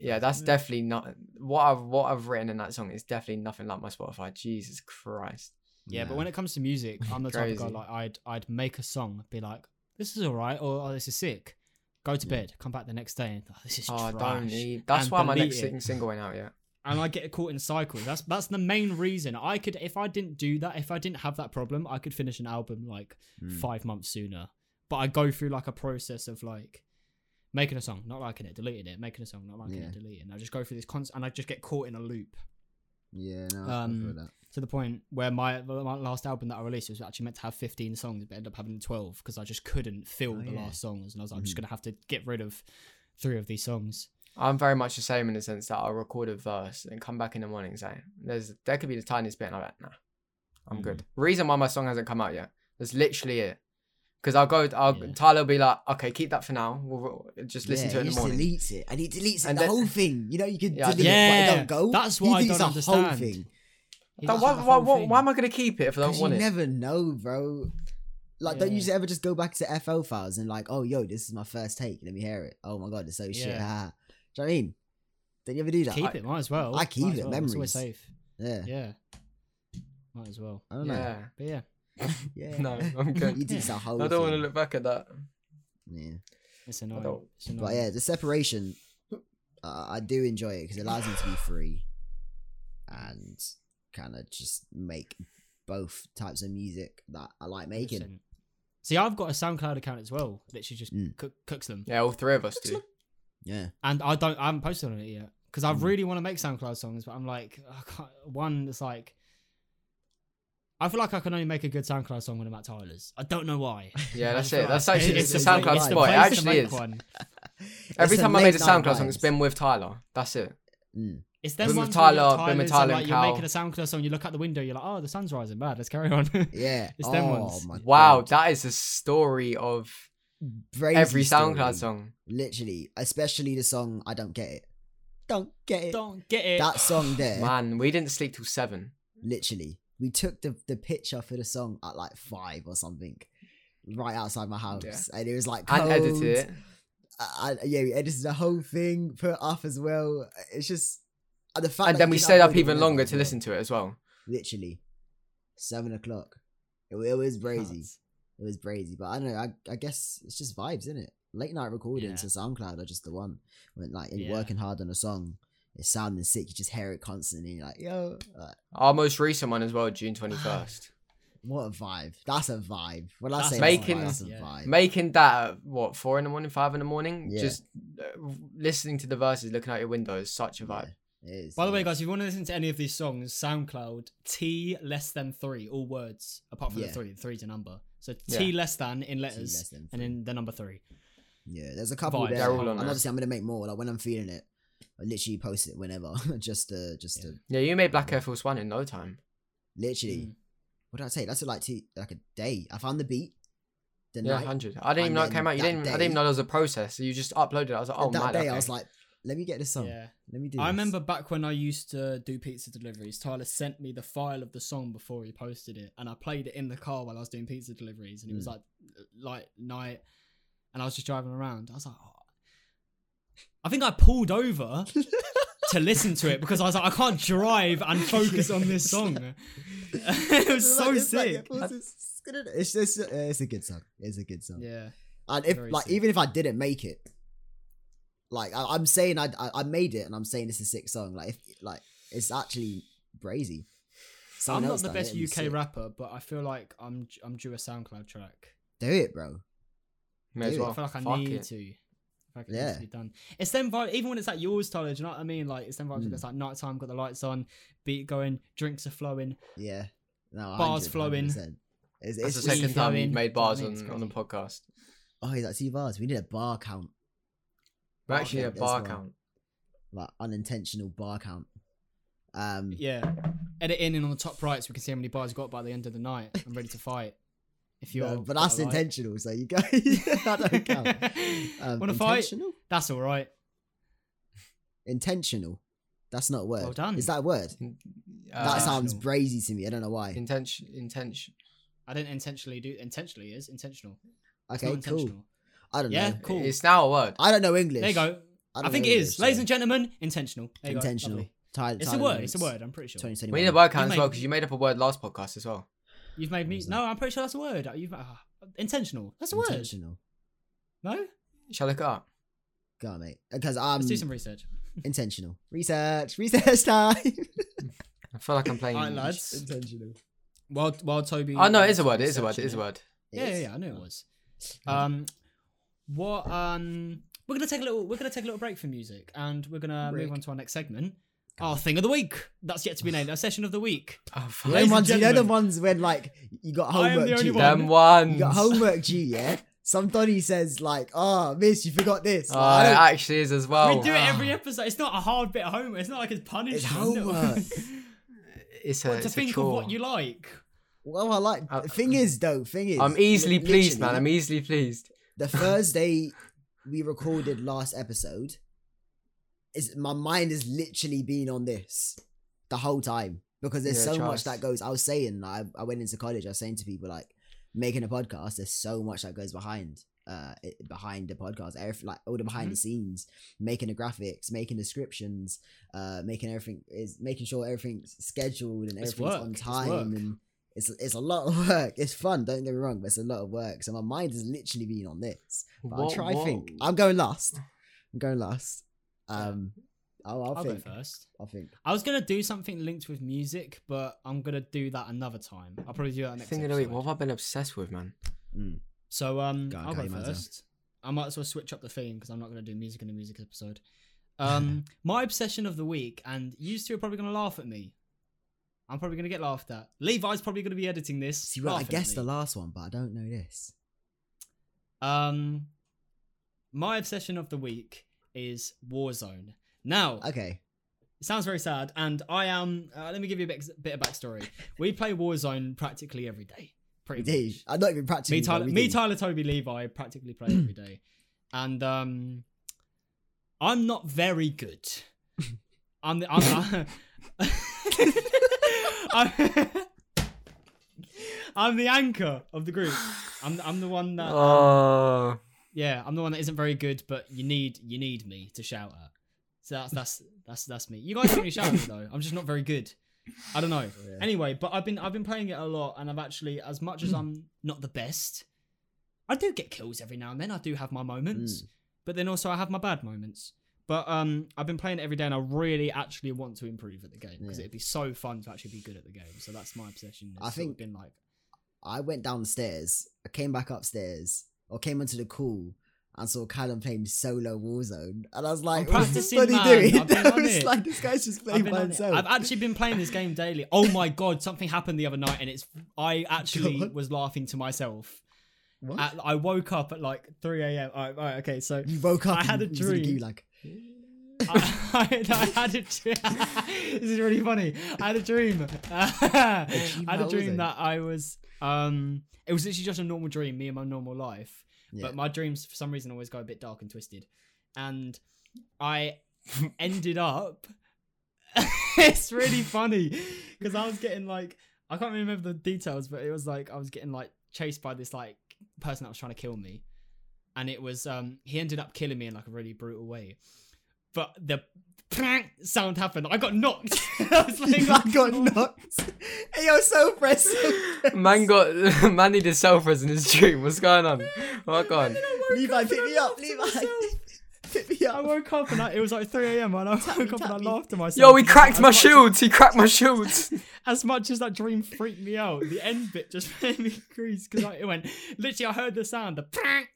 [SPEAKER 3] Yeah, that's
[SPEAKER 1] yeah.
[SPEAKER 3] definitely not what I've what I've written in that song is definitely nothing like my Spotify. Jesus Christ.
[SPEAKER 1] yeah but when it comes to music i'm the type of guy
[SPEAKER 3] Crazy.
[SPEAKER 1] like i'd i'd make a song be like this is all right or oh, this is sick go to
[SPEAKER 2] Yeah.
[SPEAKER 1] bed come back the next day and oh, this is
[SPEAKER 3] Oh, don't
[SPEAKER 1] trash
[SPEAKER 3] need. That's
[SPEAKER 1] and
[SPEAKER 3] why my
[SPEAKER 1] delete
[SPEAKER 3] next
[SPEAKER 1] it.
[SPEAKER 3] sing- single went out yet.
[SPEAKER 1] and I get caught in cycles. That's that's the main reason. I could if I didn't do that, if I didn't have that problem, I could finish an album like
[SPEAKER 3] Hmm.
[SPEAKER 2] Mm.
[SPEAKER 1] five months sooner. But I go through like a process of like making a song, not liking it, deleting it, making a song, not liking
[SPEAKER 2] Yeah.
[SPEAKER 1] it, deleting. it. I just go through this constant, and I just get caught in a loop
[SPEAKER 2] Yeah. No.
[SPEAKER 1] Um,
[SPEAKER 2] I feel that.
[SPEAKER 1] to the point where my, my last album that I released was actually meant to have 15 songs, but ended up having 12 because I just couldn't fill
[SPEAKER 2] Oh,
[SPEAKER 1] the
[SPEAKER 2] yeah.
[SPEAKER 1] last songs, and I was like, I'm just
[SPEAKER 2] Mhm.
[SPEAKER 1] gonna have to get rid of three of these songs.
[SPEAKER 3] I'm very much the same in the sense that I'll record a verse and come back in the morning and say, there's there could be the tiniest bit and I'm like, nah, I'm
[SPEAKER 1] Mm.
[SPEAKER 3] good. Reason why my song hasn't come out yet. That's literally it. Because I'll go, I'll,
[SPEAKER 1] Yeah.
[SPEAKER 3] Tyler will be like, okay, keep that for now. We'll, we'll just listen
[SPEAKER 2] yeah,
[SPEAKER 3] to it in
[SPEAKER 2] he
[SPEAKER 3] the
[SPEAKER 2] just
[SPEAKER 3] morning.
[SPEAKER 2] deletes it, and he deletes it,
[SPEAKER 3] And
[SPEAKER 2] the
[SPEAKER 3] then-
[SPEAKER 2] whole thing. You know, you can
[SPEAKER 3] Yeah, I
[SPEAKER 2] delete it, but
[SPEAKER 1] Yeah,
[SPEAKER 2] it don't go.
[SPEAKER 1] that's
[SPEAKER 2] He
[SPEAKER 1] what I
[SPEAKER 2] deletes
[SPEAKER 1] don't
[SPEAKER 2] the Whole
[SPEAKER 1] understand.
[SPEAKER 2] thing.
[SPEAKER 1] He
[SPEAKER 3] Like,
[SPEAKER 1] does
[SPEAKER 3] why,
[SPEAKER 1] the
[SPEAKER 3] why,
[SPEAKER 1] whole
[SPEAKER 3] why,
[SPEAKER 1] thing.
[SPEAKER 3] why am I going to keep it if I don't
[SPEAKER 2] Because you
[SPEAKER 3] want it?
[SPEAKER 2] never know, bro. Like, don't you
[SPEAKER 1] Yeah.
[SPEAKER 2] just ever just go back to FL files and like, oh, yo, this is my first take. Let me hear it. Oh my god, it's so shit.
[SPEAKER 1] Yeah.
[SPEAKER 2] Ha. Do you know what I mean? Don't you ever do that?
[SPEAKER 1] Keep
[SPEAKER 2] I-
[SPEAKER 1] it, might as well.
[SPEAKER 2] I
[SPEAKER 1] Might
[SPEAKER 2] keep
[SPEAKER 1] as
[SPEAKER 2] it,
[SPEAKER 1] well, It's
[SPEAKER 2] memories.
[SPEAKER 1] always safe.
[SPEAKER 2] Yeah.
[SPEAKER 1] Yeah, might as well.
[SPEAKER 2] I don't know.
[SPEAKER 3] yeah.
[SPEAKER 1] But yeah,
[SPEAKER 2] Yeah.
[SPEAKER 3] No, I'm good.
[SPEAKER 2] you delete the whole.
[SPEAKER 3] I don't want to
[SPEAKER 2] thing.
[SPEAKER 3] look back at that.
[SPEAKER 2] Yeah.
[SPEAKER 1] it's annoying.
[SPEAKER 3] don't-
[SPEAKER 1] It's annoying.
[SPEAKER 2] But yeah, the separation, uh, I do enjoy it because it allows me to be free, and kind of just make both types of music that I like making.
[SPEAKER 1] Listen. See, I've got a SoundCloud account as well. Literally just
[SPEAKER 2] Mm.
[SPEAKER 1] cook, cooks them,
[SPEAKER 3] Yeah, all three of us do.
[SPEAKER 2] Yeah.
[SPEAKER 1] and I don't. I haven't posted on it yet because I
[SPEAKER 3] Hmm.
[SPEAKER 2] Mm.
[SPEAKER 1] really want to make SoundCloud songs, but I'm like, I can't, one that's like, I feel like I can only make a good SoundCloud song when I'm at Tyler's. I don't know why.
[SPEAKER 3] Yeah, that's
[SPEAKER 1] I feel
[SPEAKER 3] it. That's
[SPEAKER 1] like-
[SPEAKER 3] actually
[SPEAKER 2] it's
[SPEAKER 3] the
[SPEAKER 2] a
[SPEAKER 3] SoundCloud
[SPEAKER 2] place-
[SPEAKER 3] spot. It
[SPEAKER 1] place to
[SPEAKER 3] actually
[SPEAKER 1] make
[SPEAKER 3] is.
[SPEAKER 1] one.
[SPEAKER 3] Every
[SPEAKER 2] It's
[SPEAKER 3] time
[SPEAKER 2] the
[SPEAKER 3] I made a
[SPEAKER 2] late night
[SPEAKER 3] SoundCloud song, it's
[SPEAKER 2] vibes.
[SPEAKER 3] been with Tyler. That's it.
[SPEAKER 2] Mm.
[SPEAKER 1] It's then
[SPEAKER 3] Been
[SPEAKER 1] ones
[SPEAKER 3] with
[SPEAKER 1] where you're at
[SPEAKER 3] Tyler, been
[SPEAKER 1] Tyler's
[SPEAKER 3] with
[SPEAKER 1] and,
[SPEAKER 3] Tyler
[SPEAKER 1] like
[SPEAKER 3] and
[SPEAKER 1] you're
[SPEAKER 3] Cal.
[SPEAKER 1] making a SoundCloud song, you look out the window, you're like, oh, the sun's rising, bad, let's carry on.
[SPEAKER 2] Yeah.
[SPEAKER 1] It's
[SPEAKER 2] oh,
[SPEAKER 1] them ones.
[SPEAKER 2] My
[SPEAKER 3] Wow,
[SPEAKER 2] God.
[SPEAKER 3] that is the story of
[SPEAKER 2] Brazy
[SPEAKER 3] every
[SPEAKER 2] story.
[SPEAKER 3] SoundCloud song.
[SPEAKER 2] Literally, especially the song "I Don't Get It." Don't get it.
[SPEAKER 1] Don't get it.
[SPEAKER 2] That song there.
[SPEAKER 3] Man, we didn't sleep till seven.
[SPEAKER 2] Literally, we took the the picture for the song at like five or something, right outside my house, and it was like
[SPEAKER 3] And
[SPEAKER 2] cold.
[SPEAKER 3] edited it.
[SPEAKER 2] I, I- yeah, we edited the whole thing, put it up as well. It's just and the fact.
[SPEAKER 3] And
[SPEAKER 2] that
[SPEAKER 3] then
[SPEAKER 2] we
[SPEAKER 3] we
[SPEAKER 2] can
[SPEAKER 3] stayed
[SPEAKER 2] upload
[SPEAKER 3] up
[SPEAKER 2] it
[SPEAKER 3] even
[SPEAKER 2] whenever
[SPEAKER 3] longer
[SPEAKER 2] as
[SPEAKER 3] to
[SPEAKER 2] well.
[SPEAKER 3] listen to it as well.
[SPEAKER 2] Literally, seven o'clock. It, wa- it was brazy. It was brazy, but I don't know. I, I guess it's just vibes, isn't it? Late night recordings
[SPEAKER 4] Yeah.
[SPEAKER 2] to SoundCloud are just the one when like you're
[SPEAKER 4] Yeah.
[SPEAKER 2] working hard on a song, it's sounding sick. You just hear it constantly. You're like yo, like,
[SPEAKER 3] Our most recent one as well,
[SPEAKER 2] Ah,
[SPEAKER 3] June 21st.
[SPEAKER 2] what a vibe. That's a vibe. When I
[SPEAKER 4] That's
[SPEAKER 2] say that's
[SPEAKER 3] a
[SPEAKER 2] a
[SPEAKER 3] Making-
[SPEAKER 2] vibe, that's a
[SPEAKER 4] yeah.
[SPEAKER 2] vibe.
[SPEAKER 3] Making that at, what four in the morning, five in the morning,
[SPEAKER 2] Yeah.
[SPEAKER 3] just uh, listening to the verses, looking out your window is such a vibe.
[SPEAKER 2] Yeah, it is,
[SPEAKER 1] By the way,
[SPEAKER 2] yeah.
[SPEAKER 1] guys, if you want to listen to any of these songs, SoundCloud, T less than three, all words, apart from the
[SPEAKER 2] Yeah.
[SPEAKER 1] three. The three's a number. So T less than in
[SPEAKER 2] See,
[SPEAKER 1] letters,
[SPEAKER 2] less than
[SPEAKER 1] and
[SPEAKER 2] three.
[SPEAKER 1] then the number three.
[SPEAKER 2] Yeah, there's a couple
[SPEAKER 1] Vibes.
[SPEAKER 2] there.
[SPEAKER 1] They're
[SPEAKER 3] all on
[SPEAKER 2] and
[SPEAKER 3] there.
[SPEAKER 2] obviously, I'm gonna make more. Like when I'm feeling it, I literally post it whenever, just to just to
[SPEAKER 3] Yeah, you made Black Air Force One in no time.
[SPEAKER 2] literally.
[SPEAKER 1] Mm.
[SPEAKER 2] What did I say? That's like two, like a day. I found the beat. The
[SPEAKER 3] yeah,
[SPEAKER 2] night,
[SPEAKER 3] hundred. I didn't even
[SPEAKER 2] and
[SPEAKER 3] know it
[SPEAKER 2] then
[SPEAKER 3] came out. You
[SPEAKER 2] that
[SPEAKER 3] didn't. Even, I didn't
[SPEAKER 2] day-
[SPEAKER 3] even know there was a process. You just uploaded. it. I was like, oh
[SPEAKER 2] that
[SPEAKER 3] my.
[SPEAKER 2] day,
[SPEAKER 3] okay.
[SPEAKER 2] I was like, let me get this song.
[SPEAKER 1] Yeah.
[SPEAKER 2] Let me do.
[SPEAKER 1] I
[SPEAKER 2] this.
[SPEAKER 1] remember back when I used to do pizza deliveries, Tyler sent me the file of the song before he posted it, and I played it in the car while I was doing pizza deliveries, and it
[SPEAKER 2] Mm.
[SPEAKER 1] was like like night, and I was just driving around. I was like, oh. I think I pulled over to listen to it because I was like, I can't drive and focus on this song. it was
[SPEAKER 2] It's
[SPEAKER 1] so
[SPEAKER 2] like- it's like-
[SPEAKER 1] sick.
[SPEAKER 2] it's, it's, it's, uh, it's a good song. It's a good song.
[SPEAKER 1] Yeah.
[SPEAKER 2] And if
[SPEAKER 1] Very
[SPEAKER 2] like
[SPEAKER 1] sick.
[SPEAKER 2] even if I didn't make it, like I, I'm saying I, I I made it, and I'm saying it's a sick song. Like if like it's actually brazy. Someone
[SPEAKER 1] I'm not
[SPEAKER 2] else
[SPEAKER 1] the
[SPEAKER 2] done it,
[SPEAKER 1] best
[SPEAKER 2] it'd be
[SPEAKER 1] UK
[SPEAKER 2] sick.
[SPEAKER 1] rapper, but I feel like I'm I'm due a SoundCloud track.
[SPEAKER 2] Do it, bro.
[SPEAKER 3] May as
[SPEAKER 2] Dude,
[SPEAKER 3] well.
[SPEAKER 1] I feel like I
[SPEAKER 3] Fuck
[SPEAKER 1] need
[SPEAKER 3] it.
[SPEAKER 1] to. I feel like it needs
[SPEAKER 2] Yeah.
[SPEAKER 1] to be done. It's then vibe, even when it's like yours, Tyler. Do you know what I mean? Like it's then vibes.
[SPEAKER 2] Mm.
[SPEAKER 1] when It's like nighttime, got the lights on, beat going, drinks are flowing.
[SPEAKER 2] Yeah. No,
[SPEAKER 1] Bars
[SPEAKER 2] 100%,
[SPEAKER 1] flowing.
[SPEAKER 2] 100%. It's,
[SPEAKER 3] That's the
[SPEAKER 2] it's
[SPEAKER 1] just
[SPEAKER 3] second
[SPEAKER 1] you
[SPEAKER 3] time
[SPEAKER 1] throwing-
[SPEAKER 3] you've made bars
[SPEAKER 1] I mean, it's
[SPEAKER 3] on, on the
[SPEAKER 1] crazy.
[SPEAKER 3] podcast.
[SPEAKER 2] Oh, he's like two bars. We need a bar count,
[SPEAKER 3] We're actually
[SPEAKER 2] count
[SPEAKER 3] a
[SPEAKER 2] as
[SPEAKER 3] bar
[SPEAKER 2] well.
[SPEAKER 3] count.
[SPEAKER 2] like unintentional bar count. Um,
[SPEAKER 1] Yeah, edit in and on the top right, so we can see how many bars you got by the end of the night. I'm ready to fight. If you're,
[SPEAKER 2] no, but that's
[SPEAKER 1] all right.
[SPEAKER 2] intentional. So you go. that don't count. Um,
[SPEAKER 1] Wanna fight?
[SPEAKER 2] intentional?
[SPEAKER 1] That's all right.
[SPEAKER 2] Intentional. That's not a word.
[SPEAKER 1] Well done.
[SPEAKER 2] Is that a word?
[SPEAKER 3] Uh,
[SPEAKER 2] that sounds
[SPEAKER 1] intentional.
[SPEAKER 2] brazy to me. I don't know why.
[SPEAKER 3] intention. Intention.
[SPEAKER 1] I didn't intentionally do. Intentionally is intentional. It's
[SPEAKER 2] Okay,
[SPEAKER 1] not
[SPEAKER 2] cool.
[SPEAKER 1] intentional.
[SPEAKER 2] I don't
[SPEAKER 1] Yeah,
[SPEAKER 2] know.
[SPEAKER 1] cool.
[SPEAKER 3] It's now a word.
[SPEAKER 2] I don't know English.
[SPEAKER 1] There you go.
[SPEAKER 2] don't
[SPEAKER 1] I think
[SPEAKER 2] know
[SPEAKER 1] it is,
[SPEAKER 2] English,
[SPEAKER 1] ladies
[SPEAKER 2] so-
[SPEAKER 1] and gentlemen, intentional. There you go.
[SPEAKER 2] intentional.
[SPEAKER 1] Lovely.
[SPEAKER 2] Ty-
[SPEAKER 1] It's a
[SPEAKER 2] Tyler
[SPEAKER 1] word. It's a
[SPEAKER 2] Lawrence,
[SPEAKER 1] word. I'm pretty sure.
[SPEAKER 2] 2021.
[SPEAKER 3] We need a word
[SPEAKER 1] You
[SPEAKER 3] count as
[SPEAKER 1] made-
[SPEAKER 3] well because you made up a word last podcast as well.
[SPEAKER 1] You've made me.
[SPEAKER 2] was that?
[SPEAKER 1] No, I'm pretty sure that's a word. You've ah, intentional. That's a word.
[SPEAKER 2] Intentional.
[SPEAKER 1] No,
[SPEAKER 3] Shall I look it up?
[SPEAKER 2] Go on, mate. Because I'm
[SPEAKER 3] Um,
[SPEAKER 1] let's do some research.
[SPEAKER 2] intentional. Research. Research time.
[SPEAKER 3] I feel like I'm playing.
[SPEAKER 1] All right, lads.
[SPEAKER 2] intentional.
[SPEAKER 1] While while Toby.
[SPEAKER 3] Oh no, it is a word. It is a word. It is a word.
[SPEAKER 1] Yeah, yeah, yeah, I knew it was. Um, what? Um, we're gonna take a little. We're gonna take a little break for music, and we're gonna move
[SPEAKER 2] Break.
[SPEAKER 1] on to our next segment. Our thing of the week. That's yet to be named. Our session of the week.
[SPEAKER 3] Oh,
[SPEAKER 2] You
[SPEAKER 3] fuck.
[SPEAKER 2] know,
[SPEAKER 1] Ladies and
[SPEAKER 2] ones, you know the
[SPEAKER 1] gentlemen.
[SPEAKER 2] ones when like you got
[SPEAKER 1] I am
[SPEAKER 2] homework
[SPEAKER 1] the only
[SPEAKER 2] due.
[SPEAKER 1] one.
[SPEAKER 3] Them
[SPEAKER 2] You
[SPEAKER 3] ones.
[SPEAKER 2] got homework due, yeah. Somebody says like, "Oh, miss, you forgot this."
[SPEAKER 3] Oh,
[SPEAKER 2] Like, I
[SPEAKER 3] it
[SPEAKER 2] don't-
[SPEAKER 3] actually is as well.
[SPEAKER 1] we do it every episode. It's not a hard bit of homework. It's not like it's punishment.
[SPEAKER 2] It's homework.
[SPEAKER 3] It's a,
[SPEAKER 1] to
[SPEAKER 3] it's a
[SPEAKER 1] think of
[SPEAKER 3] chore.
[SPEAKER 1] what you like.
[SPEAKER 2] well, I like.
[SPEAKER 3] Uh,
[SPEAKER 2] thing is, though, thing is,
[SPEAKER 3] I'm easily
[SPEAKER 2] li-
[SPEAKER 3] pleased, man.
[SPEAKER 2] literally,
[SPEAKER 3] I'm easily pleased.
[SPEAKER 2] the Thursday we recorded last episode is my mind has literally been on this the whole time because there's
[SPEAKER 3] Yeah,
[SPEAKER 2] so much
[SPEAKER 3] trust.
[SPEAKER 2] that goes. I was saying, I, I went into college. I was saying to people like, making a podcast, there's so much that goes behind. Uh, it, behind the podcast, everyth- like all the
[SPEAKER 3] Mm-hmm.
[SPEAKER 2] behind the scenes, making the graphics, making descriptions, uh, making everything is making sure everything's scheduled and
[SPEAKER 1] It's
[SPEAKER 2] everything's
[SPEAKER 1] work,
[SPEAKER 2] on
[SPEAKER 1] it's
[SPEAKER 2] time,
[SPEAKER 1] work.
[SPEAKER 2] and it's it's a lot of work. It's fun, don't get me wrong, but it's a lot of work. So my mind has literally been on this. But I'll
[SPEAKER 3] What-
[SPEAKER 2] try
[SPEAKER 3] what-
[SPEAKER 2] think. I'm going last. I'm going last.
[SPEAKER 1] Yeah.
[SPEAKER 2] Um, I'll, I'll,
[SPEAKER 1] I'll go
[SPEAKER 2] think.
[SPEAKER 1] first.
[SPEAKER 2] I'll think.
[SPEAKER 1] I was gonna do something linked with music, but I'm gonna do that another time. I'll probably do that next.
[SPEAKER 3] Thing of the week.
[SPEAKER 1] episode.
[SPEAKER 3] What have I been obsessed with, man?
[SPEAKER 2] Mm.
[SPEAKER 1] So um,
[SPEAKER 2] Go on,
[SPEAKER 1] I'll
[SPEAKER 2] Kai,
[SPEAKER 1] go
[SPEAKER 2] you might as well.
[SPEAKER 1] first. I might as well switch up the theme because I'm not going to do music in a music episode. Um, my obsession of the week, and you two are probably going to laugh at me, I'm probably gonna get laughed at. Levi's probably gonna be editing this.
[SPEAKER 2] See, well, I
[SPEAKER 1] laughing at
[SPEAKER 2] guess the
[SPEAKER 1] me.
[SPEAKER 2] last one, but I don't know this.
[SPEAKER 1] Um, my obsession of the week is Warzone. Now,
[SPEAKER 2] Okay.
[SPEAKER 1] it sounds very sad, and I am. Uh, let me give you a bit, bit of backstory. we play Warzone practically every day. Pretty
[SPEAKER 2] Indeed.
[SPEAKER 1] much.
[SPEAKER 2] I'm not even practicing.
[SPEAKER 1] me,
[SPEAKER 2] but
[SPEAKER 1] Tyler,
[SPEAKER 2] we
[SPEAKER 1] me,
[SPEAKER 2] do.
[SPEAKER 1] Tyler, Toby, Levi practically play every day, and um, I'm not very good. I'm, the, I'm, I'm, I'm the anchor of the group. I'm, I'm the one that um,
[SPEAKER 3] Oh,
[SPEAKER 1] yeah, I'm the one that isn't very good, but you need you need me to shout at. So that's that's that's that's me. You guys don't really shout at me though. I'm just not very good. I don't know.
[SPEAKER 2] Yeah.
[SPEAKER 1] Anyway, but I've been I've been playing it a lot, and I've actually, as much as I'm not the best, I do get kills every now and then. I do have my moments,
[SPEAKER 2] Mm.
[SPEAKER 1] but then also I have my bad moments. But um, I've been playing it every day, and I really actually want to improve at the game because
[SPEAKER 2] Yeah.
[SPEAKER 1] it'd be so fun to actually be good at the game. So that's my obsession. It's
[SPEAKER 2] I
[SPEAKER 1] sort of
[SPEAKER 2] think-
[SPEAKER 1] been like
[SPEAKER 2] I went downstairs. I came back upstairs, or came onto the call, and saw Callum playing solo Warzone, and I was like, "What is
[SPEAKER 1] practicing,
[SPEAKER 2] bloody
[SPEAKER 1] man.
[SPEAKER 2] doing?"
[SPEAKER 1] I've been
[SPEAKER 2] I
[SPEAKER 1] on
[SPEAKER 2] was
[SPEAKER 1] it.
[SPEAKER 2] like, "This guy's just
[SPEAKER 1] I've,
[SPEAKER 2] playing
[SPEAKER 1] been
[SPEAKER 2] by
[SPEAKER 1] on it.
[SPEAKER 2] himself."
[SPEAKER 1] I've actually been playing this game daily. Oh my god, something happened the other night, and it's I actually
[SPEAKER 2] Go on.
[SPEAKER 1] was laughing to myself.
[SPEAKER 2] What?
[SPEAKER 1] At, I woke up at like 3 a.m. All right, all right, okay, so
[SPEAKER 2] you woke up.
[SPEAKER 1] I had
[SPEAKER 2] and
[SPEAKER 1] a
[SPEAKER 2] he was looking at
[SPEAKER 1] dream.
[SPEAKER 2] You like,
[SPEAKER 1] I, I, I had a dream. this is really funny. I had a dream. I had a
[SPEAKER 2] about
[SPEAKER 1] dream
[SPEAKER 2] Warzone?
[SPEAKER 1] that I was. Um, it was literally just a normal dream, me and my normal life.
[SPEAKER 2] Yeah.
[SPEAKER 1] But my dreams, for some reason, always go a bit dark and twisted. And I ended up. it's really funny because I was getting like I can't remember the details, but it was like I was getting like chased by this like person that was trying to kill me, and it was um he ended up killing me in like a really brutal way, but the sound happened. I got knocked. I was like, "Oh,
[SPEAKER 2] I got knocked. hey, you're so impressive.
[SPEAKER 3] man got man needed selfies in his dream. What's going on? What going?
[SPEAKER 2] Levi, pick me up.
[SPEAKER 1] to
[SPEAKER 2] Levi,
[SPEAKER 1] myself.
[SPEAKER 2] pick me
[SPEAKER 1] I
[SPEAKER 2] up.
[SPEAKER 1] woke up and I, it was like 3 a.m. and I woke up and I
[SPEAKER 2] tap me.
[SPEAKER 1] laughed to myself.
[SPEAKER 3] Yo, he
[SPEAKER 1] because
[SPEAKER 3] cracked
[SPEAKER 1] as
[SPEAKER 3] my
[SPEAKER 1] much as-
[SPEAKER 3] shields. He cracked my shields.
[SPEAKER 1] As much as that dream freaked me out, the end bit just made me crease because it went literally. I heard the sound, the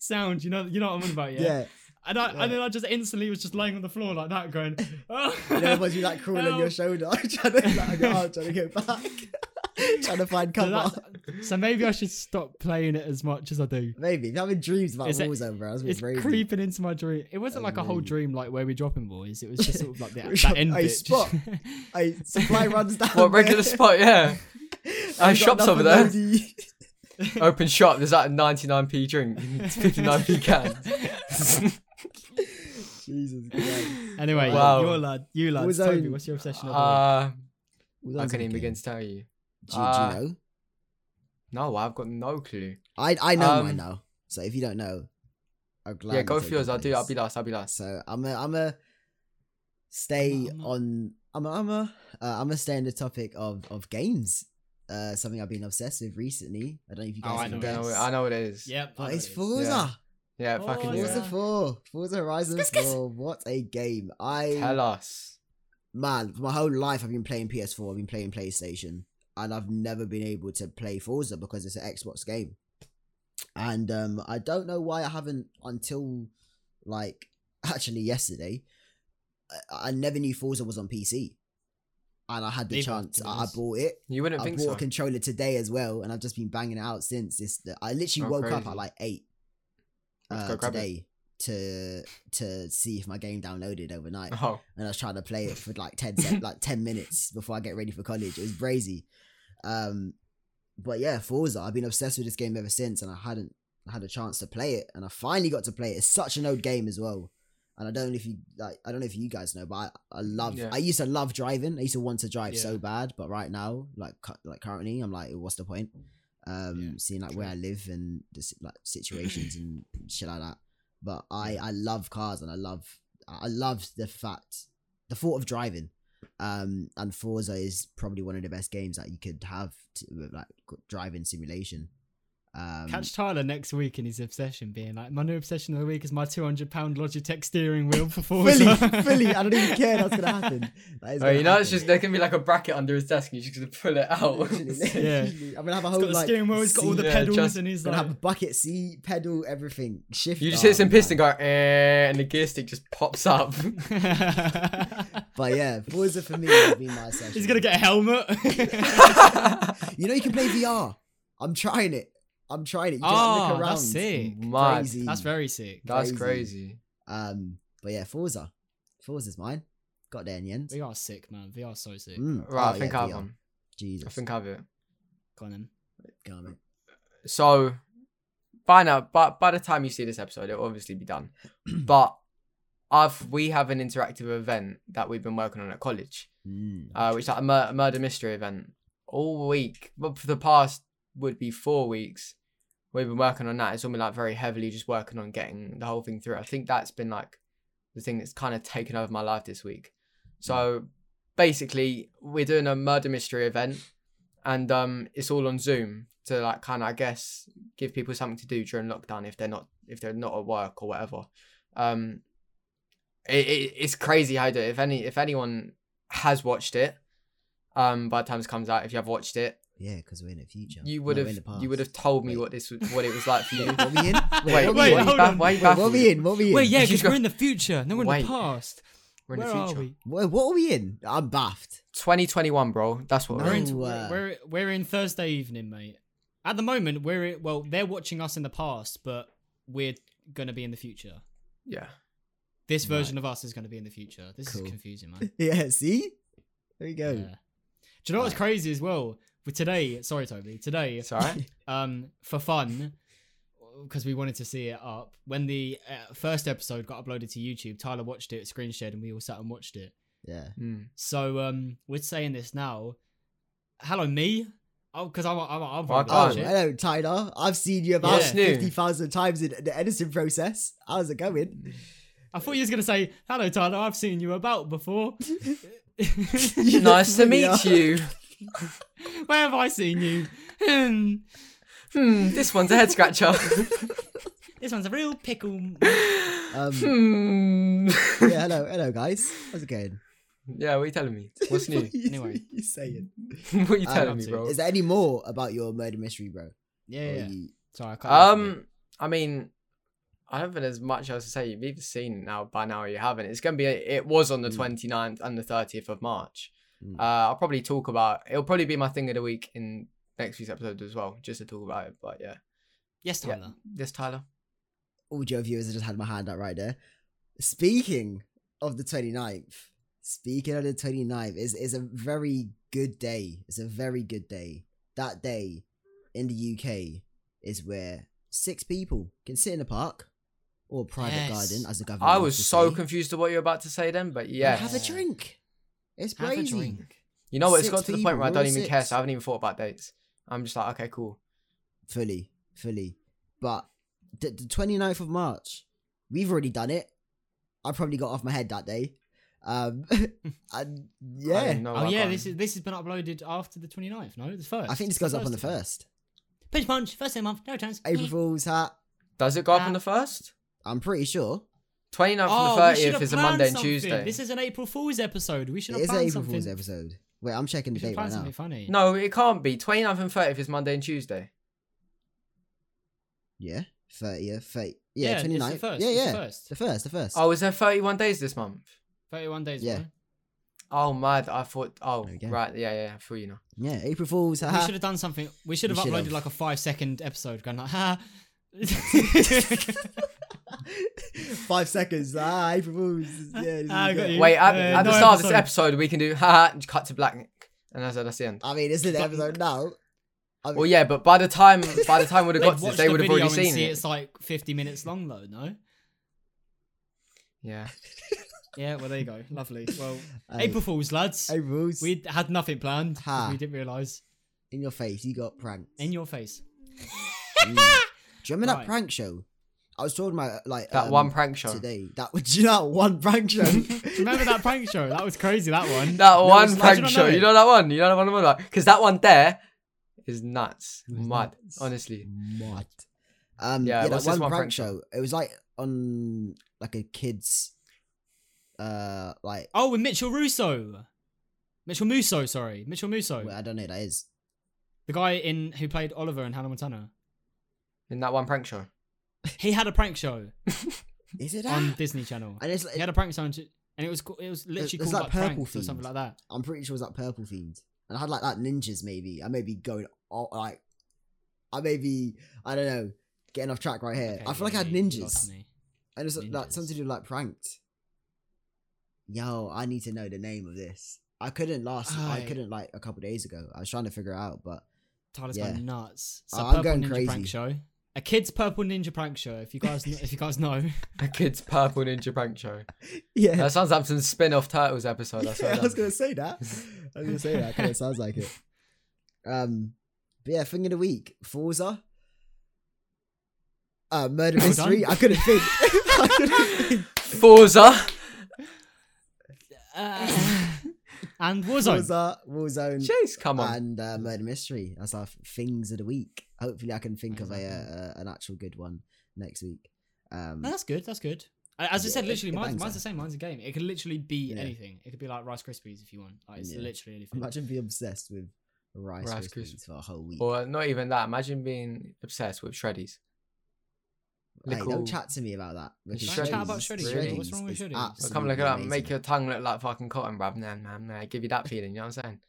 [SPEAKER 1] sound. You know, you know what I'm on about,
[SPEAKER 2] Yeah.
[SPEAKER 1] And I
[SPEAKER 2] Yeah.
[SPEAKER 1] and then I just instantly was just laying on the floor like that, going. Oh.
[SPEAKER 2] And then was you like crawling on your
[SPEAKER 1] help."
[SPEAKER 2] shoulder, trying to like, on your arm, trying to get back, trying to find
[SPEAKER 1] So,
[SPEAKER 2] cover.
[SPEAKER 1] that- so maybe I should stop playing it as much as I do.
[SPEAKER 2] Maybe I'm having dreams about
[SPEAKER 1] Is it-
[SPEAKER 2] Warzone, bro. That's
[SPEAKER 1] It's
[SPEAKER 2] crazy.
[SPEAKER 1] creeping into my dream. It wasn't like a whole
[SPEAKER 2] Amazing.
[SPEAKER 1] dream, like where we dropping boys. It was just sort of like the,
[SPEAKER 2] We're
[SPEAKER 1] that
[SPEAKER 2] dropping-
[SPEAKER 1] end
[SPEAKER 2] Hey,
[SPEAKER 1] bit.
[SPEAKER 2] Spot. I supply runs down.
[SPEAKER 3] What regular
[SPEAKER 2] there.
[SPEAKER 3] spot? Yeah.
[SPEAKER 2] We've
[SPEAKER 3] Uh,
[SPEAKER 2] got
[SPEAKER 3] shops
[SPEAKER 2] enough
[SPEAKER 3] over
[SPEAKER 2] of
[SPEAKER 3] there.
[SPEAKER 2] those-
[SPEAKER 3] Open shop. There's that 99p drink, 59p can.
[SPEAKER 2] Jesus Christ.
[SPEAKER 1] anyway,
[SPEAKER 3] Wow.
[SPEAKER 1] your lad, you lad,
[SPEAKER 2] Warzone-
[SPEAKER 1] Toby, what's your obsession of the
[SPEAKER 2] Ah.
[SPEAKER 1] week?
[SPEAKER 3] uh,
[SPEAKER 2] Warzone's
[SPEAKER 3] I couldn't even
[SPEAKER 2] okay.
[SPEAKER 3] begin to tell you.
[SPEAKER 2] Do, you-
[SPEAKER 3] uh,
[SPEAKER 2] do you know?
[SPEAKER 3] No, I've got no clue.
[SPEAKER 2] I I know
[SPEAKER 3] um,
[SPEAKER 2] mine now. So if you don't know, I'm glad.
[SPEAKER 3] yeah,
[SPEAKER 2] you
[SPEAKER 3] go
[SPEAKER 2] take
[SPEAKER 3] for yours. I'll do. I'll
[SPEAKER 2] place.
[SPEAKER 3] be last. I'll be last.
[SPEAKER 2] So I'm a I'm a stay
[SPEAKER 1] I'm a-
[SPEAKER 2] on I'm a, I'm a uh, I'm a stay on the topic of of games. Uh, something I've been obsessed with recently. I don't know if you
[SPEAKER 1] Oh,
[SPEAKER 2] guys
[SPEAKER 1] I
[SPEAKER 2] can
[SPEAKER 1] know
[SPEAKER 3] I
[SPEAKER 1] it.
[SPEAKER 2] guess.
[SPEAKER 3] know. I know what it is.
[SPEAKER 1] Yep, I
[SPEAKER 2] But
[SPEAKER 1] know
[SPEAKER 2] Oh, it's
[SPEAKER 1] it is.
[SPEAKER 2] Forza.
[SPEAKER 3] Yeah.
[SPEAKER 1] Oh,
[SPEAKER 3] fucking
[SPEAKER 1] yeah.
[SPEAKER 2] Forza
[SPEAKER 1] Forza.
[SPEAKER 3] yeah.
[SPEAKER 2] 4. Forza Horizon 4. What a game. I
[SPEAKER 3] Tell us.
[SPEAKER 2] man, for my whole life I've been playing PS4, I've been playing PlayStation, and I've never been able to play Forza because it's an Xbox game. And um, I don't know why I haven't until like actually yesterday. I, I never knew Forza was on PC, and I had the
[SPEAKER 1] Neither,
[SPEAKER 2] chance.
[SPEAKER 1] to be
[SPEAKER 2] I, I
[SPEAKER 1] honest.
[SPEAKER 2] bought it.
[SPEAKER 3] You wouldn't
[SPEAKER 2] I,
[SPEAKER 3] think
[SPEAKER 2] bought
[SPEAKER 3] so.
[SPEAKER 2] a controller today as well, and I've just been banging it out since. This I literally
[SPEAKER 3] Oh,
[SPEAKER 2] woke up at
[SPEAKER 3] crazy.
[SPEAKER 2] like eight
[SPEAKER 3] Let's
[SPEAKER 2] uh,
[SPEAKER 3] go grab it.
[SPEAKER 2] today to to see if my game downloaded overnight
[SPEAKER 3] Oh,
[SPEAKER 2] and I was trying to play it for like 10 sec- like 10 minutes before I get ready for college. It was brazy. Um but yeah, Forza, I've been obsessed with this game ever since and I hadn't had a chance to play it and I finally got to play it. It's such an old game as well. And I don't know if you like I don't know if you guys know, but I, I love
[SPEAKER 3] Yeah.
[SPEAKER 2] I used to love driving. I used to want to drive so
[SPEAKER 1] Yeah.
[SPEAKER 2] bad, but right now, like cu- like currently, I'm like, what's the point? Um
[SPEAKER 1] Yeah,
[SPEAKER 2] seeing like where I
[SPEAKER 1] true.
[SPEAKER 2] live and the si- like situations and shit like that. But I I love cars and I love I love the fact, the thought of driving. Um, and Forza is probably one of the best games that you could have to, with like g- driving simulation. Um,
[SPEAKER 1] Catch Tyler next week in his obsession being like, my new obsession of the week is my 200 pound Logitech steering wheel for Forza.
[SPEAKER 2] Philly, Philly, I don't even care. That's gonna happen. That is
[SPEAKER 3] Oh,
[SPEAKER 2] gonna
[SPEAKER 3] you know, it's
[SPEAKER 2] happen.
[SPEAKER 3] just there can be like a bracket under his desk, and you're just gonna pull it out.
[SPEAKER 2] Literally,
[SPEAKER 1] Yeah.
[SPEAKER 2] literally. I'm gonna have a
[SPEAKER 1] He's got
[SPEAKER 2] whole
[SPEAKER 1] the
[SPEAKER 2] Oh, like.
[SPEAKER 1] steering wheel, he's got all the
[SPEAKER 2] seat-
[SPEAKER 3] Yeah,
[SPEAKER 1] pedals,
[SPEAKER 3] just-
[SPEAKER 1] and he's
[SPEAKER 2] gonna have a
[SPEAKER 1] like,
[SPEAKER 2] bucket seat, pedal, everything. Shift.
[SPEAKER 3] you just hit some
[SPEAKER 2] arm, man.
[SPEAKER 3] piston, go, eh, and the gear stick just pops up.
[SPEAKER 2] But yeah, Forza for me has been my session.
[SPEAKER 1] he's gonna get a helmet.
[SPEAKER 2] You know, you can play VR. I'm trying it. I'm trying it. You can
[SPEAKER 1] Ah,
[SPEAKER 2] like, look around.
[SPEAKER 1] that's sick.
[SPEAKER 3] Mad.
[SPEAKER 2] Crazy.
[SPEAKER 1] That's very sick.
[SPEAKER 3] That's
[SPEAKER 2] Crazy.
[SPEAKER 3] crazy.
[SPEAKER 2] Um, but yeah, Forza. Forza's mine. Got there in the end.
[SPEAKER 1] We are sick, man. We are so sick.
[SPEAKER 2] Mm.
[SPEAKER 3] Right,
[SPEAKER 2] Oh,
[SPEAKER 3] I think
[SPEAKER 2] yeah,
[SPEAKER 3] I have
[SPEAKER 2] VR.
[SPEAKER 3] one.
[SPEAKER 2] Jesus.
[SPEAKER 3] I think I have it.
[SPEAKER 1] Go on then.
[SPEAKER 2] Go on, mate.
[SPEAKER 3] So by now, but by the time you see this episode, it'll obviously be done. but I've we have an interactive event that we've been working on at college,
[SPEAKER 2] Mm.
[SPEAKER 3] uh, which is like a mur- murder mystery event all week. But for the past would be four weeks, we've been working on that. It's all been like very heavily just working on getting the whole thing through. I think that's been like the thing that's kind of taken over my life this week. So basically, we're doing a murder mystery event, and um, it's all on Zoom to like kind of I guess give people something to do during lockdown if they're not if they're not at work or whatever. Um, it, it, it's crazy how you do it. If any if anyone has watched it, um, by the time this comes out, if you have watched it,
[SPEAKER 2] Yeah, because we're in the future.
[SPEAKER 3] you
[SPEAKER 2] No,
[SPEAKER 3] would
[SPEAKER 2] we're
[SPEAKER 3] have
[SPEAKER 2] in the
[SPEAKER 3] you would
[SPEAKER 2] past.
[SPEAKER 3] have told me
[SPEAKER 2] Wait.
[SPEAKER 3] what this was, what it was like for you.
[SPEAKER 2] Wait, what we in?
[SPEAKER 3] Wait,
[SPEAKER 1] wait,
[SPEAKER 2] what we in?
[SPEAKER 1] hold
[SPEAKER 3] why
[SPEAKER 1] on.
[SPEAKER 3] why are you
[SPEAKER 2] Wait, what
[SPEAKER 3] baffled?
[SPEAKER 2] we in? What we in?
[SPEAKER 4] Wait, yeah,
[SPEAKER 3] She's
[SPEAKER 4] because we're
[SPEAKER 3] got-
[SPEAKER 4] in the future. No, we're
[SPEAKER 3] Wait.
[SPEAKER 4] in the past.
[SPEAKER 3] We're in the
[SPEAKER 4] Where are
[SPEAKER 3] future.
[SPEAKER 4] we?
[SPEAKER 2] What, what are we in? I'm baffed.
[SPEAKER 3] 2021, bro. That's what
[SPEAKER 2] No.
[SPEAKER 3] we're
[SPEAKER 1] We're
[SPEAKER 3] in.
[SPEAKER 1] in,
[SPEAKER 2] Oh, uh,
[SPEAKER 1] we're, we're in Thursday evening, mate. At the moment, we're in, well, they're watching us in the past, but we're gonna be in the future.
[SPEAKER 3] Yeah.
[SPEAKER 1] This
[SPEAKER 2] Right.
[SPEAKER 1] version of us is gonna be in the future. This
[SPEAKER 2] Cool.
[SPEAKER 1] is confusing, man.
[SPEAKER 2] Yeah, see? There you go.
[SPEAKER 1] yeah. Do you know what's crazy as well? With today, sorry, Toby. Today,
[SPEAKER 3] It's all right.
[SPEAKER 1] um, for fun, because we wanted to see it up. When the uh, first episode got uploaded to YouTube, Tyler watched it, screen shared, and we all sat and watched it.
[SPEAKER 2] Yeah.
[SPEAKER 3] Mm.
[SPEAKER 1] So um, we're saying this now. Hello, me. Oh, because I'm I'm I'm
[SPEAKER 3] Well,
[SPEAKER 1] probably
[SPEAKER 3] I can't.
[SPEAKER 2] Oh,
[SPEAKER 1] watch it.
[SPEAKER 2] hello, Tyler. I've seen you about
[SPEAKER 1] What's
[SPEAKER 3] new?
[SPEAKER 2] 50,000 times in the editing process. How's it going?
[SPEAKER 1] I thought you was gonna say hello, Tyler. I've seen you about before.
[SPEAKER 2] You
[SPEAKER 3] Nice to
[SPEAKER 2] look
[SPEAKER 3] meet
[SPEAKER 2] familiar.
[SPEAKER 3] you.
[SPEAKER 1] Where have I seen you? Hmm.
[SPEAKER 3] Hmm, this one's a head scratcher.
[SPEAKER 1] This one's a real pickle.
[SPEAKER 2] Um,
[SPEAKER 3] hmm.
[SPEAKER 2] yeah, hello, hello, guys. How's it going?
[SPEAKER 3] yeah, what are you telling me? What's new? Oh.
[SPEAKER 2] What you-
[SPEAKER 1] Anyway.
[SPEAKER 2] what you saying?
[SPEAKER 3] what are you
[SPEAKER 2] Um,
[SPEAKER 3] telling me, bro?
[SPEAKER 2] Is there any more about your murder mystery, bro?
[SPEAKER 1] Yeah.
[SPEAKER 2] Or
[SPEAKER 1] yeah.
[SPEAKER 2] you-
[SPEAKER 1] Sorry, I can't.
[SPEAKER 3] Um, I mean, I don't think there's much else to say. You've either seen it now by now or you haven't. It's gonna be. It was on the
[SPEAKER 1] Hmm.
[SPEAKER 2] Mm.
[SPEAKER 3] 29th and the 30th of March.
[SPEAKER 2] Mm.
[SPEAKER 3] Uh, I'll probably talk about. It'll probably be my thing of the week in next week's episode as well, just to talk about it. But yeah,
[SPEAKER 1] Yes,
[SPEAKER 3] yeah.
[SPEAKER 1] Tyler.
[SPEAKER 3] This Tyler.
[SPEAKER 2] audio viewers, I just had my hand out right there. Speaking of the 29th, speaking of the 29th, is is a very good day. It's a very good day. That day in the UK is where six people can sit in a park or a private
[SPEAKER 1] Yes.
[SPEAKER 2] garden as the government.
[SPEAKER 3] I
[SPEAKER 2] likes
[SPEAKER 3] was
[SPEAKER 2] to
[SPEAKER 3] so
[SPEAKER 2] say,
[SPEAKER 3] confused at what you were about to say then, but
[SPEAKER 2] and
[SPEAKER 3] yeah.
[SPEAKER 2] Have a drink. It's
[SPEAKER 1] Have a
[SPEAKER 2] crazy.
[SPEAKER 1] drink.
[SPEAKER 3] You know what? It's
[SPEAKER 2] Six
[SPEAKER 3] got to the
[SPEAKER 2] people,
[SPEAKER 3] point where I
[SPEAKER 2] we're
[SPEAKER 3] don't
[SPEAKER 2] all
[SPEAKER 3] even care,
[SPEAKER 2] six.
[SPEAKER 3] so I haven't even thought about dates. I'm just like, okay, cool.
[SPEAKER 2] Fully, fully. But the, the 29th of March, we've already done it. I probably got off my head that day. Um, and
[SPEAKER 3] I
[SPEAKER 2] yeah.
[SPEAKER 3] didn't know
[SPEAKER 1] oh
[SPEAKER 3] I
[SPEAKER 1] yeah,
[SPEAKER 3] can't-
[SPEAKER 1] this is this has been uploaded after the 29th. No, the first.
[SPEAKER 2] I think this goes up on the
[SPEAKER 1] Thursday.
[SPEAKER 2] first.
[SPEAKER 1] Pinch punch. First day of the month. No chance. Mm.
[SPEAKER 2] April Fool's hat.
[SPEAKER 3] Does it go up on
[SPEAKER 1] Uh,
[SPEAKER 3] the first?
[SPEAKER 2] I'm pretty sure.
[SPEAKER 3] 29th
[SPEAKER 1] Oh, we
[SPEAKER 3] and the
[SPEAKER 1] should
[SPEAKER 3] 30th
[SPEAKER 1] have
[SPEAKER 3] is a Monday
[SPEAKER 1] planned
[SPEAKER 3] and
[SPEAKER 1] something.
[SPEAKER 3] Tuesday.
[SPEAKER 1] This is an April Fool's episode. We should
[SPEAKER 2] It
[SPEAKER 1] have
[SPEAKER 2] is an
[SPEAKER 1] planned
[SPEAKER 2] April
[SPEAKER 1] something.
[SPEAKER 2] Fool's episode. Wait, I'm checking
[SPEAKER 1] We
[SPEAKER 2] the
[SPEAKER 1] should have planned
[SPEAKER 2] date right now.
[SPEAKER 1] something funny.
[SPEAKER 3] No, it can't be. 29th and 30th is Monday and Tuesday.
[SPEAKER 2] Yeah, 30th, 30,
[SPEAKER 1] Yeah,
[SPEAKER 2] yeah,
[SPEAKER 1] it's the
[SPEAKER 2] 29th.
[SPEAKER 1] first,
[SPEAKER 2] yeah,
[SPEAKER 1] it's the
[SPEAKER 2] yeah.
[SPEAKER 1] first.
[SPEAKER 2] The first, the first.
[SPEAKER 3] Oh, is there 31 days this month?
[SPEAKER 1] 31 days.
[SPEAKER 2] Yeah.
[SPEAKER 1] Yeah.
[SPEAKER 3] Oh, mad. I thought. Oh,
[SPEAKER 2] There we go.
[SPEAKER 3] right. Yeah, yeah. I feel you know.
[SPEAKER 2] Yeah, April Fool's
[SPEAKER 1] We
[SPEAKER 2] hat.
[SPEAKER 1] should have done something. We should
[SPEAKER 2] Uh-huh. We
[SPEAKER 1] have
[SPEAKER 2] should
[SPEAKER 1] uploaded like
[SPEAKER 2] have.
[SPEAKER 1] a five second episode going like, ha.
[SPEAKER 2] Five seconds. Ah, April Fool's. Yeah, this is
[SPEAKER 1] Ah, I got
[SPEAKER 2] good.
[SPEAKER 1] you.
[SPEAKER 3] Wait, at,
[SPEAKER 1] Uh,
[SPEAKER 3] at the
[SPEAKER 1] no
[SPEAKER 3] start of this
[SPEAKER 1] episode.
[SPEAKER 3] episode, we can do haha and cut to black. And that's, that's the end.
[SPEAKER 2] I mean, it's in the
[SPEAKER 1] But-
[SPEAKER 2] episode now. I mean,
[SPEAKER 3] Well, yeah, but by the time by the time we'd have
[SPEAKER 1] They'd
[SPEAKER 3] got to
[SPEAKER 1] watch
[SPEAKER 3] this, they
[SPEAKER 1] the
[SPEAKER 3] would have
[SPEAKER 1] video
[SPEAKER 3] already
[SPEAKER 1] and
[SPEAKER 3] seen
[SPEAKER 1] see
[SPEAKER 3] it.
[SPEAKER 1] It's like 50 minutes long though, no?
[SPEAKER 3] Yeah.
[SPEAKER 1] Yeah, well there you go. Lovely. Well,
[SPEAKER 2] Hey,
[SPEAKER 1] April Fools, lads.
[SPEAKER 2] April Fool's.
[SPEAKER 1] We had nothing planned. 'cause
[SPEAKER 2] Ha.
[SPEAKER 1] We didn't realise.
[SPEAKER 2] In your face, you got pranked.
[SPEAKER 1] In your face.
[SPEAKER 2] Mm. Do you remember that
[SPEAKER 1] Right.
[SPEAKER 2] prank show? I was talking about like
[SPEAKER 3] That
[SPEAKER 2] um,
[SPEAKER 3] one prank show.
[SPEAKER 2] today. That do you know that one prank show?
[SPEAKER 1] Remember that prank show? That was crazy. That one.
[SPEAKER 3] That
[SPEAKER 1] No,
[SPEAKER 3] one
[SPEAKER 1] it's- I do
[SPEAKER 3] prank
[SPEAKER 1] not
[SPEAKER 3] show.
[SPEAKER 1] know it.
[SPEAKER 3] You know that one? You know that one? Because that one there is nuts.
[SPEAKER 2] It was
[SPEAKER 3] Mud,
[SPEAKER 2] nuts.
[SPEAKER 3] honestly.
[SPEAKER 2] What? Um,
[SPEAKER 3] Yeah,
[SPEAKER 2] yeah,
[SPEAKER 3] what's
[SPEAKER 2] that
[SPEAKER 3] this
[SPEAKER 2] one,
[SPEAKER 3] one
[SPEAKER 2] prank,
[SPEAKER 3] prank
[SPEAKER 2] show. It was like on like a kids, uh, like
[SPEAKER 1] Oh, with Mitchell Russo. Mitchell Musso, sorry. Mitchell Musso.
[SPEAKER 2] well, I don't know who that is.
[SPEAKER 1] the guy in who played Oliver in Hannah Montana.
[SPEAKER 3] In that one prank show.
[SPEAKER 1] He had a prank show
[SPEAKER 2] Is it?
[SPEAKER 1] on
[SPEAKER 2] that?
[SPEAKER 1] Disney Channel.
[SPEAKER 2] and it's like,
[SPEAKER 1] He had a prank show and sh- and it was ca- it was literally
[SPEAKER 2] it's
[SPEAKER 1] called
[SPEAKER 2] like
[SPEAKER 1] like,
[SPEAKER 2] purple
[SPEAKER 1] pranks or something like
[SPEAKER 2] themed.
[SPEAKER 1] that.
[SPEAKER 2] I'm pretty sure it was like purple themed, and I had like like ninjas maybe. I may be going all, like, I may be I don't know getting off track right here.
[SPEAKER 4] Okay,
[SPEAKER 2] I feel like I
[SPEAKER 4] yeah,
[SPEAKER 2] had
[SPEAKER 4] you- you lost
[SPEAKER 2] ninjas,
[SPEAKER 4] me.
[SPEAKER 2] and it's like
[SPEAKER 4] Ninjas.
[SPEAKER 2] something to do with, like pranked. Yo, I need to know the name of this. I couldn't last. I
[SPEAKER 1] Aye.
[SPEAKER 2] couldn't like a couple days ago. I was trying to figure it out, but
[SPEAKER 1] Tyler's
[SPEAKER 2] Yeah.
[SPEAKER 1] going nuts. So
[SPEAKER 2] Oh, I'm
[SPEAKER 1] purple
[SPEAKER 2] going
[SPEAKER 1] ninja
[SPEAKER 2] crazy.
[SPEAKER 1] prank show. A kid's purple ninja prank show. If you guys kn- if you guys know,
[SPEAKER 3] A kid's purple ninja prank show.
[SPEAKER 2] yeah,
[SPEAKER 3] That sounds like some spin-off Turtles episode. That's
[SPEAKER 2] Yeah, I was
[SPEAKER 3] what
[SPEAKER 2] gonna say that. I was gonna say that. Kind of sounds like it. Um, but yeah, thing of the week, Forza. Uh, murder
[SPEAKER 1] Well
[SPEAKER 2] mystery.
[SPEAKER 1] done.
[SPEAKER 2] I couldn't think. I couldn't think.
[SPEAKER 3] Forza.
[SPEAKER 1] uh, and Warzone.
[SPEAKER 2] Forza, Warzone,
[SPEAKER 3] Jeez, come on.
[SPEAKER 2] and uh, murder mystery. That's our f- things of the week. Hopefully, I can think of a, uh, an actual good one next week. Um,
[SPEAKER 1] No, that's good. That's good. A- As I
[SPEAKER 2] Yeah,
[SPEAKER 1] said,
[SPEAKER 2] it-
[SPEAKER 1] literally,
[SPEAKER 2] it
[SPEAKER 1] mine's,
[SPEAKER 2] bangs
[SPEAKER 1] mine's
[SPEAKER 2] out.
[SPEAKER 1] the same. Mine's a game. It could literally be
[SPEAKER 2] Yeah.
[SPEAKER 1] anything. It could be like Rice Krispies if you want. Like it's
[SPEAKER 2] Yeah.
[SPEAKER 1] literally anything.
[SPEAKER 2] imagine being obsessed with rice,
[SPEAKER 3] Rice
[SPEAKER 2] Krispies
[SPEAKER 3] Krispies.
[SPEAKER 2] for a whole week.
[SPEAKER 3] Or not even that. Imagine being obsessed with Shreddies.
[SPEAKER 2] Hey,
[SPEAKER 3] Little-
[SPEAKER 2] don't chat to me about that. because
[SPEAKER 3] Don't chat
[SPEAKER 2] Shreddies-
[SPEAKER 3] about Shreddies,
[SPEAKER 1] bro. What's wrong with
[SPEAKER 2] is
[SPEAKER 1] Shreddies?
[SPEAKER 3] Well, come look
[SPEAKER 2] absolutely
[SPEAKER 3] it up.
[SPEAKER 2] amazing.
[SPEAKER 3] Make your tongue look like fucking cotton, bruv. Nah, man, nah. Give you that feeling. You know what I'm saying?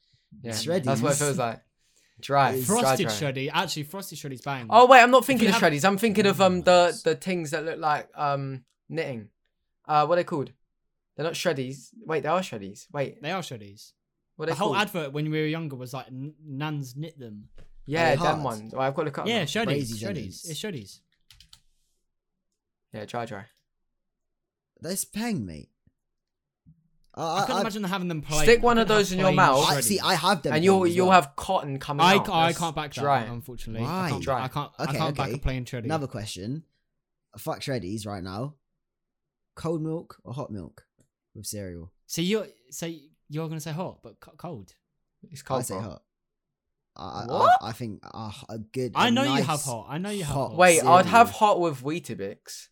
[SPEAKER 3] Yeah. That's what it
[SPEAKER 2] Shreddies.
[SPEAKER 3] feels like. Dry.
[SPEAKER 2] It's
[SPEAKER 3] dry,
[SPEAKER 1] Frosted
[SPEAKER 3] dry.
[SPEAKER 1] Shreddy. Actually, Frosted Shreddy's bang.
[SPEAKER 3] Oh wait, I'm not thinking
[SPEAKER 1] you
[SPEAKER 3] of
[SPEAKER 1] have-
[SPEAKER 3] shreddies. I'm thinking of um the
[SPEAKER 4] Nice.
[SPEAKER 3] the things that look like um knitting. Uh, what are they called? They're not shreddies. Wait, they are shreddies. Wait,
[SPEAKER 1] They are Shreddies.
[SPEAKER 3] what are
[SPEAKER 1] The
[SPEAKER 3] they
[SPEAKER 1] whole
[SPEAKER 3] called?
[SPEAKER 1] advert when we were younger was like "N- Nans knit them.
[SPEAKER 2] they
[SPEAKER 3] yeah, them
[SPEAKER 2] hard?
[SPEAKER 3] one. Well, I've got to cut.
[SPEAKER 1] yeah,
[SPEAKER 3] Yeah,
[SPEAKER 1] Shreddies.
[SPEAKER 2] Crazy
[SPEAKER 1] Shreddies.
[SPEAKER 2] Shreddies.
[SPEAKER 1] It's Shreddies.
[SPEAKER 3] yeah, dry, dry.
[SPEAKER 2] That's peng, mate. I,
[SPEAKER 1] I,
[SPEAKER 2] I,
[SPEAKER 1] couldn't
[SPEAKER 2] I,
[SPEAKER 1] imagine them having them playing.
[SPEAKER 3] Stick
[SPEAKER 1] I
[SPEAKER 3] one of
[SPEAKER 1] couldn't have
[SPEAKER 3] those in your
[SPEAKER 1] plain
[SPEAKER 3] mouth.
[SPEAKER 2] I-
[SPEAKER 1] Shreddies.
[SPEAKER 2] see, I have them.
[SPEAKER 3] And you'll
[SPEAKER 2] peng as
[SPEAKER 3] you'll
[SPEAKER 2] well.
[SPEAKER 3] have cotton coming
[SPEAKER 1] I,
[SPEAKER 3] out.
[SPEAKER 1] ca- I
[SPEAKER 3] That's
[SPEAKER 1] can't back that,
[SPEAKER 3] dry.
[SPEAKER 1] unfortunately.
[SPEAKER 2] Why?
[SPEAKER 1] I can't,
[SPEAKER 3] Dry.
[SPEAKER 1] I can't, I
[SPEAKER 2] Okay,
[SPEAKER 1] can't back
[SPEAKER 2] okay.
[SPEAKER 1] a plain Shreddy.
[SPEAKER 2] another question. Fuck shreddies right now. Cold milk or hot milk with cereal?
[SPEAKER 1] So you're, so you're going to say hot, but co- cold.
[SPEAKER 3] It's cold.
[SPEAKER 2] I say
[SPEAKER 3] bro.
[SPEAKER 2] hot. I,
[SPEAKER 3] What?
[SPEAKER 2] I, I think uh, a good.
[SPEAKER 1] I
[SPEAKER 2] a
[SPEAKER 1] know you
[SPEAKER 2] nice-
[SPEAKER 1] have hot. I know you have
[SPEAKER 2] hot
[SPEAKER 1] hot.
[SPEAKER 3] Wait, I'd have
[SPEAKER 2] cereal.
[SPEAKER 3] hot with Weetabix.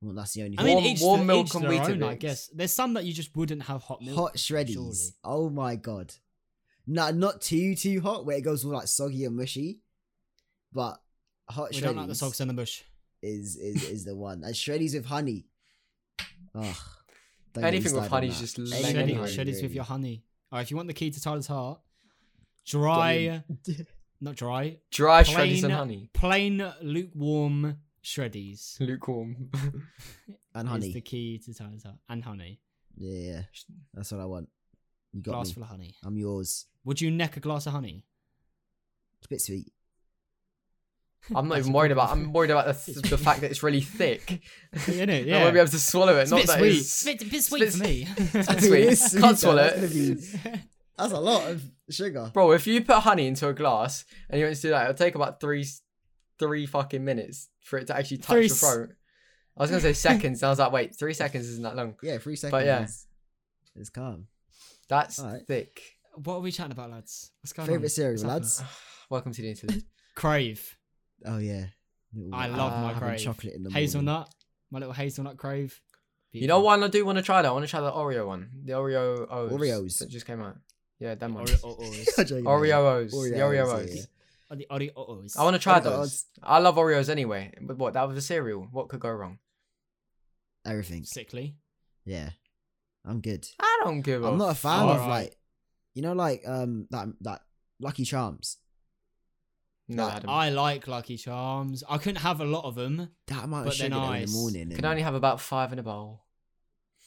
[SPEAKER 2] Well, that's the only.
[SPEAKER 1] I
[SPEAKER 2] thing.
[SPEAKER 1] mean,
[SPEAKER 3] Warm-
[SPEAKER 1] each
[SPEAKER 3] warm
[SPEAKER 1] to,
[SPEAKER 3] milk
[SPEAKER 1] each
[SPEAKER 3] and
[SPEAKER 1] their own, I
[SPEAKER 3] Weetabix.
[SPEAKER 1] guess. There's some that you just wouldn't have hot milk.
[SPEAKER 2] hot
[SPEAKER 1] with,
[SPEAKER 2] shreddies.
[SPEAKER 1] surely.
[SPEAKER 2] Oh my god. No, not too too hot where it goes all like soggy and mushy, but hot
[SPEAKER 1] We
[SPEAKER 2] shreddies
[SPEAKER 1] don't like the socks in the bush.
[SPEAKER 2] is is is the one. And shreddies with honey. Ugh. Don't get me
[SPEAKER 3] Anything with
[SPEAKER 2] started on
[SPEAKER 3] honey is
[SPEAKER 2] that.
[SPEAKER 3] just
[SPEAKER 2] Anything
[SPEAKER 3] Shreddy-
[SPEAKER 1] Shreddy,
[SPEAKER 2] with honey,
[SPEAKER 1] shreddies with
[SPEAKER 2] really.
[SPEAKER 1] your honey. All right, if you want the key to Tyler's heart, dry, not dry,
[SPEAKER 3] Dry shreddies
[SPEAKER 1] Plain-
[SPEAKER 3] and honey.
[SPEAKER 1] plain lukewarm shreddies
[SPEAKER 3] Lukewarm.
[SPEAKER 2] and
[SPEAKER 1] is the
[SPEAKER 2] honey.
[SPEAKER 1] key to Tyler's heart and honey.
[SPEAKER 2] Yeah, yeah, that's what I want. You got
[SPEAKER 1] glass
[SPEAKER 2] me.
[SPEAKER 1] full of honey.
[SPEAKER 2] I'm yours.
[SPEAKER 1] Would you neck a glass of honey?
[SPEAKER 2] It's a bit sweet.
[SPEAKER 3] I'm not
[SPEAKER 1] That's
[SPEAKER 3] even
[SPEAKER 1] a
[SPEAKER 3] worried
[SPEAKER 1] good
[SPEAKER 3] about.
[SPEAKER 1] one.
[SPEAKER 3] I'm worried about the, th- the fact that it's really thick.
[SPEAKER 1] In it,
[SPEAKER 3] I
[SPEAKER 1] yeah.
[SPEAKER 3] won't be able to swallow it.
[SPEAKER 1] it's a
[SPEAKER 3] not
[SPEAKER 1] bit
[SPEAKER 3] that
[SPEAKER 1] sweet. It's
[SPEAKER 3] it's-
[SPEAKER 1] a bit, bit sweet
[SPEAKER 3] it's a
[SPEAKER 1] for me.
[SPEAKER 3] That's sweet.
[SPEAKER 2] It is sweet, though.
[SPEAKER 3] Can't swallow
[SPEAKER 2] That's
[SPEAKER 3] it.
[SPEAKER 2] gonna be- That's a lot of sugar.
[SPEAKER 3] Bro, if you put honey into a glass and you want to do that, it'll take about three, three fucking minutes for it to actually touch
[SPEAKER 1] Three
[SPEAKER 3] your
[SPEAKER 1] s-
[SPEAKER 3] throat. I was gonna say seconds, and I was like, wait, three seconds isn't that long.
[SPEAKER 2] Yeah, three seconds.
[SPEAKER 3] But yeah.
[SPEAKER 2] is- is calm.
[SPEAKER 3] That's
[SPEAKER 2] Alright.
[SPEAKER 3] thick.
[SPEAKER 1] what are we chatting about, lads? What's going
[SPEAKER 2] Favorite
[SPEAKER 1] on?
[SPEAKER 2] cereal,
[SPEAKER 1] What's happening?
[SPEAKER 2] lads.
[SPEAKER 3] Welcome to the internet.
[SPEAKER 1] Crave.
[SPEAKER 2] Oh yeah. ah. Little-
[SPEAKER 1] I love my
[SPEAKER 2] having
[SPEAKER 1] crave.
[SPEAKER 2] Chocolate in the morning.
[SPEAKER 1] hazelnut. My little hazelnut crave.
[SPEAKER 3] you know what? I do want to try that. I want to try the Oreo one, the Oreo O's
[SPEAKER 2] Oreos.
[SPEAKER 3] that just came out. Yeah, that one.
[SPEAKER 1] Oreo O's.
[SPEAKER 2] I'm joking,
[SPEAKER 3] Oreo
[SPEAKER 2] man.
[SPEAKER 3] O's. The Oreo
[SPEAKER 2] Oreos,
[SPEAKER 3] O's.
[SPEAKER 2] yeah.
[SPEAKER 1] Are the Oreo oh, O's.
[SPEAKER 3] I want to try
[SPEAKER 2] Oreo
[SPEAKER 3] those.
[SPEAKER 2] O's.
[SPEAKER 3] I love Oreos anyway. But what? That was a cereal. What could go wrong?
[SPEAKER 2] Everything.
[SPEAKER 1] sickly.
[SPEAKER 2] Yeah. I'm good.
[SPEAKER 3] I don't give a.
[SPEAKER 2] I'm not a fan
[SPEAKER 1] All
[SPEAKER 2] of
[SPEAKER 1] right.
[SPEAKER 2] like, you know, like um that that Lucky Charms.
[SPEAKER 3] No, Adam. I
[SPEAKER 1] I like Lucky Charms. I couldn't have a lot of them.
[SPEAKER 2] That amount of
[SPEAKER 1] But they're
[SPEAKER 2] sugar though in
[SPEAKER 1] nice.
[SPEAKER 2] the morning.
[SPEAKER 3] can
[SPEAKER 2] and-
[SPEAKER 3] only have about five in a bowl.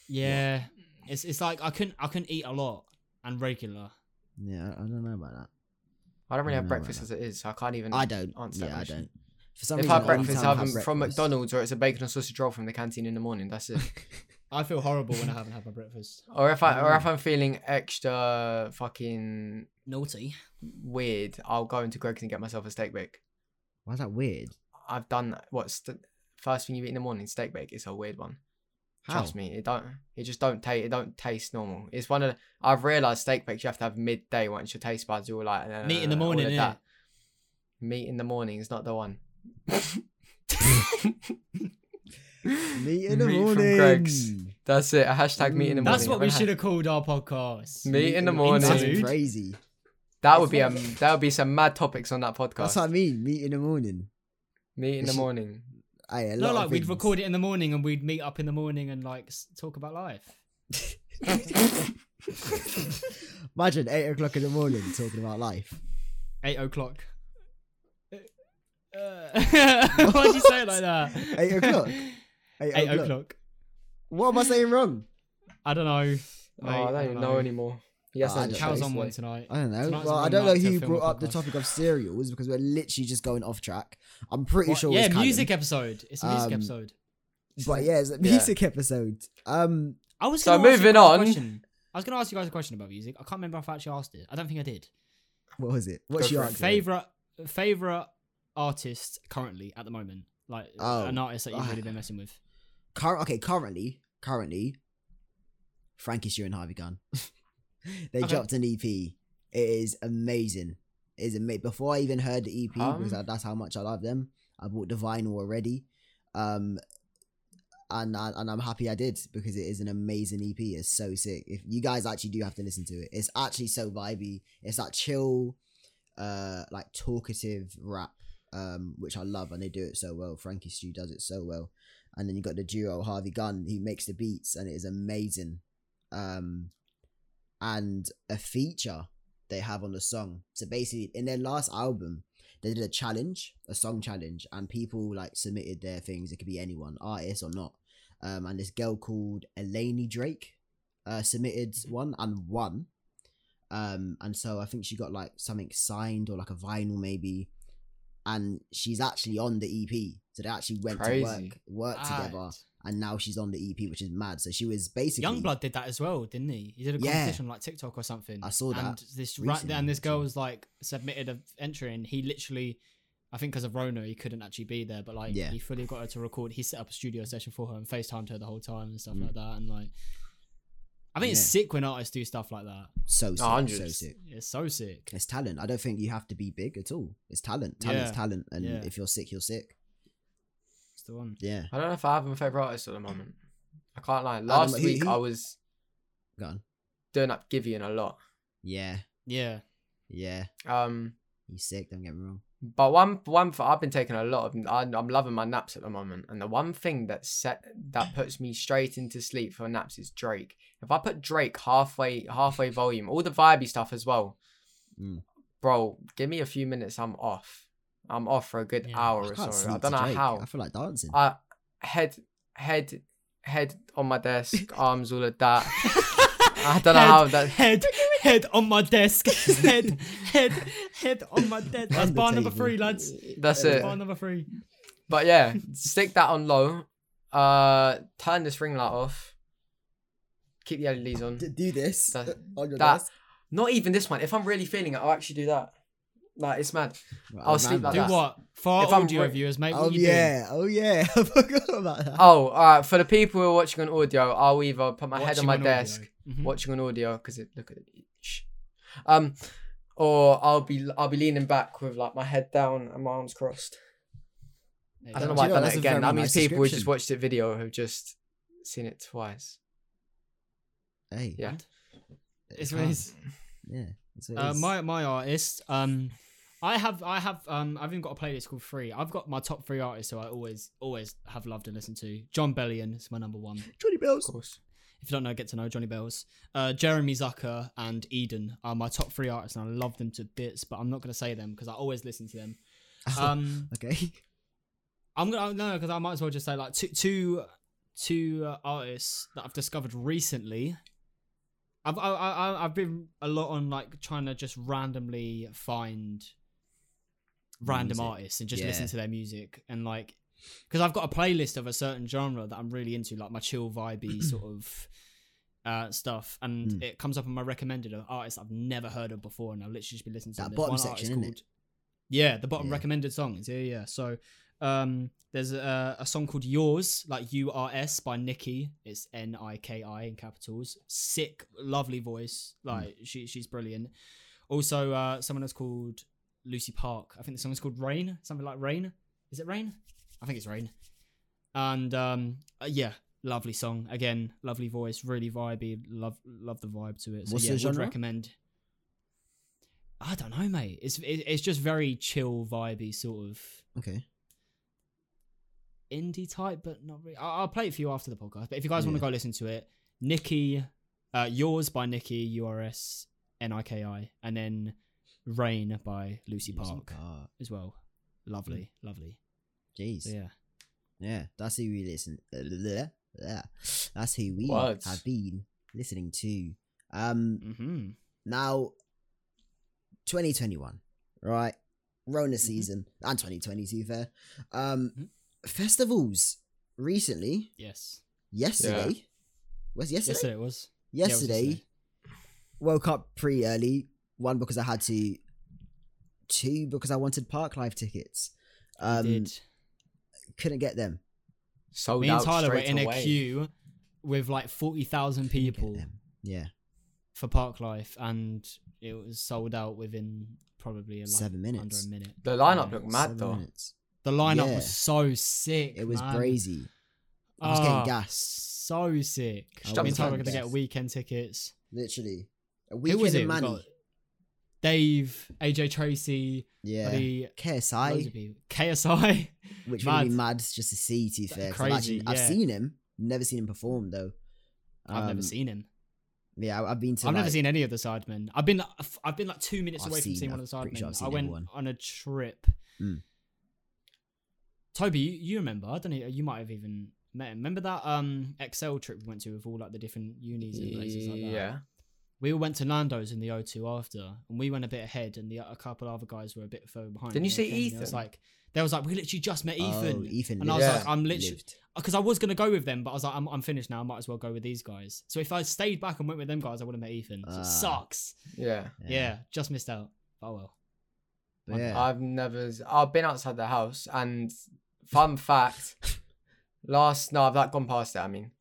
[SPEAKER 1] Yeah, it's it's like I couldn't I couldn't eat a lot and regular.
[SPEAKER 2] yeah, I I don't know about that.
[SPEAKER 3] I don't really
[SPEAKER 2] I
[SPEAKER 3] have
[SPEAKER 2] don't know about
[SPEAKER 3] breakfast as it is, so I can't even.
[SPEAKER 2] I don't.
[SPEAKER 3] Mm, answer that
[SPEAKER 2] Yeah, I
[SPEAKER 3] question.
[SPEAKER 2] don't. For some
[SPEAKER 3] if
[SPEAKER 2] reason,
[SPEAKER 3] I
[SPEAKER 2] the
[SPEAKER 3] have
[SPEAKER 2] only
[SPEAKER 3] breakfast,
[SPEAKER 2] time
[SPEAKER 3] I
[SPEAKER 2] I
[SPEAKER 3] have
[SPEAKER 2] have
[SPEAKER 3] them from
[SPEAKER 2] breakfast-
[SPEAKER 3] McDonald's or it's a bacon and sausage roll from the canteen in the morning. That's it.
[SPEAKER 1] I feel horrible when I haven't had my breakfast.
[SPEAKER 3] or if I or
[SPEAKER 2] Mm.
[SPEAKER 3] if I'm feeling extra fucking
[SPEAKER 1] Naughty.
[SPEAKER 3] weird, I'll go into Greg's and get myself a steak bake.
[SPEAKER 2] Why is that weird?
[SPEAKER 3] I've done that. What's the first thing you eat in the morning? Steak bake. It's a weird one.
[SPEAKER 2] How?
[SPEAKER 3] Trust me, it don't. It just don't taste. It don't taste normal. It's one of. The, I've realized steak bakes you have to have midday once your taste buds are all like uh,
[SPEAKER 1] Meat in the
[SPEAKER 3] all
[SPEAKER 1] morning,
[SPEAKER 3] of
[SPEAKER 1] innit?
[SPEAKER 3] that. Meat in the morning is not the one.
[SPEAKER 2] Meet in the
[SPEAKER 3] Meat from Greg's.
[SPEAKER 2] morning.
[SPEAKER 3] That's it. A hashtag meat in the
[SPEAKER 1] Mm,
[SPEAKER 3] morning.
[SPEAKER 1] That's what we
[SPEAKER 3] Everyone
[SPEAKER 1] should have called our podcast.
[SPEAKER 3] has- Meat in the
[SPEAKER 1] in-
[SPEAKER 3] morning.
[SPEAKER 2] That's
[SPEAKER 1] Dude.
[SPEAKER 2] crazy.
[SPEAKER 3] That would be um. That would be some mad topics on that podcast.
[SPEAKER 2] That's what I mean. Meet in the morning.
[SPEAKER 3] Meat in the
[SPEAKER 2] It's-
[SPEAKER 3] morning.
[SPEAKER 2] Aye, a
[SPEAKER 1] No,
[SPEAKER 2] lot
[SPEAKER 1] like
[SPEAKER 2] of
[SPEAKER 1] we'd
[SPEAKER 2] things.
[SPEAKER 1] record it in the morning and we'd meet up in the morning and like s- talk about life.
[SPEAKER 2] Imagine eight o'clock in the morning talking about life.
[SPEAKER 1] Eight o'clock. Uh, why'd you say it like that?
[SPEAKER 2] Eight o'clock? Eight,
[SPEAKER 1] Eight
[SPEAKER 2] o'clock.
[SPEAKER 1] o'clock.
[SPEAKER 2] What am I saying wrong?
[SPEAKER 1] I don't know. Mate,
[SPEAKER 3] Oh, I don't even know anymore. Yes,
[SPEAKER 2] Oh, I
[SPEAKER 3] I
[SPEAKER 2] don't know.
[SPEAKER 1] Cows on one tonight.
[SPEAKER 2] I don't know.
[SPEAKER 1] Tonight's
[SPEAKER 2] well,
[SPEAKER 1] a
[SPEAKER 2] I
[SPEAKER 1] long
[SPEAKER 2] don't know
[SPEAKER 1] night to
[SPEAKER 2] who
[SPEAKER 1] film a
[SPEAKER 2] brought up the
[SPEAKER 1] podcast.
[SPEAKER 2] topic of cereals because we're literally just going off track. I'm pretty
[SPEAKER 1] What?
[SPEAKER 2] sure.
[SPEAKER 1] yeah,
[SPEAKER 2] it's Callum.
[SPEAKER 1] music episode. It's a music
[SPEAKER 2] Um,
[SPEAKER 1] episode.
[SPEAKER 2] But yeah, it's a
[SPEAKER 3] Yeah.
[SPEAKER 2] music episode. Um,
[SPEAKER 1] I was
[SPEAKER 3] so
[SPEAKER 1] gonna ask you
[SPEAKER 3] moving
[SPEAKER 1] guys a
[SPEAKER 3] on.
[SPEAKER 1] question. I was going to ask you guys a question about music. I can't remember if I actually asked it. I don't think I did.
[SPEAKER 2] what was it? What's
[SPEAKER 3] Go
[SPEAKER 2] your
[SPEAKER 3] for it.
[SPEAKER 2] answer?
[SPEAKER 1] Favorite favorite artist currently at the moment, like
[SPEAKER 2] Oh.
[SPEAKER 1] an artist that you've really been messing with.
[SPEAKER 2] Cur- okay, currently, currently, Frankie Sheeran and Harvey Gunn. they
[SPEAKER 1] Okay.
[SPEAKER 2] dropped an EP. It is amazing. It is ama- Before I even heard the EP, because
[SPEAKER 3] Um.
[SPEAKER 2] I, that's how much I love them. I bought the vinyl already, um, and I, and I'm happy I did because it is an amazing EP. It's so sick. If you guys actually do have to listen to it, it's actually so vibey. It's that chill, uh, like talkative rap, um, which I love, and they do it so well. Frankie Stu does it so well and then you got the duo Harvey Gunn who makes the beats and it is amazing. Um, and a feature they have on the song. So basically, in their last album, they did a challenge, a song challenge, and people like submitted their things. It could be anyone, artist or not. Um, and this girl called Elaney Drake uh, submitted one and won. Um, and so I think she got like something signed or like a vinyl maybe. And she's actually on the EP. So they actually went
[SPEAKER 3] Crazy.
[SPEAKER 2] to work, work
[SPEAKER 1] Ah,
[SPEAKER 2] together.
[SPEAKER 1] Mad.
[SPEAKER 2] And now she's on the EP, which is mad. So she was basically.
[SPEAKER 1] Youngblood did that as well, didn't he? He did a
[SPEAKER 2] Yeah.
[SPEAKER 1] competition on, like TikTok or something.
[SPEAKER 2] I saw that
[SPEAKER 1] And this right
[SPEAKER 2] recently,
[SPEAKER 1] and this girl
[SPEAKER 2] actually.
[SPEAKER 1] was like submitted an entry, and he literally, I think, because of Rona, he couldn't actually be there, but like
[SPEAKER 2] Yeah.
[SPEAKER 1] he fully got her to record. He set up a studio session for her and FaceTimed her the whole time and stuff
[SPEAKER 2] Mm.
[SPEAKER 1] like that. And like, I think it's sick when artists do stuff like that.
[SPEAKER 2] So sick. So
[SPEAKER 3] 100.
[SPEAKER 2] sick.
[SPEAKER 1] It's so sick.
[SPEAKER 2] It's talent. I don't think you have to be big at all. It's talent. Talent's
[SPEAKER 1] Yeah.
[SPEAKER 2] talent. And
[SPEAKER 1] Yeah.
[SPEAKER 2] if you're sick, you're sick.
[SPEAKER 1] It's the one.
[SPEAKER 2] Yeah.
[SPEAKER 3] I don't know if I have a favorite artist at the moment. I can't lie. Last
[SPEAKER 2] who-
[SPEAKER 3] week
[SPEAKER 2] who-
[SPEAKER 3] I was
[SPEAKER 2] Go on.
[SPEAKER 3] doing up Givian a lot.
[SPEAKER 2] Yeah.
[SPEAKER 1] Yeah.
[SPEAKER 2] Yeah.
[SPEAKER 3] Um,
[SPEAKER 2] He's sick. Don't get me wrong.
[SPEAKER 3] but one one for I've been taking a lot of. I, I'm loving my naps at the moment, and the one thing that set that puts me straight into sleep for naps is Drake. If I put Drake halfway halfway volume, all the vibey stuff as well,
[SPEAKER 2] Mm.
[SPEAKER 3] bro. Give me a few minutes. I'm off. I'm off for a good
[SPEAKER 1] Yeah.
[SPEAKER 3] hour
[SPEAKER 2] I
[SPEAKER 3] or
[SPEAKER 2] can't
[SPEAKER 3] so.
[SPEAKER 2] sleep
[SPEAKER 3] I don't
[SPEAKER 2] to
[SPEAKER 3] know
[SPEAKER 2] Drake.
[SPEAKER 3] how.
[SPEAKER 2] I feel like dancing.
[SPEAKER 3] I head head head on my desk, arms all of that. I don't know
[SPEAKER 1] Head.
[SPEAKER 3] how that
[SPEAKER 1] Head, head on my desk. head, head, head on my desk. That's bar number
[SPEAKER 2] Undertaker.
[SPEAKER 1] three, lads.
[SPEAKER 3] That's
[SPEAKER 1] That's
[SPEAKER 3] it.
[SPEAKER 1] bar number three.
[SPEAKER 3] But yeah, stick that on low. Uh, turn this ring light off. Keep the LEDs on.
[SPEAKER 2] D- do this
[SPEAKER 3] That-
[SPEAKER 2] on your
[SPEAKER 3] that-
[SPEAKER 2] desk.
[SPEAKER 3] Not even this one. If I'm really feeling it, I'll actually do that. Like it's mad.
[SPEAKER 2] Right,
[SPEAKER 3] I'll
[SPEAKER 2] I'm
[SPEAKER 3] sleep
[SPEAKER 2] mad.
[SPEAKER 1] Do
[SPEAKER 3] That's-
[SPEAKER 1] what? For our
[SPEAKER 3] If I'm
[SPEAKER 1] audio
[SPEAKER 3] re-
[SPEAKER 1] viewers, mate, what
[SPEAKER 2] Oh
[SPEAKER 1] you doing?
[SPEAKER 2] yeah. Oh yeah. I forgot about that.
[SPEAKER 3] Oh, all right. For the people who are watching on audio, I'll either put my head
[SPEAKER 1] Watching
[SPEAKER 3] on my
[SPEAKER 1] audio.
[SPEAKER 3] desk,
[SPEAKER 1] Mhm.
[SPEAKER 3] watching on audio, because it look at it. Shh. Um, or I'll be I'll be leaning back with like my head down and my arms crossed.
[SPEAKER 1] There you
[SPEAKER 3] I don't know
[SPEAKER 1] go.
[SPEAKER 3] why
[SPEAKER 2] Do you know,
[SPEAKER 3] I've done
[SPEAKER 2] that's a
[SPEAKER 3] that again.
[SPEAKER 2] very
[SPEAKER 3] That means
[SPEAKER 2] nice
[SPEAKER 3] people who just
[SPEAKER 2] description.
[SPEAKER 3] watched the video have just seen it twice.
[SPEAKER 2] Hey.
[SPEAKER 3] Yeah.
[SPEAKER 1] It's what it is.
[SPEAKER 2] Yeah. It's what Ah, it
[SPEAKER 1] Uh,
[SPEAKER 2] is.
[SPEAKER 1] my my artist. Um, I have I have um I've even got a playlist called Free. I've got my top three artists who I always always have loved and listened to. John Bellion is my number one.
[SPEAKER 2] Johnny
[SPEAKER 3] Of
[SPEAKER 2] Bells.
[SPEAKER 3] course.
[SPEAKER 1] If you don't know, get to know Johnny Bells. Uh, Jeremy Zucker and Eden are my top three artists, and I love them to bits. But I'm not gonna say them because I always listen to them. Um,
[SPEAKER 2] Okay.
[SPEAKER 1] I'm gonna no because I might as well just say like two two two uh, artists that I've discovered recently. I've I, I I- I've been a lot on like trying to just randomly find random
[SPEAKER 2] Music.
[SPEAKER 1] artists and just listen
[SPEAKER 2] Yeah.
[SPEAKER 1] to their music and like because I've got a playlist of a certain genre that I'm really into, like my chill vibey sort of uh stuff, and
[SPEAKER 2] Mm.
[SPEAKER 1] it comes up in my recommended of artists I've never heard of before, and I've literally just been listening to
[SPEAKER 2] That
[SPEAKER 1] them. There's
[SPEAKER 2] bottom
[SPEAKER 1] one artist
[SPEAKER 2] section, innit?
[SPEAKER 1] called- Yeah, the bottom
[SPEAKER 2] Yeah.
[SPEAKER 1] recommended songs. Yeah, yeah. So Um, there's a, a song called Yours, like U R S by Nikki. It's N I K I in capitals. Sick, lovely voice.
[SPEAKER 2] Hmm.
[SPEAKER 1] Like she, she's brilliant. Also, uh, someone that's called Lucy Park. I think the song is called Rain. Something like Rain. Is it Rain? I think it's Rain. And um, uh, yeah, lovely song. Again, lovely voice, really vibey. Love, love the vibe to it. So
[SPEAKER 2] What's
[SPEAKER 1] yeah,
[SPEAKER 2] the
[SPEAKER 1] would
[SPEAKER 2] genre?
[SPEAKER 1] recommend. I don't know, mate. It's it, it's just very chill, vibey sort of
[SPEAKER 2] Okay.
[SPEAKER 1] indie type, but not really. I'll, I'll play it for you after the podcast. But if you guys want to go listen to it, Nikki, uh, yours by Nikki U R S N I K I, and then Rain by Lucy Park
[SPEAKER 2] Park.
[SPEAKER 1] as well.
[SPEAKER 2] Mm.
[SPEAKER 1] Lovely, lovely.
[SPEAKER 2] Jeez.
[SPEAKER 1] So
[SPEAKER 2] yeah.
[SPEAKER 1] yeah,
[SPEAKER 2] That's who we listen. uh, bleh, bleh. That's who we
[SPEAKER 3] Words.
[SPEAKER 2] have been listening to. Um.
[SPEAKER 1] mm-hmm.
[SPEAKER 2] Now, 2021, right? Rona
[SPEAKER 1] Mhm.
[SPEAKER 2] season and 2020, to be fair. Um,
[SPEAKER 1] Mhm.
[SPEAKER 2] festivals recently,
[SPEAKER 1] yes.
[SPEAKER 2] yesterday. Was it yesterday?
[SPEAKER 1] Yesterday it was. Yeah, it was
[SPEAKER 2] yesterday, woke up pretty early. One because I had to. Two because I wanted Park Life tickets.
[SPEAKER 1] I
[SPEAKER 2] Um,
[SPEAKER 1] did.
[SPEAKER 2] couldn't get them.
[SPEAKER 3] Sold
[SPEAKER 1] Me and
[SPEAKER 3] out
[SPEAKER 1] Tyler were
[SPEAKER 3] Oh, straight
[SPEAKER 1] in
[SPEAKER 3] away.
[SPEAKER 1] a queue with like forty thousand
[SPEAKER 2] Couldn't get
[SPEAKER 1] people
[SPEAKER 2] them. Yeah,
[SPEAKER 1] for Park Life, and it was sold out within probably like
[SPEAKER 2] Seven
[SPEAKER 1] under
[SPEAKER 2] minutes.
[SPEAKER 1] a minute.
[SPEAKER 3] The lineup
[SPEAKER 1] Yeah.
[SPEAKER 3] looked mad
[SPEAKER 2] Seven
[SPEAKER 3] though.
[SPEAKER 2] minutes.
[SPEAKER 1] The lineup
[SPEAKER 2] Yeah.
[SPEAKER 1] was so sick.
[SPEAKER 2] It was
[SPEAKER 1] man.
[SPEAKER 2] crazy. I was getting
[SPEAKER 1] Ah,
[SPEAKER 2] gas.
[SPEAKER 1] So sick.
[SPEAKER 2] I
[SPEAKER 1] I mean,
[SPEAKER 2] was
[SPEAKER 1] so we're
[SPEAKER 2] getting
[SPEAKER 1] going to get
[SPEAKER 2] gas.
[SPEAKER 1] weekend tickets.
[SPEAKER 2] Literally, a
[SPEAKER 1] Who was
[SPEAKER 2] weekend
[SPEAKER 1] it?
[SPEAKER 2] in
[SPEAKER 1] We
[SPEAKER 2] Manny.
[SPEAKER 1] got Dave, AJ Tracy,
[SPEAKER 2] Yeah,
[SPEAKER 1] buddy, loads of
[SPEAKER 2] KSI,
[SPEAKER 1] people. KSI.
[SPEAKER 2] which would be
[SPEAKER 1] Mad.
[SPEAKER 2] mad just to see. To be fair, 'cause I've,
[SPEAKER 1] Crazy,
[SPEAKER 2] actually, I've
[SPEAKER 1] yeah.
[SPEAKER 2] seen him, never seen him perform though.
[SPEAKER 1] I've never
[SPEAKER 2] Um,
[SPEAKER 1] seen him.
[SPEAKER 2] Yeah, I- I've been to.
[SPEAKER 1] I've never
[SPEAKER 2] like-
[SPEAKER 1] seen any of the Sidemen. I've been I've been like two minutes
[SPEAKER 2] I've
[SPEAKER 1] away from
[SPEAKER 2] seen-
[SPEAKER 1] seeing one
[SPEAKER 2] I'm
[SPEAKER 1] of the Sidemen.
[SPEAKER 2] pretty sure I've seen
[SPEAKER 1] I went
[SPEAKER 2] everyone.
[SPEAKER 1] on a trip.
[SPEAKER 2] Mm.
[SPEAKER 1] Toby, you, you remember? I don't know. You might have even met him. Remember that um Excel trip we went to with all like the different unis and places like that.
[SPEAKER 3] Yeah.
[SPEAKER 1] we all went to Nando's in the O2 after, and we went a bit ahead, and the a couple other guys were a bit further behind.
[SPEAKER 3] Didn't you
[SPEAKER 1] And they
[SPEAKER 3] see
[SPEAKER 1] came, and It was
[SPEAKER 3] Ethan?
[SPEAKER 1] like they was like we literally just met
[SPEAKER 2] Oh,
[SPEAKER 1] Ethan,
[SPEAKER 2] Ethan.
[SPEAKER 1] and I was
[SPEAKER 2] lived.
[SPEAKER 3] Yeah.
[SPEAKER 1] like I'm literally
[SPEAKER 2] Lived.
[SPEAKER 1] because I was gonna go with them, but I was like I'm, I'm finished now. I might as well go with these guys. So if I stayed back and went with them guys, I would have met Ethan. So
[SPEAKER 2] Ah.
[SPEAKER 1] it sucks.
[SPEAKER 3] Yeah.
[SPEAKER 1] Yeah. just missed out. Oh well.
[SPEAKER 2] But yeah.
[SPEAKER 3] I've never. I've been outside the house, and fun fact, last no, I've like gone past it. I mean,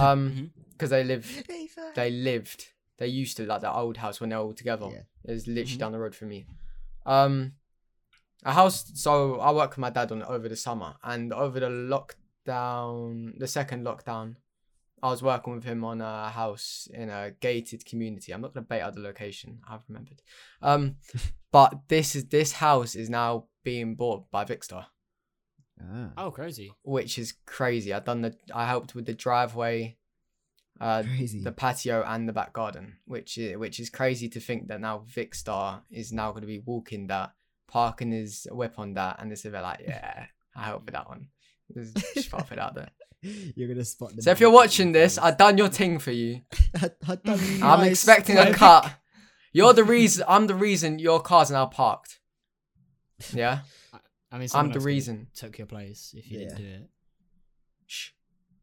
[SPEAKER 3] um, because they live, they lived, they used to like the old house when they were all together.
[SPEAKER 2] Yeah.
[SPEAKER 3] It was literally
[SPEAKER 1] Mhm.
[SPEAKER 3] down the road from me. Um, a house. So I worked with my dad on it over the summer, and over the lockdown, the second lockdown, I was working with him on a house in a gated community. I'm not gonna bait out the location. I've remembered. Um, but this is this house is now being bought by Vicstar,
[SPEAKER 2] Ah.
[SPEAKER 4] Oh, crazy.
[SPEAKER 3] which is crazy. I've done the. I helped with the driveway. Uh,
[SPEAKER 2] crazy.
[SPEAKER 3] the patio and the back garden, which is which is crazy to think that now Vic Star is now going to be walking that, parking his whip on that, and it's a bit like, yeah, I helped with that one. Just just pop it out there.
[SPEAKER 2] You're gonna spot the.
[SPEAKER 3] So if you're watching this, I've done your thing for you. I'm expecting a cut. You're the reason. I'm the reason your car's now parked. Yeah,
[SPEAKER 1] I mean, someone else
[SPEAKER 3] I'm the
[SPEAKER 1] could've
[SPEAKER 3] reason.
[SPEAKER 1] Took your place if you
[SPEAKER 2] Yeah.
[SPEAKER 1] didn't do it.
[SPEAKER 3] Shh.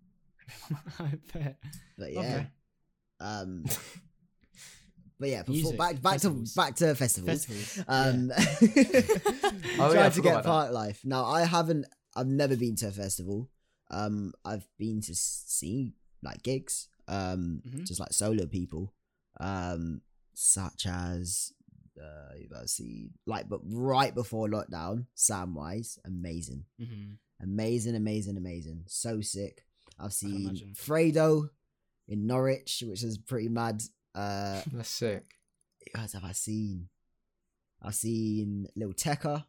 [SPEAKER 1] I bet.
[SPEAKER 2] But yeah.
[SPEAKER 3] Okay.
[SPEAKER 2] Um. But yeah, before,
[SPEAKER 1] Music,
[SPEAKER 2] back back
[SPEAKER 1] festivals.
[SPEAKER 2] to back to festivals.
[SPEAKER 1] Festivals.
[SPEAKER 2] Um,
[SPEAKER 3] Oh,
[SPEAKER 2] trying
[SPEAKER 3] yeah, I
[SPEAKER 2] to
[SPEAKER 3] forgot
[SPEAKER 2] get
[SPEAKER 3] about that.
[SPEAKER 2] park life. Now I haven't. I've never been to a festival. Um, I've been to see like gigs. Um,
[SPEAKER 3] Mm-hmm.
[SPEAKER 1] Mhm.
[SPEAKER 2] just like solo people. Um, such as uh, you've got to see like, but right before lockdown, Samwise, amazing,
[SPEAKER 1] Mhm.
[SPEAKER 2] amazing, amazing, amazing, so sick. I've seen
[SPEAKER 1] imagine.
[SPEAKER 2] Fredo in Norwich, which is pretty mad. Uh,
[SPEAKER 3] That's sick.
[SPEAKER 2] guys have I seen? I've seen Lil Tecca.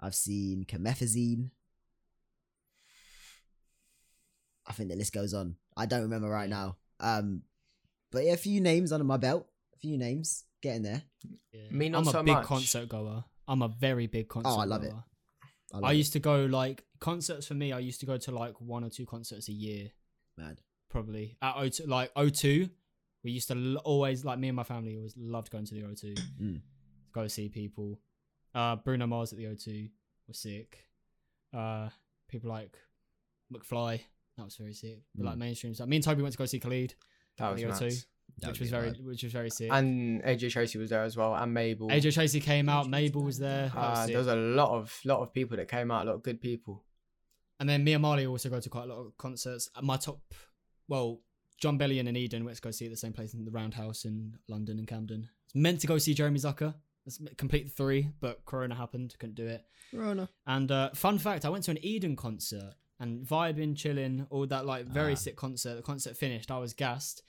[SPEAKER 2] I've seen Comethazine. I think the list goes on. I don't remember right now. Um, but yeah, a few names under my belt. A few names getting there.
[SPEAKER 1] Yeah.
[SPEAKER 3] Me not
[SPEAKER 1] I'm a
[SPEAKER 3] so
[SPEAKER 1] big
[SPEAKER 3] much.
[SPEAKER 1] concert goer. I'm a very big concert.
[SPEAKER 2] Oh, I love it.
[SPEAKER 1] goer.
[SPEAKER 2] love
[SPEAKER 1] I
[SPEAKER 2] it,
[SPEAKER 1] used to go like concerts for me. I used to go to like one or two concerts a year,
[SPEAKER 2] man.
[SPEAKER 1] probably at O2, like O2. We used to l- always like me and my family always loved going to the O2,
[SPEAKER 2] Mm.
[SPEAKER 1] go see people. Uh, Bruno Mars at the O2 was sick. Uh, people like McFly, that was very sick. But,
[SPEAKER 2] Mm.
[SPEAKER 1] Like mainstream stuff. Me and Toby went to go see Khalid.
[SPEAKER 3] That was
[SPEAKER 1] Leo too.
[SPEAKER 3] nuts.
[SPEAKER 4] That would
[SPEAKER 1] which was
[SPEAKER 4] be
[SPEAKER 1] very,
[SPEAKER 4] alright.
[SPEAKER 1] which was very sick.
[SPEAKER 3] and AJ Tracy was there as well, and Mabel.
[SPEAKER 1] AJ Tracy came out. Mabel was there. That was
[SPEAKER 3] uh,
[SPEAKER 1] sick.
[SPEAKER 3] there was a lot of lot of people that came out, a lot of good people.
[SPEAKER 1] And then me and Marley also go to quite a lot of concerts. Uh, My top, well, John Bellion and Eden. Let's go see at the same place in the Roundhouse in London and Camden. It's meant to go see Jeremy Zucker. It's m- complete three, but Corona happened, couldn't do it.
[SPEAKER 2] Corona.
[SPEAKER 1] And uh, fun fact, I went to an Eden concert and vibing, chilling, all that like very
[SPEAKER 4] Ah.
[SPEAKER 1] sick concert. The concert finished, I was gassed.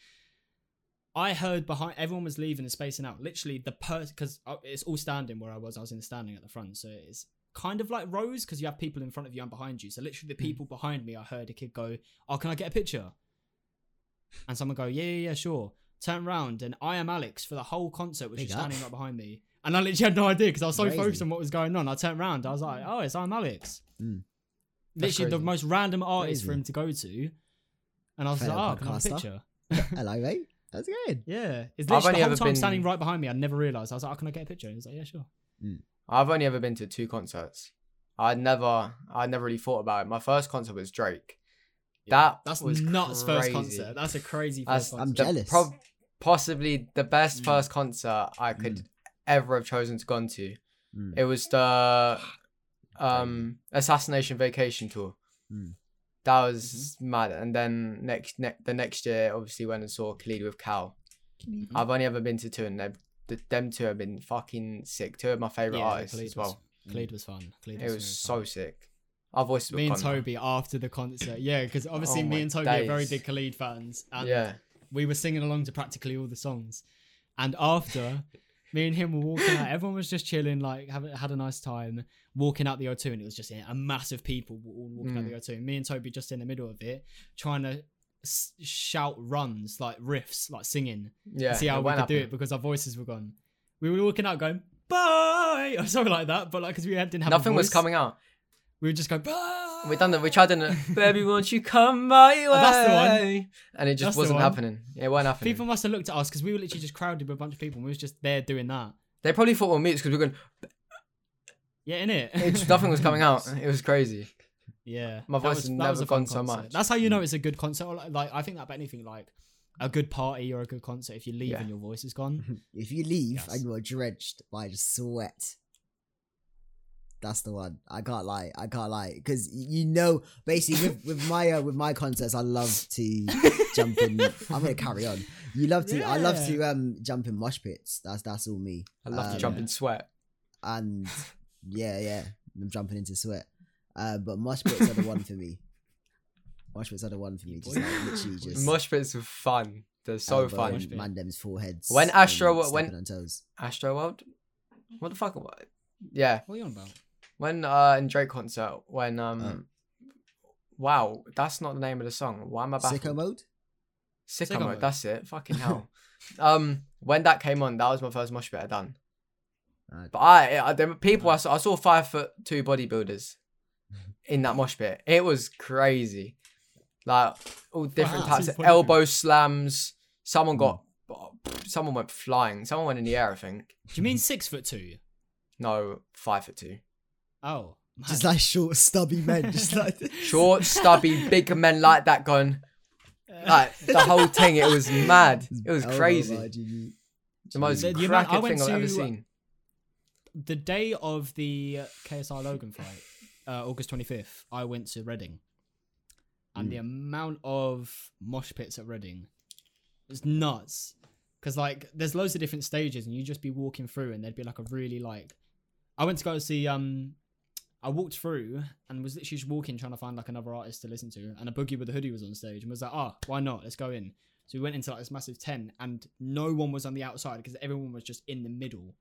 [SPEAKER 1] I heard behind everyone was leaving and spacing out. Literally, the person because it's all standing where I was. I was in the standing at the front, so it's kind of like rows because you have people in front of you and behind you. So literally,
[SPEAKER 4] Hmm.
[SPEAKER 1] the people behind me, I heard a kid go, "Oh, can I get a picture?" And someone go, "Yeah, yeah, yeah, sure." Turn round and I am Alex for the whole concert was
[SPEAKER 4] Big
[SPEAKER 1] just
[SPEAKER 4] up.
[SPEAKER 1] standing right behind me, and I literally had no idea because I was so
[SPEAKER 2] Crazy.
[SPEAKER 1] focused on what was going on. I turned round, I was like, "Oh, it's I'm Alex."
[SPEAKER 2] Mm.
[SPEAKER 3] That's
[SPEAKER 1] Literally, the
[SPEAKER 3] crazy.
[SPEAKER 1] most random artist for
[SPEAKER 2] Crazy.
[SPEAKER 1] him to go to, and I was
[SPEAKER 2] Fellow
[SPEAKER 1] like, "Oh, can I have a
[SPEAKER 2] podcaster.
[SPEAKER 1] picture?"
[SPEAKER 2] Hello, mate. That's good.
[SPEAKER 1] Yeah, it's literally
[SPEAKER 3] I've only
[SPEAKER 1] the whole
[SPEAKER 3] ever
[SPEAKER 1] time standing
[SPEAKER 3] been-
[SPEAKER 1] right behind me. I never realised. I was like, oh, "Can I get a picture?" And he was like, "Yeah, sure."
[SPEAKER 3] I've only ever been to two concerts. I'd never, I never really thought about it. My first concert was Drake. That
[SPEAKER 1] That's
[SPEAKER 3] was
[SPEAKER 1] nuts. First
[SPEAKER 3] crazy.
[SPEAKER 1] concert. That's a crazy
[SPEAKER 3] That's-
[SPEAKER 1] first
[SPEAKER 2] I'm
[SPEAKER 1] concert.
[SPEAKER 3] the
[SPEAKER 2] jealous.
[SPEAKER 3] prob- possibly the best
[SPEAKER 1] Mm.
[SPEAKER 3] first concert I could ever have chosen to gone to.
[SPEAKER 2] Mm.
[SPEAKER 1] Hmm.
[SPEAKER 3] It was the um assassination vacation tour.
[SPEAKER 2] Mm.
[SPEAKER 3] That was
[SPEAKER 1] Mm-hmm.
[SPEAKER 3] mad. And then next ne- the next year, obviously went and saw Khalid with Cal.
[SPEAKER 2] Khalid.
[SPEAKER 1] Mm.
[SPEAKER 3] I've only ever been to two, and they've- th- them two have been fucking sick. Two of my favorite artists
[SPEAKER 1] Khalid
[SPEAKER 3] as well.
[SPEAKER 1] Was, Khalid was fun. Khalid
[SPEAKER 3] It
[SPEAKER 1] was,
[SPEAKER 3] was
[SPEAKER 1] very
[SPEAKER 3] so
[SPEAKER 1] fun.
[SPEAKER 3] sick. Our voices were
[SPEAKER 1] Me and
[SPEAKER 3] gone now.
[SPEAKER 1] Toby after the concert, yeah, because obviously
[SPEAKER 3] Oh
[SPEAKER 1] me
[SPEAKER 3] my
[SPEAKER 1] and Toby are very
[SPEAKER 3] days.
[SPEAKER 1] big Khalid fans, and
[SPEAKER 3] Yeah,
[SPEAKER 1] we were singing along to practically all the songs. And after, me and him were walking out. Everyone was just chilling, like having had a nice time walking out the O2, and it was just yeah, a mass of people were all walking out
[SPEAKER 3] Mm.
[SPEAKER 1] the O2. And me and Toby just in the middle of it, trying to s- shout runs like riffs, like singing,
[SPEAKER 3] yeah.
[SPEAKER 1] and see how we
[SPEAKER 3] went
[SPEAKER 1] could do
[SPEAKER 3] up
[SPEAKER 1] it because our voices were gone. We were walking out going bye or something like that, but like because we didn't have
[SPEAKER 3] and-
[SPEAKER 1] a
[SPEAKER 3] Nothing was
[SPEAKER 1] voice,
[SPEAKER 3] coming out.
[SPEAKER 1] We were just going bye.
[SPEAKER 3] We done the we tried doing it. Baby, won't you come my way?
[SPEAKER 1] Oh, that's the one.
[SPEAKER 3] And it just
[SPEAKER 1] That's the
[SPEAKER 3] wasn't
[SPEAKER 1] one.
[SPEAKER 3] happening. It wasn't happening.
[SPEAKER 1] People must have looked at us because we were literally just crowded with a bunch of people. and We was just there doing that.
[SPEAKER 3] They probably thought we were mutes because we were going.
[SPEAKER 1] Yeah, in it.
[SPEAKER 3] It's, nothing was coming out. It was crazy.
[SPEAKER 1] Yeah,
[SPEAKER 3] My voice has
[SPEAKER 1] that
[SPEAKER 3] never
[SPEAKER 1] a fun
[SPEAKER 3] gone so
[SPEAKER 1] concert.
[SPEAKER 3] much.
[SPEAKER 1] That's how you know it's a good concert. Or, Like, like, I think that about anything, like a good party or a good concert, if you leave
[SPEAKER 3] Yeah.
[SPEAKER 1] and your voice is gone,
[SPEAKER 2] If you leave
[SPEAKER 1] Yes.
[SPEAKER 2] and you are drenched by just sweat, that's the one. I can't lie. I can't lie because you know, basically, with, with my uh, with my concerts, I love to jump in. I'm gonna carry on. You love to. I love to um jump in mosh pits. That's that's all me.
[SPEAKER 3] I
[SPEAKER 1] Ah,
[SPEAKER 3] love
[SPEAKER 2] Um,
[SPEAKER 3] to jump in sweat.
[SPEAKER 2] And yeah, yeah, I'm jumping into sweat. Uh, but mosh pits are the one for me. Mosh pits are the one for me. Just like, literally just
[SPEAKER 3] Mosh pits are fun. They're so
[SPEAKER 2] elbow
[SPEAKER 3] fun.
[SPEAKER 1] Mosh
[SPEAKER 2] and
[SPEAKER 1] pit.
[SPEAKER 2] Mandem's foreheads.
[SPEAKER 3] When Astro-
[SPEAKER 2] and
[SPEAKER 3] when-
[SPEAKER 2] stepping on toes.
[SPEAKER 3] Astro World. What the fuck? What? Yeah.
[SPEAKER 1] what are you on about?
[SPEAKER 3] When uh in Drake concert when um. Wow, that's not the name of the song. Why am I baffled?
[SPEAKER 2] Sicko mode.
[SPEAKER 3] Sicko
[SPEAKER 1] Sicko
[SPEAKER 3] mode,
[SPEAKER 1] mode.
[SPEAKER 3] That's it. Fucking hell. um, when that came on, that was my first mosh pit I done.
[SPEAKER 2] Right.
[SPEAKER 3] But I, I the people I saw, I saw five foot two bodybuilders in that mosh pit. It was crazy, like all different
[SPEAKER 1] Wow.
[SPEAKER 3] types
[SPEAKER 1] Two
[SPEAKER 3] of
[SPEAKER 1] bodybuilders.
[SPEAKER 3] elbow slams. Someone got, someone went flying. Someone went in the air. I think
[SPEAKER 1] Do you mean six foot two?
[SPEAKER 3] no, five foot two.
[SPEAKER 1] Oh, man.
[SPEAKER 2] Just like short, stubby men, just like
[SPEAKER 3] Short, stubby, big men like that going
[SPEAKER 1] Uh,
[SPEAKER 3] like the whole thing. It was mad. It was
[SPEAKER 2] Elbow
[SPEAKER 3] crazy.
[SPEAKER 2] RGB.
[SPEAKER 3] The most
[SPEAKER 1] The-
[SPEAKER 3] cracking
[SPEAKER 1] the amount- I went
[SPEAKER 3] thing I've ever
[SPEAKER 1] to- uh,
[SPEAKER 3] seen.
[SPEAKER 1] the day of the KSI Logan fight, uh, August 25th, I went to Reading. And the amount of mosh pits at Reading was nuts. Because, like, there's loads of different stages, and you'd just be walking through, and there'd be like a really, like. I went to go see, um, I walked through and was literally just walking, trying to find like another artist to listen to. And a boogie with a hoodie was on stage and was like, oh, why not? Let's go in. So we went into like this massive tent, and no one was on the outside because everyone was just in the middle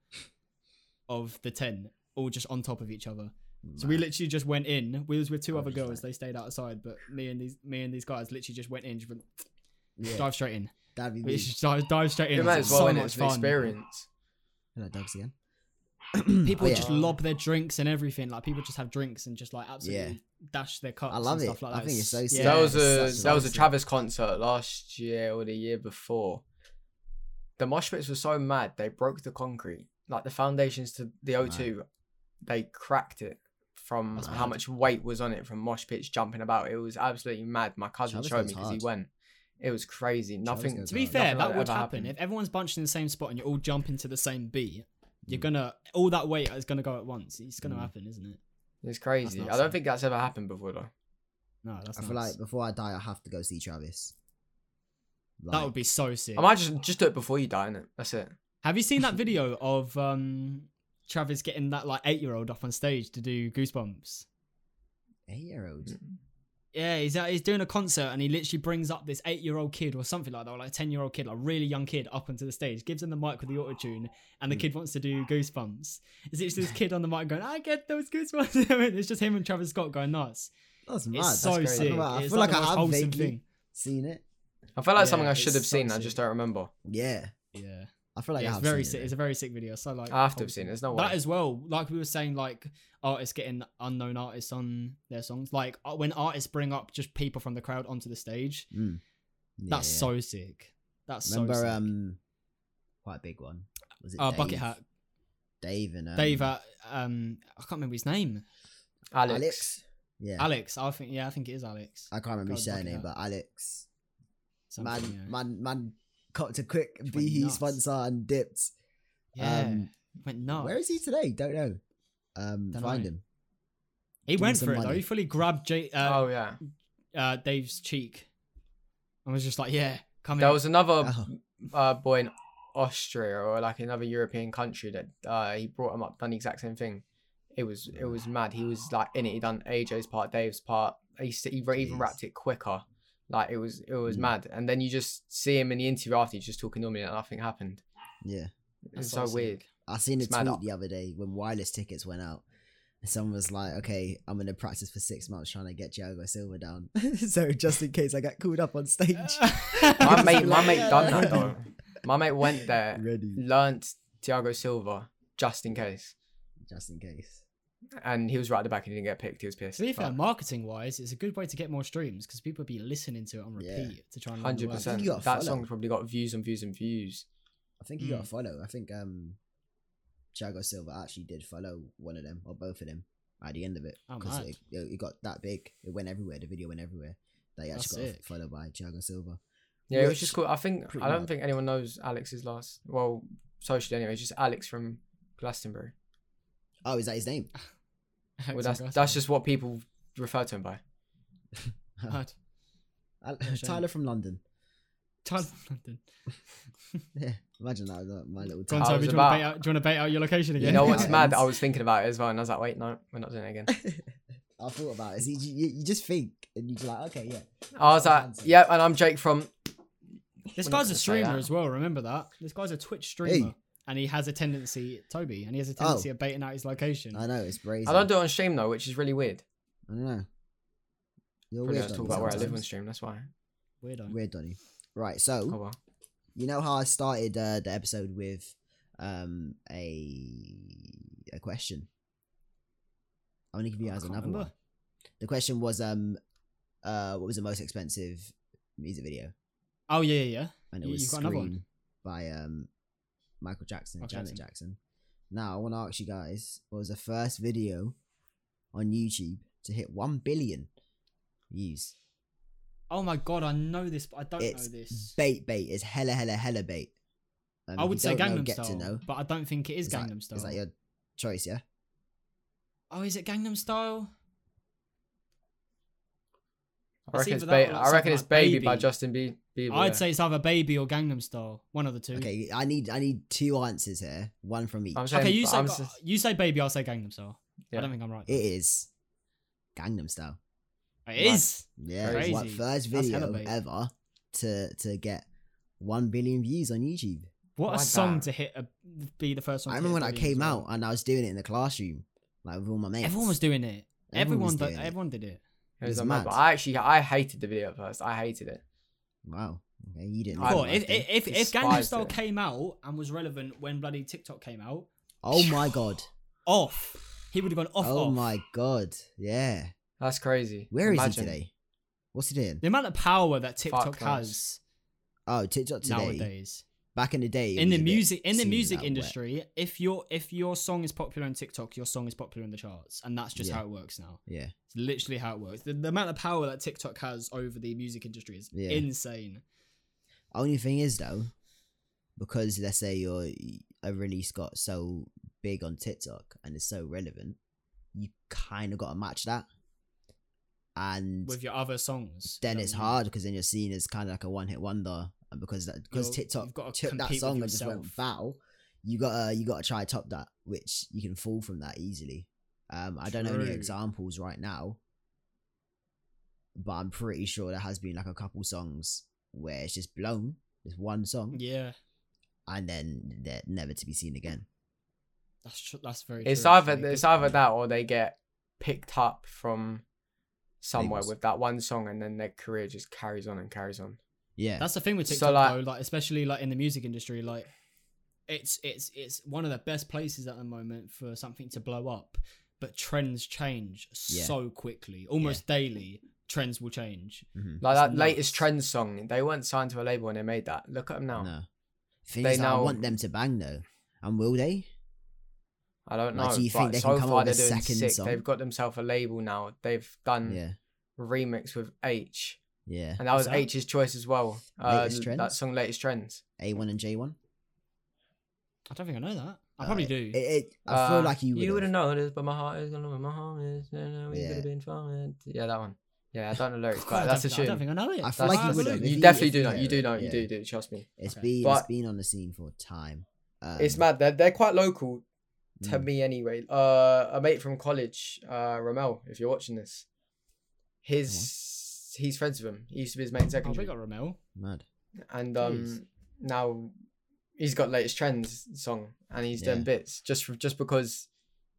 [SPEAKER 1] of the tent, all just on top of each other. So we literally just went in. We was with two
[SPEAKER 2] Oh,
[SPEAKER 1] other
[SPEAKER 2] just
[SPEAKER 1] girls. They stayed outside, but me and these me and these guys literally just went in. Just went,
[SPEAKER 2] Yeah,
[SPEAKER 1] Dive straight in.
[SPEAKER 2] that'd be
[SPEAKER 1] We
[SPEAKER 2] me.
[SPEAKER 1] just dive, dive straight in.
[SPEAKER 3] You
[SPEAKER 1] It
[SPEAKER 3] might
[SPEAKER 1] was
[SPEAKER 3] as well
[SPEAKER 1] so
[SPEAKER 3] in
[SPEAKER 1] much
[SPEAKER 3] it's an
[SPEAKER 1] fun.
[SPEAKER 3] experience.
[SPEAKER 2] Hello, dogs again.
[SPEAKER 1] People
[SPEAKER 2] Oh, yeah.
[SPEAKER 1] just lob their drinks and everything. Like people just have drinks and just like absolutely dash their cups.
[SPEAKER 2] I love
[SPEAKER 1] and
[SPEAKER 2] it.
[SPEAKER 1] Stuff like
[SPEAKER 2] I
[SPEAKER 1] that.
[SPEAKER 2] think it's so sick.
[SPEAKER 3] that
[SPEAKER 2] Yeah,
[SPEAKER 3] was a
[SPEAKER 2] it's such a
[SPEAKER 3] that was a
[SPEAKER 2] nice thing.
[SPEAKER 3] Travis concert last year or the year before. The mosh pits were so mad they broke the concrete, like the foundations to the O2. They cracked it from
[SPEAKER 1] That's
[SPEAKER 3] how
[SPEAKER 1] mad.
[SPEAKER 3] much weight was on it from mosh pits jumping about. It was absolutely mad. My cousin
[SPEAKER 2] Travis
[SPEAKER 3] showed
[SPEAKER 2] goes
[SPEAKER 3] me because he
[SPEAKER 2] hard.
[SPEAKER 3] went. It was crazy. Nothing.
[SPEAKER 2] goes
[SPEAKER 1] To be
[SPEAKER 2] Nothing
[SPEAKER 1] fair,
[SPEAKER 3] like
[SPEAKER 1] that
[SPEAKER 3] it
[SPEAKER 1] would
[SPEAKER 3] ever
[SPEAKER 1] happen.
[SPEAKER 3] happened.
[SPEAKER 1] If everyone's bunched in the same spot and you all jump into the same beat, you're gonna all that weight is gonna go at once. It's gonna
[SPEAKER 2] Mm.
[SPEAKER 1] happen, isn't it?
[SPEAKER 3] It's crazy. I
[SPEAKER 1] That's
[SPEAKER 3] don't
[SPEAKER 1] nuts.
[SPEAKER 3] think that's ever happened before though.
[SPEAKER 1] No, that's
[SPEAKER 2] I feel
[SPEAKER 1] nuts.
[SPEAKER 2] like before I die, I have to go see Travis.
[SPEAKER 1] that would be so sick.
[SPEAKER 3] I might just just do it before you die, innit? That's it.
[SPEAKER 1] Have you seen that video of um Travis getting that like eight year old up on stage to do goosebumps?
[SPEAKER 2] eight year old.
[SPEAKER 1] Yeah, he's out, he's doing a concert and he literally brings up this eight year old kid or something like that, or like ten year old kid, like really young kid, up onto the stage, gives him the mic with the auto tune, and the kid wants to do goosebumps. It's literally this kid on the mic going, "I get those goosebumps." it's just him and Travis Scott going nuts.
[SPEAKER 2] That's mad.
[SPEAKER 1] It's
[SPEAKER 2] That's
[SPEAKER 1] so
[SPEAKER 2] crazy.
[SPEAKER 1] sick.
[SPEAKER 2] I,
[SPEAKER 1] It's
[SPEAKER 2] feel like,
[SPEAKER 1] the
[SPEAKER 2] I
[SPEAKER 1] most
[SPEAKER 2] have
[SPEAKER 1] wholesome
[SPEAKER 2] vaguely seen it.
[SPEAKER 3] I feel like
[SPEAKER 1] Yeah,
[SPEAKER 3] something I
[SPEAKER 1] it's
[SPEAKER 3] should have
[SPEAKER 1] so
[SPEAKER 3] seen. I
[SPEAKER 1] sick.
[SPEAKER 3] just don't remember.
[SPEAKER 2] Yeah,
[SPEAKER 1] Yeah,
[SPEAKER 2] I feel like
[SPEAKER 1] Yeah,
[SPEAKER 2] I
[SPEAKER 1] it's
[SPEAKER 2] have
[SPEAKER 1] very
[SPEAKER 2] seen
[SPEAKER 1] sick.
[SPEAKER 2] it.
[SPEAKER 1] It's a very sick video. So like,
[SPEAKER 3] I have to have seen it.
[SPEAKER 1] wholesome.
[SPEAKER 3] There's
[SPEAKER 2] Oh,
[SPEAKER 3] no way.
[SPEAKER 1] That as well, like we were saying, like artists getting unknown artists on their songs. Like uh, when artists bring up just people from the crowd onto the stage,
[SPEAKER 2] Mm.
[SPEAKER 1] that's
[SPEAKER 2] Yeah.
[SPEAKER 1] so sick. That's
[SPEAKER 2] Remember
[SPEAKER 1] so sick.
[SPEAKER 2] um, quite a big one. Was it
[SPEAKER 1] uh,
[SPEAKER 2] Dave?
[SPEAKER 1] bucket hat
[SPEAKER 2] Dave and um,
[SPEAKER 1] Dave at um I can't remember his name.
[SPEAKER 3] Alex.
[SPEAKER 2] Alex. Yeah,
[SPEAKER 1] Alex, I think yeah, I think it is Alex.
[SPEAKER 2] I can't remember his
[SPEAKER 1] God, Bucket
[SPEAKER 2] surname,
[SPEAKER 1] Hat.
[SPEAKER 2] but Alex.
[SPEAKER 1] Something,
[SPEAKER 2] Man,
[SPEAKER 1] yeah.
[SPEAKER 2] man, man, copped a quick
[SPEAKER 1] Just went
[SPEAKER 2] Beehee
[SPEAKER 1] nuts.
[SPEAKER 2] sponsor and dipped.
[SPEAKER 1] yeah. Oh.
[SPEAKER 2] um,
[SPEAKER 1] went nuts.
[SPEAKER 2] Where is he today? Don't know. Um,
[SPEAKER 1] Dunno.
[SPEAKER 2] find him.
[SPEAKER 1] He went
[SPEAKER 2] some
[SPEAKER 1] for it though.
[SPEAKER 2] money.
[SPEAKER 1] He fully grabbed J- uh,
[SPEAKER 3] oh yeah.
[SPEAKER 1] uh, Dave's cheek and was just like, "Yeah, come
[SPEAKER 3] There
[SPEAKER 1] in."
[SPEAKER 3] was another
[SPEAKER 2] Oh.
[SPEAKER 3] uh, boy in Austria or like another European country that uh, he brought him up, done the exact same thing. It was it was mad. He was like in it. He done AJ's part, Dave's part. He s- he ra- even
[SPEAKER 2] Jeez.
[SPEAKER 3] wrapped it quicker. Like it was it was
[SPEAKER 2] Mm.
[SPEAKER 3] mad. And then you just see him in the interview after he's just talking normally and nothing happened.
[SPEAKER 2] Yeah,
[SPEAKER 1] That's
[SPEAKER 3] It's so
[SPEAKER 1] so sick.
[SPEAKER 3] weird.
[SPEAKER 2] I seen a
[SPEAKER 3] It's mad
[SPEAKER 2] tweet
[SPEAKER 3] up.
[SPEAKER 2] the other day when wireless tickets went out. and Someone was like, "Okay, I'm gonna practice for six months trying to get Thiago Silva down, so just in case I get called up on stage."
[SPEAKER 3] My
[SPEAKER 2] It's
[SPEAKER 3] mate, my
[SPEAKER 2] like-
[SPEAKER 3] mate done that though. My mate went there,
[SPEAKER 2] Ready,
[SPEAKER 3] learnt Thiago Silva just in case,
[SPEAKER 2] just in case.
[SPEAKER 3] and he was right at the back and he didn't get picked. He was pissed.
[SPEAKER 1] To be fair,
[SPEAKER 3] but-
[SPEAKER 1] marketing wise, it's a good way to get more streams because people be listening to it on
[SPEAKER 2] Yeah.
[SPEAKER 1] repeat to try and learn the
[SPEAKER 3] Hundred
[SPEAKER 1] words.
[SPEAKER 2] I
[SPEAKER 3] percent.
[SPEAKER 2] think you got
[SPEAKER 3] That
[SPEAKER 2] follow.
[SPEAKER 3] song's probably got views and views and views.
[SPEAKER 2] I think he got a
[SPEAKER 1] Mm.
[SPEAKER 2] follow. I think um, Thiago Silva actually did follow one of them or both of them at the end of it
[SPEAKER 1] Oh, mad.
[SPEAKER 2] it, it, it got that big. It went everywhere. The video went everywhere. They
[SPEAKER 1] That's
[SPEAKER 2] actually got
[SPEAKER 1] sick.
[SPEAKER 2] got followed by Thiago Silva.
[SPEAKER 3] Yeah, it was
[SPEAKER 2] Which-
[SPEAKER 3] just cool. I think
[SPEAKER 2] pretty
[SPEAKER 3] I don't
[SPEAKER 2] mad.
[SPEAKER 3] think anyone knows Alex's last. Well, socially anyway, it's just Alex from Glastonbury.
[SPEAKER 2] Oh, is that his name?
[SPEAKER 3] Well, that's that's just what people refer to him by.
[SPEAKER 1] Mad.
[SPEAKER 2] Al-
[SPEAKER 1] Yeah, shame.
[SPEAKER 2] Tyler from London.
[SPEAKER 1] Tyler from London.
[SPEAKER 2] Yeah, imagine that. that- My little
[SPEAKER 1] Go on,
[SPEAKER 3] I
[SPEAKER 1] Toby,
[SPEAKER 3] was
[SPEAKER 1] do you, wanna bait
[SPEAKER 3] about-
[SPEAKER 1] out, do you want to bait out your location again?
[SPEAKER 3] You know what's
[SPEAKER 2] Yeah.
[SPEAKER 3] mad? I was thinking about it as well, and I was like, wait, no, we're not doing it again.
[SPEAKER 2] I thought about it. See, you, you just think and you're just like, okay, yeah.
[SPEAKER 3] I was like, yeah, and I'm Jake from.
[SPEAKER 1] This
[SPEAKER 3] We're not
[SPEAKER 1] guy's a
[SPEAKER 3] gonna say
[SPEAKER 1] streamer
[SPEAKER 3] that.
[SPEAKER 1] as well. Remember that. This guy's a Twitch streamer,
[SPEAKER 2] Hey. Oh.
[SPEAKER 1] and he has a tendency, Toby, and he has a tendency of baiting out his location.
[SPEAKER 2] I know it's brazen.
[SPEAKER 3] I don't do it on stream though, which is really weird.
[SPEAKER 2] I don't know. You're
[SPEAKER 3] Probably
[SPEAKER 2] weird.
[SPEAKER 3] don't talk
[SPEAKER 2] Donny,
[SPEAKER 3] about where I live on
[SPEAKER 2] sometimes.
[SPEAKER 3] stream. That's why.
[SPEAKER 1] Weirdo.
[SPEAKER 2] Weird, Donny. Right,
[SPEAKER 3] Oh
[SPEAKER 2] so
[SPEAKER 3] well.
[SPEAKER 2] you know how I started uh, the episode with um a a question. I'm gonna give you
[SPEAKER 1] Oh, I
[SPEAKER 2] guys
[SPEAKER 1] can't
[SPEAKER 2] another one.
[SPEAKER 1] remember.
[SPEAKER 2] The question was um uh what was the most expensive music video?
[SPEAKER 1] Oh yeah, yeah, yeah.
[SPEAKER 2] and it
[SPEAKER 1] You-
[SPEAKER 2] was
[SPEAKER 1] you've got another one?
[SPEAKER 2] Scream by um, Michael Jackson and
[SPEAKER 1] Michael
[SPEAKER 2] Janet
[SPEAKER 1] Jackson.
[SPEAKER 2] Jackson. Now, I want to ask you guys what was the first video on YouTube to hit 1 billion views?
[SPEAKER 1] Oh my god, I know this, but I don't
[SPEAKER 2] It's
[SPEAKER 1] know this.
[SPEAKER 2] Bait Bait is hella, hella, hella bait. Um,
[SPEAKER 1] I
[SPEAKER 2] if
[SPEAKER 1] would
[SPEAKER 2] you
[SPEAKER 1] say
[SPEAKER 2] don't know,
[SPEAKER 1] Gangnam
[SPEAKER 2] get to
[SPEAKER 1] Style,
[SPEAKER 2] know.
[SPEAKER 1] but I don't think it is
[SPEAKER 2] Is that-
[SPEAKER 1] Gangnam Style.
[SPEAKER 2] Is that your choice, yeah?
[SPEAKER 1] Oh, is it Gangnam Style?
[SPEAKER 3] I
[SPEAKER 1] It's
[SPEAKER 3] reckon
[SPEAKER 1] either
[SPEAKER 3] it's,
[SPEAKER 1] that or
[SPEAKER 3] ba- I reckon
[SPEAKER 1] something
[SPEAKER 3] it's
[SPEAKER 1] like
[SPEAKER 3] Baby, by
[SPEAKER 1] Baby.
[SPEAKER 3] Justin B- Bieber. yeah.
[SPEAKER 1] I'd say it's either Baby or Gangnam Style. One of the two.
[SPEAKER 2] Okay, I need I need two answers here, one from each.
[SPEAKER 3] I'm saying,
[SPEAKER 1] Okay, you say
[SPEAKER 3] I'm
[SPEAKER 1] Ga-
[SPEAKER 3] s-
[SPEAKER 1] you say Baby, I'll say Gangnam Style.
[SPEAKER 3] Yeah.
[SPEAKER 1] I don't think I'm right.
[SPEAKER 2] It is Gangnam Style.
[SPEAKER 1] It is.
[SPEAKER 2] Yeah,
[SPEAKER 3] Crazy.
[SPEAKER 2] what first
[SPEAKER 1] That's hella
[SPEAKER 2] video
[SPEAKER 1] bait.
[SPEAKER 2] ever to to get 1 billion views on YouTube.
[SPEAKER 1] What
[SPEAKER 3] Why
[SPEAKER 1] a song
[SPEAKER 3] that?
[SPEAKER 1] to hit a, be the first one.
[SPEAKER 2] I
[SPEAKER 1] to hit
[SPEAKER 2] remember when
[SPEAKER 1] a
[SPEAKER 2] I
[SPEAKER 1] billion as
[SPEAKER 2] came
[SPEAKER 1] well.
[SPEAKER 2] out and I was doing it in the classroom, like with all my mates.
[SPEAKER 1] Everyone was doing it.
[SPEAKER 2] Everyone was
[SPEAKER 1] Everyone, do-
[SPEAKER 2] doing it.
[SPEAKER 1] everyone did it.
[SPEAKER 3] It was
[SPEAKER 2] It's
[SPEAKER 3] a mad.
[SPEAKER 2] mad.
[SPEAKER 3] but I actually, I hated the video at first. I hated it.
[SPEAKER 2] Wow. Okay, you didn't.
[SPEAKER 3] I
[SPEAKER 1] Cool.
[SPEAKER 2] know
[SPEAKER 1] If,
[SPEAKER 2] that, did you?
[SPEAKER 1] if, if, if Gangnam
[SPEAKER 3] despised
[SPEAKER 1] Style
[SPEAKER 3] it.
[SPEAKER 1] came out and was relevant when bloody TikTok came out,
[SPEAKER 2] oh my god.
[SPEAKER 1] off. He would have gone off.
[SPEAKER 2] oh
[SPEAKER 1] off.
[SPEAKER 2] my god. Yeah.
[SPEAKER 3] That's crazy.
[SPEAKER 2] Where is
[SPEAKER 3] Imagine.
[SPEAKER 2] he today? What's he doing?
[SPEAKER 1] The amount of power that TikTok
[SPEAKER 3] knows.
[SPEAKER 1] has
[SPEAKER 2] Oh, TikTok today.
[SPEAKER 1] nowadays
[SPEAKER 2] Back in the day. it
[SPEAKER 1] in
[SPEAKER 2] was
[SPEAKER 1] the
[SPEAKER 2] a bit
[SPEAKER 1] music in the
[SPEAKER 2] seen
[SPEAKER 1] music
[SPEAKER 2] that wet.
[SPEAKER 1] industry, if your if your song is popular on TikTok, your song is popular in the charts, and that's just
[SPEAKER 2] Yeah.
[SPEAKER 1] how it works now.
[SPEAKER 2] Yeah.
[SPEAKER 1] It's literally how it works. The, the amount of power that TikTok has over the music industry is
[SPEAKER 2] Yeah.
[SPEAKER 1] insane.
[SPEAKER 2] Only thing is though, because let's say your a release got so big on TikTok and is so relevant, you kind of got to match that, and
[SPEAKER 1] with your other songs.
[SPEAKER 2] then
[SPEAKER 1] you know
[SPEAKER 2] it's
[SPEAKER 1] what I mean?
[SPEAKER 2] hard because then you're seen as kind of like a one hit wonder, and because that because
[SPEAKER 1] You're-
[SPEAKER 2] TikTok
[SPEAKER 1] you've gotta
[SPEAKER 2] took that
[SPEAKER 1] compete with
[SPEAKER 2] song and just went
[SPEAKER 1] yourself.
[SPEAKER 2] viral, you gotta you gotta try to top that, which you can fall from that easily. Um, I don't know any
[SPEAKER 1] True.
[SPEAKER 2] examples right now, but I'm pretty sure there has been like a couple songs where it's just blown, just one song,
[SPEAKER 1] Yeah,
[SPEAKER 2] and then they're never to be seen again.
[SPEAKER 1] that's tr- that's very.
[SPEAKER 3] It's
[SPEAKER 1] true,
[SPEAKER 3] either
[SPEAKER 1] actually.
[SPEAKER 3] it's
[SPEAKER 1] Good
[SPEAKER 3] either
[SPEAKER 1] point.
[SPEAKER 3] that or they get picked up from somewhere
[SPEAKER 2] Labels.
[SPEAKER 3] with that one song, and then their career just carries on and carries on.
[SPEAKER 2] Yeah,
[SPEAKER 1] That's the thing with
[SPEAKER 3] So,
[SPEAKER 1] TikTok,
[SPEAKER 3] like-
[SPEAKER 1] though, like especially like in the music industry, like it's it's it's one of the best places at the moment for something to blow up. But trends change
[SPEAKER 2] Yeah.
[SPEAKER 1] so quickly, almost daily. Trends will change.
[SPEAKER 2] Mhm.
[SPEAKER 3] Like
[SPEAKER 1] It's
[SPEAKER 3] that latest
[SPEAKER 1] nuts.
[SPEAKER 3] trend song, they weren't signed to a label and they made that. Look at them now.
[SPEAKER 2] no. Thing
[SPEAKER 3] They
[SPEAKER 2] is, I
[SPEAKER 3] now-
[SPEAKER 2] want them to bang though, and will they?
[SPEAKER 3] I don't know.
[SPEAKER 2] Like, do you
[SPEAKER 3] but
[SPEAKER 2] think they
[SPEAKER 3] so
[SPEAKER 2] can come up
[SPEAKER 3] far
[SPEAKER 2] with a
[SPEAKER 3] they're doing
[SPEAKER 2] second
[SPEAKER 3] sick.
[SPEAKER 2] song?
[SPEAKER 3] They've got themselves a label now. They've done
[SPEAKER 1] Mm.
[SPEAKER 2] Yeah,
[SPEAKER 3] remix with H,
[SPEAKER 2] yeah.
[SPEAKER 3] and that
[SPEAKER 1] What's
[SPEAKER 3] was
[SPEAKER 1] that?
[SPEAKER 3] H's choice as well. Uh,
[SPEAKER 2] Latest
[SPEAKER 3] that
[SPEAKER 2] Trends?
[SPEAKER 3] song, latest trends.
[SPEAKER 2] A one and J one.
[SPEAKER 1] I don't think I know that. I
[SPEAKER 2] Uh,
[SPEAKER 1] probably do.
[SPEAKER 2] It, it, I feel
[SPEAKER 3] Uh,
[SPEAKER 2] like you would.
[SPEAKER 3] You wouldn't know this, but my heart is gonna where my home is. No, no, we
[SPEAKER 2] Yeah.
[SPEAKER 3] could have been fine. Yeah, that one. Yeah, I don't know lyrics,
[SPEAKER 1] God, I
[SPEAKER 3] but
[SPEAKER 1] don't
[SPEAKER 3] that's a
[SPEAKER 1] think- I don't
[SPEAKER 3] tune.
[SPEAKER 1] think I know it.
[SPEAKER 2] I feel like
[SPEAKER 3] you
[SPEAKER 1] That's-
[SPEAKER 3] would
[SPEAKER 2] have.
[SPEAKER 1] absolutely.
[SPEAKER 2] If
[SPEAKER 3] You
[SPEAKER 2] he-
[SPEAKER 3] definitely
[SPEAKER 2] if
[SPEAKER 3] do
[SPEAKER 2] he
[SPEAKER 3] know.
[SPEAKER 2] had
[SPEAKER 3] You
[SPEAKER 2] it,
[SPEAKER 3] do know. You
[SPEAKER 2] yeah.
[SPEAKER 3] do do. Trust me.
[SPEAKER 2] It's
[SPEAKER 1] Okay.
[SPEAKER 2] been it's
[SPEAKER 3] But-
[SPEAKER 2] been on the scene for time. Um,
[SPEAKER 3] It's mad. They're they're quite local to
[SPEAKER 2] mm,
[SPEAKER 3] me anyway. Uh, a mate from college, uh, Ramel. If you're watching this, his he's friends with him. He used to be his mate in
[SPEAKER 1] Oh, we
[SPEAKER 3] secondary,
[SPEAKER 1] got Ramel.
[SPEAKER 2] mad.
[SPEAKER 3] and
[SPEAKER 1] Jeez.
[SPEAKER 3] um now he's got latest trends song, and he's
[SPEAKER 2] Yeah.
[SPEAKER 3] doing bits just for, just because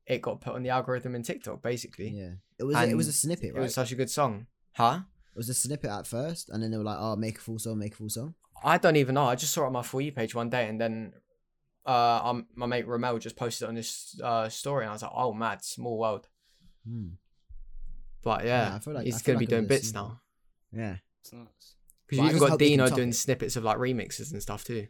[SPEAKER 3] it got put on the algorithm in TikTok. Basically,
[SPEAKER 2] Yeah, it was a- it was a
[SPEAKER 3] And
[SPEAKER 2] snippet,
[SPEAKER 3] it
[SPEAKER 2] right?
[SPEAKER 3] was such a good song, huh?
[SPEAKER 2] a snippet at first, and then they were like, "Oh, make a full song, make a full song."
[SPEAKER 3] I don't even know. I just saw it on my for you page one day, and then uh, um, my mate Ramel just posted it on his uh, story, and I was like, "Oh, mad, small world."
[SPEAKER 2] Hmm.
[SPEAKER 3] But
[SPEAKER 2] Yeah,
[SPEAKER 3] yeah,
[SPEAKER 2] I feel like- I
[SPEAKER 3] he's
[SPEAKER 2] feel
[SPEAKER 3] gonna
[SPEAKER 2] like
[SPEAKER 3] be
[SPEAKER 2] I'm gonna
[SPEAKER 3] doing bits
[SPEAKER 2] see
[SPEAKER 3] now
[SPEAKER 2] Yeah.
[SPEAKER 1] It's nuts.
[SPEAKER 3] because
[SPEAKER 2] But I
[SPEAKER 3] you even
[SPEAKER 2] just
[SPEAKER 3] got
[SPEAKER 2] hope they can
[SPEAKER 3] Dino
[SPEAKER 2] top
[SPEAKER 3] doing
[SPEAKER 2] it.
[SPEAKER 3] snippets of like remixes and stuff too.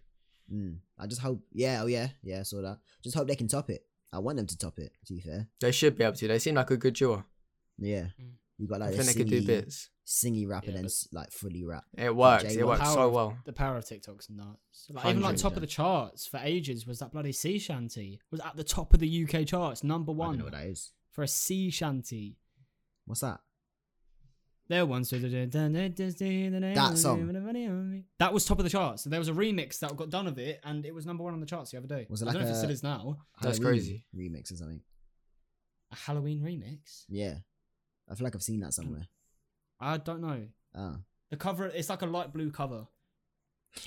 [SPEAKER 2] Mm. I just hope. Yeah. Oh yeah. Yeah. I saw that. Just hope they can top it. I want them to top it. To be fair.
[SPEAKER 3] They should be able to. They seem like a good duo.
[SPEAKER 2] Yeah.
[SPEAKER 1] Hmm.
[SPEAKER 4] Mm.
[SPEAKER 2] You got
[SPEAKER 3] I
[SPEAKER 2] like the
[SPEAKER 3] think they could do
[SPEAKER 2] singy,
[SPEAKER 3] bits.
[SPEAKER 2] singy rap
[SPEAKER 1] Yeah,
[SPEAKER 2] and then
[SPEAKER 1] but-
[SPEAKER 2] s- like fully rap.
[SPEAKER 3] It works.
[SPEAKER 2] Jay
[SPEAKER 3] It
[SPEAKER 2] Ward.
[SPEAKER 3] works
[SPEAKER 1] Power
[SPEAKER 3] so
[SPEAKER 1] of-
[SPEAKER 3] well.
[SPEAKER 1] The power of TikTok's nuts. Like, even like
[SPEAKER 3] 100%.
[SPEAKER 1] top of the charts for ages was that bloody sea shanty was at the top of the UK charts, number
[SPEAKER 2] I don't know
[SPEAKER 1] one
[SPEAKER 2] what that is.
[SPEAKER 1] for a sea shanty.
[SPEAKER 2] What's that?
[SPEAKER 1] Their ones that
[SPEAKER 2] That song.
[SPEAKER 1] That was top of the charts. So there was a remix that got done of it, and it was number one on the charts the other day.
[SPEAKER 2] Was it
[SPEAKER 1] I
[SPEAKER 2] like
[SPEAKER 1] don't know if it
[SPEAKER 2] a-
[SPEAKER 1] still is now.
[SPEAKER 3] That's
[SPEAKER 2] Halloween
[SPEAKER 3] crazy.
[SPEAKER 2] Remix or something.
[SPEAKER 1] A Halloween remix.
[SPEAKER 2] Yeah. I feel like I've seen that somewhere.
[SPEAKER 1] I don't know.
[SPEAKER 2] Oh.
[SPEAKER 1] The cover, it's like a light blue cover.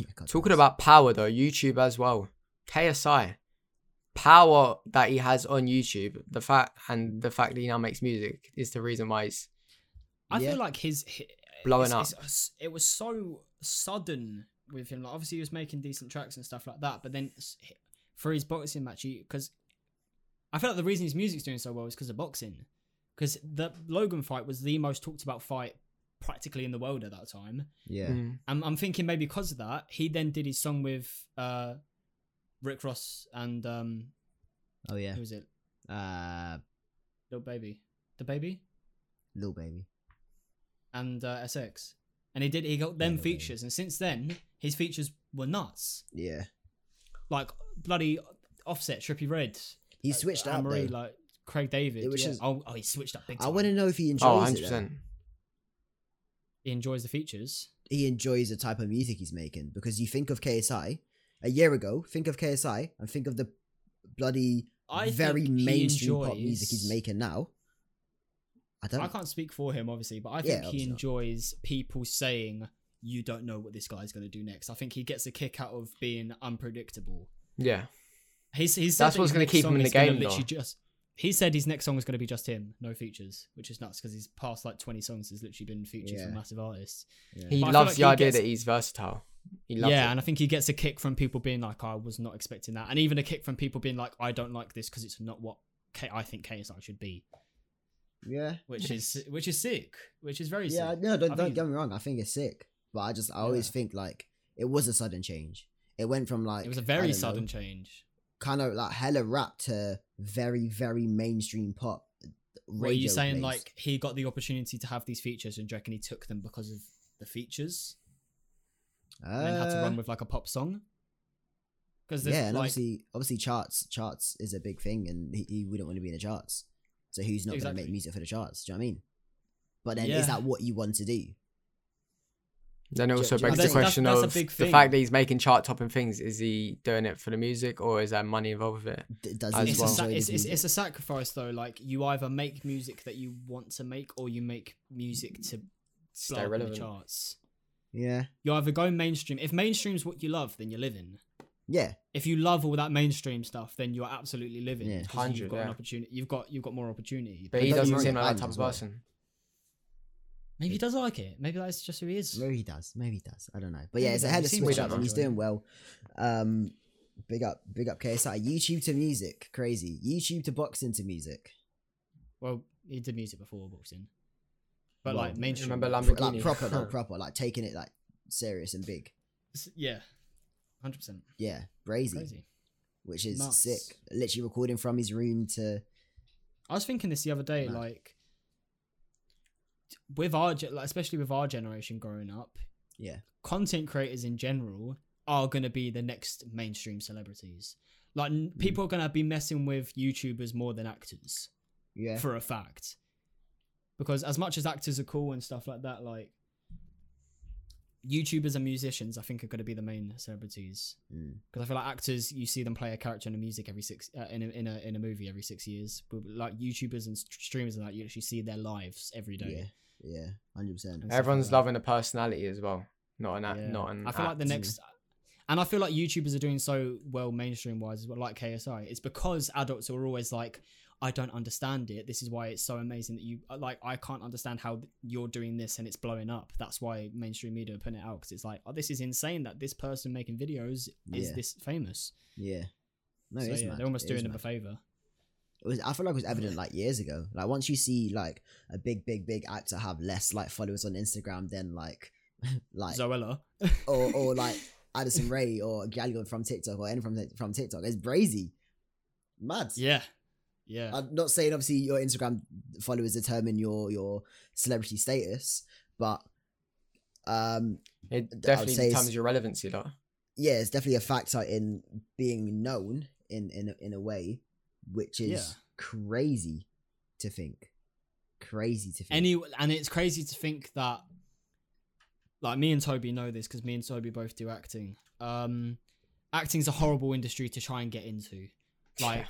[SPEAKER 2] I can't
[SPEAKER 3] Talking
[SPEAKER 2] do this.
[SPEAKER 3] about power though, YouTube as well. KSI, power that he has on YouTube. The fact and the fact that he now makes music is the reason why he's
[SPEAKER 1] I
[SPEAKER 2] Yeah.
[SPEAKER 1] feel like his hi-
[SPEAKER 3] Blowing
[SPEAKER 1] it's- it's- it was so sudden with him. Like obviously he was making decent tracks and stuff like that, but then s- hi- for his boxing match, because I feel like the reason his music's doing so well is because of boxing. Because the Logan fight was the most talked about fight practically in the world at that time.
[SPEAKER 2] Yeah.
[SPEAKER 3] Mm.
[SPEAKER 1] I'm, I'm thinking maybe because of that, he then did his song with uh, Rick Ross and um,
[SPEAKER 2] Oh yeah.
[SPEAKER 1] who was it?
[SPEAKER 2] Uh,
[SPEAKER 1] Little Baby, the baby,
[SPEAKER 2] Lil Baby.
[SPEAKER 1] and uh, SX. And he did. He got
[SPEAKER 2] Little
[SPEAKER 1] them
[SPEAKER 2] Baby.
[SPEAKER 1] features, and since then his features were nuts.
[SPEAKER 2] Yeah.
[SPEAKER 1] like bloody Offset, Trippy Red,
[SPEAKER 2] He
[SPEAKER 1] uh,
[SPEAKER 2] switched
[SPEAKER 1] Anne
[SPEAKER 2] out.
[SPEAKER 1] Marie,
[SPEAKER 2] though.
[SPEAKER 1] like Craig David.
[SPEAKER 2] It was
[SPEAKER 1] yeah.
[SPEAKER 2] just-
[SPEAKER 1] oh, oh, he switched up big time.
[SPEAKER 2] I want to know if he
[SPEAKER 3] Oh,
[SPEAKER 2] enjoys it.
[SPEAKER 3] 100
[SPEAKER 2] though.
[SPEAKER 3] percent.
[SPEAKER 1] He enjoys the features.
[SPEAKER 2] He enjoys the type of music he's making because you think of KSI a year ago, think of KSI and think of the bloody
[SPEAKER 1] I
[SPEAKER 2] very
[SPEAKER 1] think he
[SPEAKER 2] mainstream pop music
[SPEAKER 1] enjoys-
[SPEAKER 2] he's making now. I don't.
[SPEAKER 1] I can't speak for him, obviously, but I
[SPEAKER 2] Yeah,
[SPEAKER 1] think he
[SPEAKER 2] obviously not.
[SPEAKER 1] enjoys people saying you don't know what this guy's going to do next. I think he gets a kick out of being unpredictable.
[SPEAKER 3] Yeah.
[SPEAKER 1] He's he's
[SPEAKER 3] That's what's gonna keep him in the game, though.
[SPEAKER 1] Just he said his next song is going to be just him, no features, which is nuts because his past like twenty songs has literally been features
[SPEAKER 2] Yeah.
[SPEAKER 1] from massive artists.
[SPEAKER 2] Yeah.
[SPEAKER 3] He
[SPEAKER 1] But I feel
[SPEAKER 3] loves
[SPEAKER 1] like
[SPEAKER 3] the
[SPEAKER 1] he
[SPEAKER 3] idea
[SPEAKER 1] gets-
[SPEAKER 3] that he's versatile. He loves
[SPEAKER 1] yeah,
[SPEAKER 3] it.
[SPEAKER 1] and I think he gets a kick from people being like, "I was not expecting that," and even a kick from people being like, "I don't like this because it's not what K- I think KSI should be,"
[SPEAKER 2] Yeah.
[SPEAKER 1] which is which is sick, which is very
[SPEAKER 2] Yeah.
[SPEAKER 1] sick.
[SPEAKER 2] No.
[SPEAKER 1] I
[SPEAKER 2] Don't, don't
[SPEAKER 1] think
[SPEAKER 2] get me wrong. I think it's sick, but I just I always
[SPEAKER 1] Yeah.
[SPEAKER 2] think like it was a sudden change. It went from like
[SPEAKER 1] it was a
[SPEAKER 2] I
[SPEAKER 1] very
[SPEAKER 2] don't know,
[SPEAKER 1] sudden change.
[SPEAKER 2] kind of like hella rap to very very mainstream pop.
[SPEAKER 1] Were you
[SPEAKER 2] radio
[SPEAKER 1] saying
[SPEAKER 2] plays.
[SPEAKER 1] like he got the opportunity to have these features and do you reckon he took them because of the features? and then had to
[SPEAKER 2] Uh,
[SPEAKER 1] run with like a pop song. Because
[SPEAKER 2] yeah,
[SPEAKER 1] there's
[SPEAKER 2] and
[SPEAKER 1] like
[SPEAKER 2] obviously, obviously, charts, charts is a big thing, and he, he wouldn't want to be in the charts. So who's not going to
[SPEAKER 1] Exactly.
[SPEAKER 2] make music for the charts? Do you know what I mean? But then,
[SPEAKER 1] Yeah.
[SPEAKER 2] is that what you want to do?
[SPEAKER 3] Then it
[SPEAKER 2] Do-
[SPEAKER 3] also
[SPEAKER 2] do you
[SPEAKER 3] begs
[SPEAKER 2] know
[SPEAKER 3] the
[SPEAKER 2] what I'm
[SPEAKER 3] question
[SPEAKER 1] saying? That's-
[SPEAKER 3] of
[SPEAKER 1] that's a big
[SPEAKER 3] the
[SPEAKER 1] thing.
[SPEAKER 3] fact that he's making chart topping things. Is he doing it for the music or is there money involved with it?
[SPEAKER 2] D- does
[SPEAKER 3] As
[SPEAKER 2] he
[SPEAKER 1] it's,
[SPEAKER 3] well.
[SPEAKER 1] a sa-
[SPEAKER 2] enjoy the
[SPEAKER 1] it's, it's,
[SPEAKER 2] music?
[SPEAKER 1] it's a sacrifice though. Like you either make music that you want to make, or you make music to blow
[SPEAKER 3] Stay
[SPEAKER 1] up in the
[SPEAKER 3] relevant.
[SPEAKER 1] charts.
[SPEAKER 2] yeah,
[SPEAKER 1] You either go mainstream. If mainstream's what you love, then you're living.
[SPEAKER 2] yeah,
[SPEAKER 1] If you love all that mainstream stuff, then you're absolutely living.
[SPEAKER 2] Yeah.
[SPEAKER 1] 'cause You've
[SPEAKER 3] 100,
[SPEAKER 1] got an
[SPEAKER 3] yeah.
[SPEAKER 1] opportunity. You've got you've got more opportunity.
[SPEAKER 3] But
[SPEAKER 2] But don't get
[SPEAKER 3] he
[SPEAKER 2] me
[SPEAKER 3] doesn't
[SPEAKER 2] wrong,
[SPEAKER 3] seem like that
[SPEAKER 2] I'm
[SPEAKER 3] type
[SPEAKER 2] as
[SPEAKER 3] of
[SPEAKER 2] well.
[SPEAKER 3] person.
[SPEAKER 4] Maybe he does like it. Maybe that's just who he is.
[SPEAKER 2] maybe he does, maybe he does. I don't know, but yeah,
[SPEAKER 4] Maybe
[SPEAKER 2] it's a
[SPEAKER 4] he
[SPEAKER 2] hell of a
[SPEAKER 4] seems
[SPEAKER 2] switch
[SPEAKER 3] to
[SPEAKER 2] up, and he's
[SPEAKER 4] enjoy it.
[SPEAKER 2] doing well. Um, big up, big up, KSI. YouTube to music, crazy. YouTube to boxing to music,
[SPEAKER 1] Well, he did music before boxing, but
[SPEAKER 2] Well,
[SPEAKER 1] like mainstream.
[SPEAKER 3] remember
[SPEAKER 1] like,
[SPEAKER 3] Lambo-
[SPEAKER 2] like
[SPEAKER 3] Lamborghini.
[SPEAKER 2] proper, though, proper, like taking it like serious and big.
[SPEAKER 1] s- yeah, hundred percent
[SPEAKER 2] Yeah, brazy,
[SPEAKER 1] crazy.
[SPEAKER 2] which is
[SPEAKER 1] Nuts.
[SPEAKER 2] sick. Literally recording from his room to
[SPEAKER 1] I was thinking this the other day,
[SPEAKER 2] Mad.
[SPEAKER 1] like with our, ge- like, especially with our generation growing up,
[SPEAKER 2] Yeah.
[SPEAKER 1] content creators in general are gonna be the next mainstream celebrities. Like n- people are gonna be messing with YouTubers more than actors
[SPEAKER 2] yeah,
[SPEAKER 1] for a fact, because as much as actors are cool and stuff like that, like YouTubers and musicians, I think are gonna be the main celebrities.
[SPEAKER 2] Mm.
[SPEAKER 1] Because I feel like actors, you see them play a character in a music every six uh, in a, in a in a movie every six years. But like YouTubers and st- streamers and that, you actually see their lives every
[SPEAKER 2] yeah,
[SPEAKER 1] day.
[SPEAKER 2] yeah, hundred percent.
[SPEAKER 1] And stuff like
[SPEAKER 3] Everyone's
[SPEAKER 1] that.
[SPEAKER 3] loving the personality as well, not an act,
[SPEAKER 1] Yeah.
[SPEAKER 3] not an.
[SPEAKER 1] I feel like the
[SPEAKER 3] act.
[SPEAKER 1] next, and I feel like YouTubers are doing so well mainstream wise as well, like KSI. It's because adults are always like, I don't understand it. This is why it's so amazing that you uh, like. I can't understand how th- you're doing this and it's blowing up. That's why mainstream media are putting it out because it's like, oh, this is insane that this person making videos is
[SPEAKER 2] Yeah.
[SPEAKER 1] this famous.
[SPEAKER 2] Yeah. No,
[SPEAKER 1] so
[SPEAKER 2] it's
[SPEAKER 1] yeah,
[SPEAKER 2] mad.
[SPEAKER 1] they're almost
[SPEAKER 2] It is
[SPEAKER 1] doing them a
[SPEAKER 2] mad.
[SPEAKER 1] favor.
[SPEAKER 2] It was, I feel like it was evident like years ago. Like once you see like a big, big, big actor have less like followers on Instagram than like, like
[SPEAKER 1] Zoella.
[SPEAKER 2] or or like Addison Ray or Gallagher from TikTok or anyone from from TikTok, it's brazy, mad.
[SPEAKER 1] Yeah. Yeah.
[SPEAKER 2] I'm not saying obviously your Instagram followers determine your your celebrity status, but um
[SPEAKER 3] It
[SPEAKER 2] would
[SPEAKER 3] definitely
[SPEAKER 2] say it's-
[SPEAKER 3] determines your relevancy, though.
[SPEAKER 2] yeah, it's definitely a factor in being known in in a- in a way, which is
[SPEAKER 1] Yeah.
[SPEAKER 2] crazy to think. Crazy to think.
[SPEAKER 1] Any and it's crazy to think that like me and Toby know this because me and Toby both do acting. Um acting's a horrible industry to try and get into. Like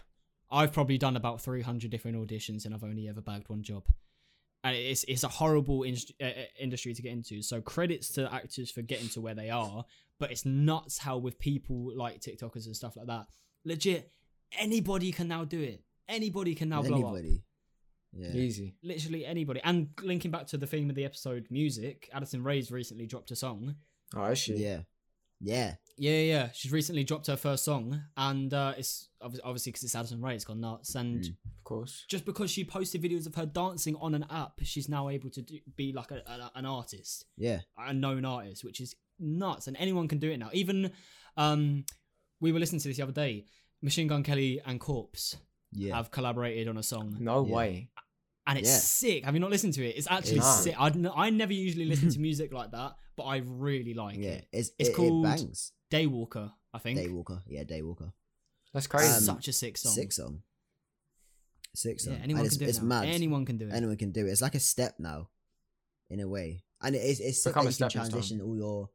[SPEAKER 1] I've probably done about 300 different auditions and I've only ever bagged one job. And it's it's a horrible in- uh, uh, industry to get into. So credits to actors for getting to where they are, but it's nuts how with people like TikTokers and stuff like that, legit anybody can now do it. Anybody can now blow up.
[SPEAKER 2] anybody. Yeah.
[SPEAKER 3] Easy.
[SPEAKER 1] literally anybody. And linking back to the theme of the episode, music. Addison Ray's recently dropped a song.
[SPEAKER 3] Oh, is she?
[SPEAKER 2] Yeah. Yeah.
[SPEAKER 1] Yeah, yeah, yeah. She's recently dropped her first song, and uh, it's obvi- obviously because it's Addison Ray, it's gone nuts. And
[SPEAKER 2] Mm.
[SPEAKER 3] Of course.
[SPEAKER 1] just because she posted videos of her dancing on an app, she's now able to do, be like a, a, an artist,
[SPEAKER 2] Yeah.
[SPEAKER 1] a known artist, which is nuts. And anyone can do it now. Even um, we were listening to this the other day. Machine Gun Kelly and Corpse
[SPEAKER 2] Yeah.
[SPEAKER 1] have collaborated on a song.
[SPEAKER 3] No
[SPEAKER 2] Yeah.
[SPEAKER 3] way.
[SPEAKER 1] and it's
[SPEAKER 2] Yeah.
[SPEAKER 1] sick. Have you not listened to it? It's actually
[SPEAKER 3] Nah.
[SPEAKER 1] sick. I'd n- I never usually listen to music like that, but I really like
[SPEAKER 2] yeah.
[SPEAKER 1] it.
[SPEAKER 2] It's,
[SPEAKER 1] It's
[SPEAKER 2] it,
[SPEAKER 1] called
[SPEAKER 2] it bangs.
[SPEAKER 1] Daywalker, I think.
[SPEAKER 2] Daywalker. Yeah, Daywalker.
[SPEAKER 1] It's
[SPEAKER 3] That's crazy.
[SPEAKER 2] Um,
[SPEAKER 1] such a sick song.
[SPEAKER 2] Sick song. Sick song.
[SPEAKER 1] Yeah,
[SPEAKER 2] And
[SPEAKER 1] anyone
[SPEAKER 2] it's,
[SPEAKER 1] can do it.
[SPEAKER 2] it's
[SPEAKER 1] now.
[SPEAKER 2] mad.
[SPEAKER 1] Anyone can do it.
[SPEAKER 2] Anyone can do it. It's like a step now, in a way. And it is it's sick that
[SPEAKER 3] Become a
[SPEAKER 2] you can
[SPEAKER 3] stepping stone.
[SPEAKER 2] transition all your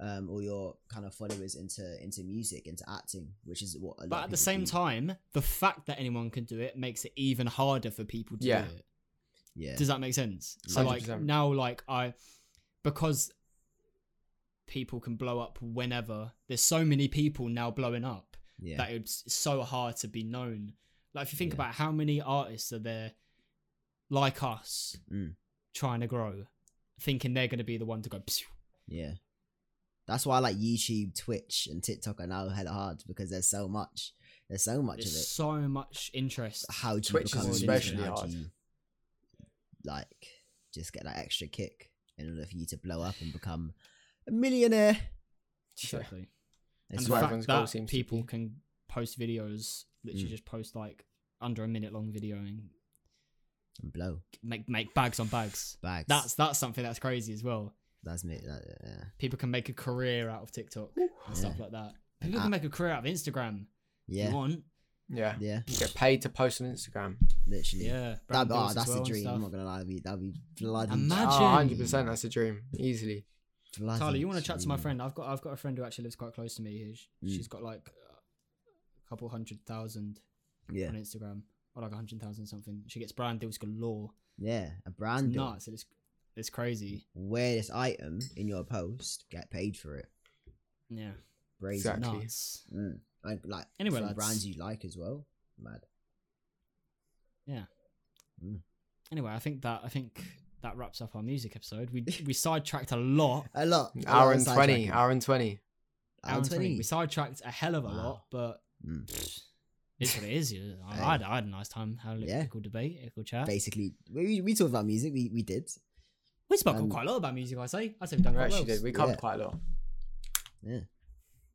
[SPEAKER 2] um all your kind of followers into into music, into acting, which is what a lot
[SPEAKER 1] But
[SPEAKER 2] of
[SPEAKER 1] at the
[SPEAKER 2] people
[SPEAKER 1] same
[SPEAKER 2] do.
[SPEAKER 1] time, the fact that anyone can do it makes it even harder for people to
[SPEAKER 3] Yeah.
[SPEAKER 1] do it.
[SPEAKER 2] Yeah.
[SPEAKER 1] Does that make sense? So like
[SPEAKER 3] 100%.
[SPEAKER 1] now, like I, because people can blow up whenever. There's so many people now blowing up.
[SPEAKER 2] yeah.
[SPEAKER 1] that it's so hard to be known. Like if you think
[SPEAKER 2] Yeah.
[SPEAKER 1] about how many artists are there like us
[SPEAKER 2] Mm.
[SPEAKER 1] trying to grow, thinking they're gonna be the one to go "Psew."
[SPEAKER 2] Yeah. That's why I like YouTube, Twitch, and TikTok are now hella hard because there's so much. There's so much
[SPEAKER 1] There's
[SPEAKER 2] of it.
[SPEAKER 1] so much interest.
[SPEAKER 2] How do you
[SPEAKER 3] Twitch is
[SPEAKER 2] become famous and
[SPEAKER 1] especially
[SPEAKER 2] how do
[SPEAKER 3] hard.
[SPEAKER 2] you, like just get that extra kick in order for you to blow up and become a millionaire?
[SPEAKER 3] Yeah.
[SPEAKER 1] Exactly.
[SPEAKER 2] It's
[SPEAKER 1] and the
[SPEAKER 3] what
[SPEAKER 1] fact
[SPEAKER 3] everyone's goal
[SPEAKER 1] that
[SPEAKER 3] seems to
[SPEAKER 1] people
[SPEAKER 3] be.
[SPEAKER 1] can post videos, literally
[SPEAKER 2] Mm.
[SPEAKER 1] just post like under a minute long video and
[SPEAKER 2] and blow
[SPEAKER 1] make make bags on bags.
[SPEAKER 2] bags.
[SPEAKER 1] That's that's something that's crazy as well.
[SPEAKER 2] That's me. That, yeah.
[SPEAKER 1] People can make a career out of TikTok and stuff like that. People
[SPEAKER 2] Uh,
[SPEAKER 1] can make a career out of Instagram. If you
[SPEAKER 2] Yeah.
[SPEAKER 1] want?
[SPEAKER 3] Yeah.
[SPEAKER 2] Yeah.
[SPEAKER 3] You get paid to post on Instagram.
[SPEAKER 2] Literally.
[SPEAKER 1] Yeah. brand
[SPEAKER 2] That, oh,
[SPEAKER 1] deals as
[SPEAKER 2] that's
[SPEAKER 1] well
[SPEAKER 2] a
[SPEAKER 1] and
[SPEAKER 2] dream. I'm
[SPEAKER 1] stuff.
[SPEAKER 2] not gonna lie, that'd be that'd be bloody.
[SPEAKER 3] Oh,
[SPEAKER 1] Imagine.
[SPEAKER 3] 100%. That's a dream. Easily.
[SPEAKER 2] bloody
[SPEAKER 1] Tyler, you want to chat to my
[SPEAKER 2] dream.
[SPEAKER 1] friend? I've got I've got a friend who actually lives quite close to me. Here. Sh-
[SPEAKER 2] Mm.
[SPEAKER 1] She's got like a couple hundred thousand
[SPEAKER 2] Yeah,
[SPEAKER 1] on Instagram, or like a hundred thousand something. She gets brand deals galore.
[SPEAKER 2] yeah. A
[SPEAKER 1] It's
[SPEAKER 2] brand deal.
[SPEAKER 1] nuts. It's it's crazy.
[SPEAKER 2] Wear this item in your post, get paid for it.
[SPEAKER 1] Yeah,
[SPEAKER 2] Crazy.
[SPEAKER 3] Exactly.
[SPEAKER 1] nuts.
[SPEAKER 2] Mm. Like, like
[SPEAKER 1] Anyway,
[SPEAKER 2] from
[SPEAKER 1] lads.
[SPEAKER 2] brands you like as well. Mad.
[SPEAKER 1] Anyway, I think that I think that wraps up our music episode. We we sidetracked a lot.
[SPEAKER 2] A lot. a lot
[SPEAKER 3] Hour
[SPEAKER 2] of
[SPEAKER 3] and 20.
[SPEAKER 2] sidetracking.
[SPEAKER 3] Hour and 20.
[SPEAKER 1] Hour
[SPEAKER 2] Hour and
[SPEAKER 1] and 20. We
[SPEAKER 2] twenty.
[SPEAKER 1] sidetracked a hell of a
[SPEAKER 2] Wow.
[SPEAKER 1] lot, but
[SPEAKER 2] Mm.
[SPEAKER 1] pfft, it's what it is. you know. I, I, had, I had a nice time having a little
[SPEAKER 2] Yeah.
[SPEAKER 1] cool debate, a cool chat.
[SPEAKER 2] Basically, we we talked about music. We we did.
[SPEAKER 1] We spoke
[SPEAKER 2] Um,
[SPEAKER 1] quite a lot about music. I say, I say we've done
[SPEAKER 3] We
[SPEAKER 1] quite
[SPEAKER 3] actually
[SPEAKER 1] well.
[SPEAKER 3] did. We covered
[SPEAKER 2] Yeah.
[SPEAKER 3] quite a lot.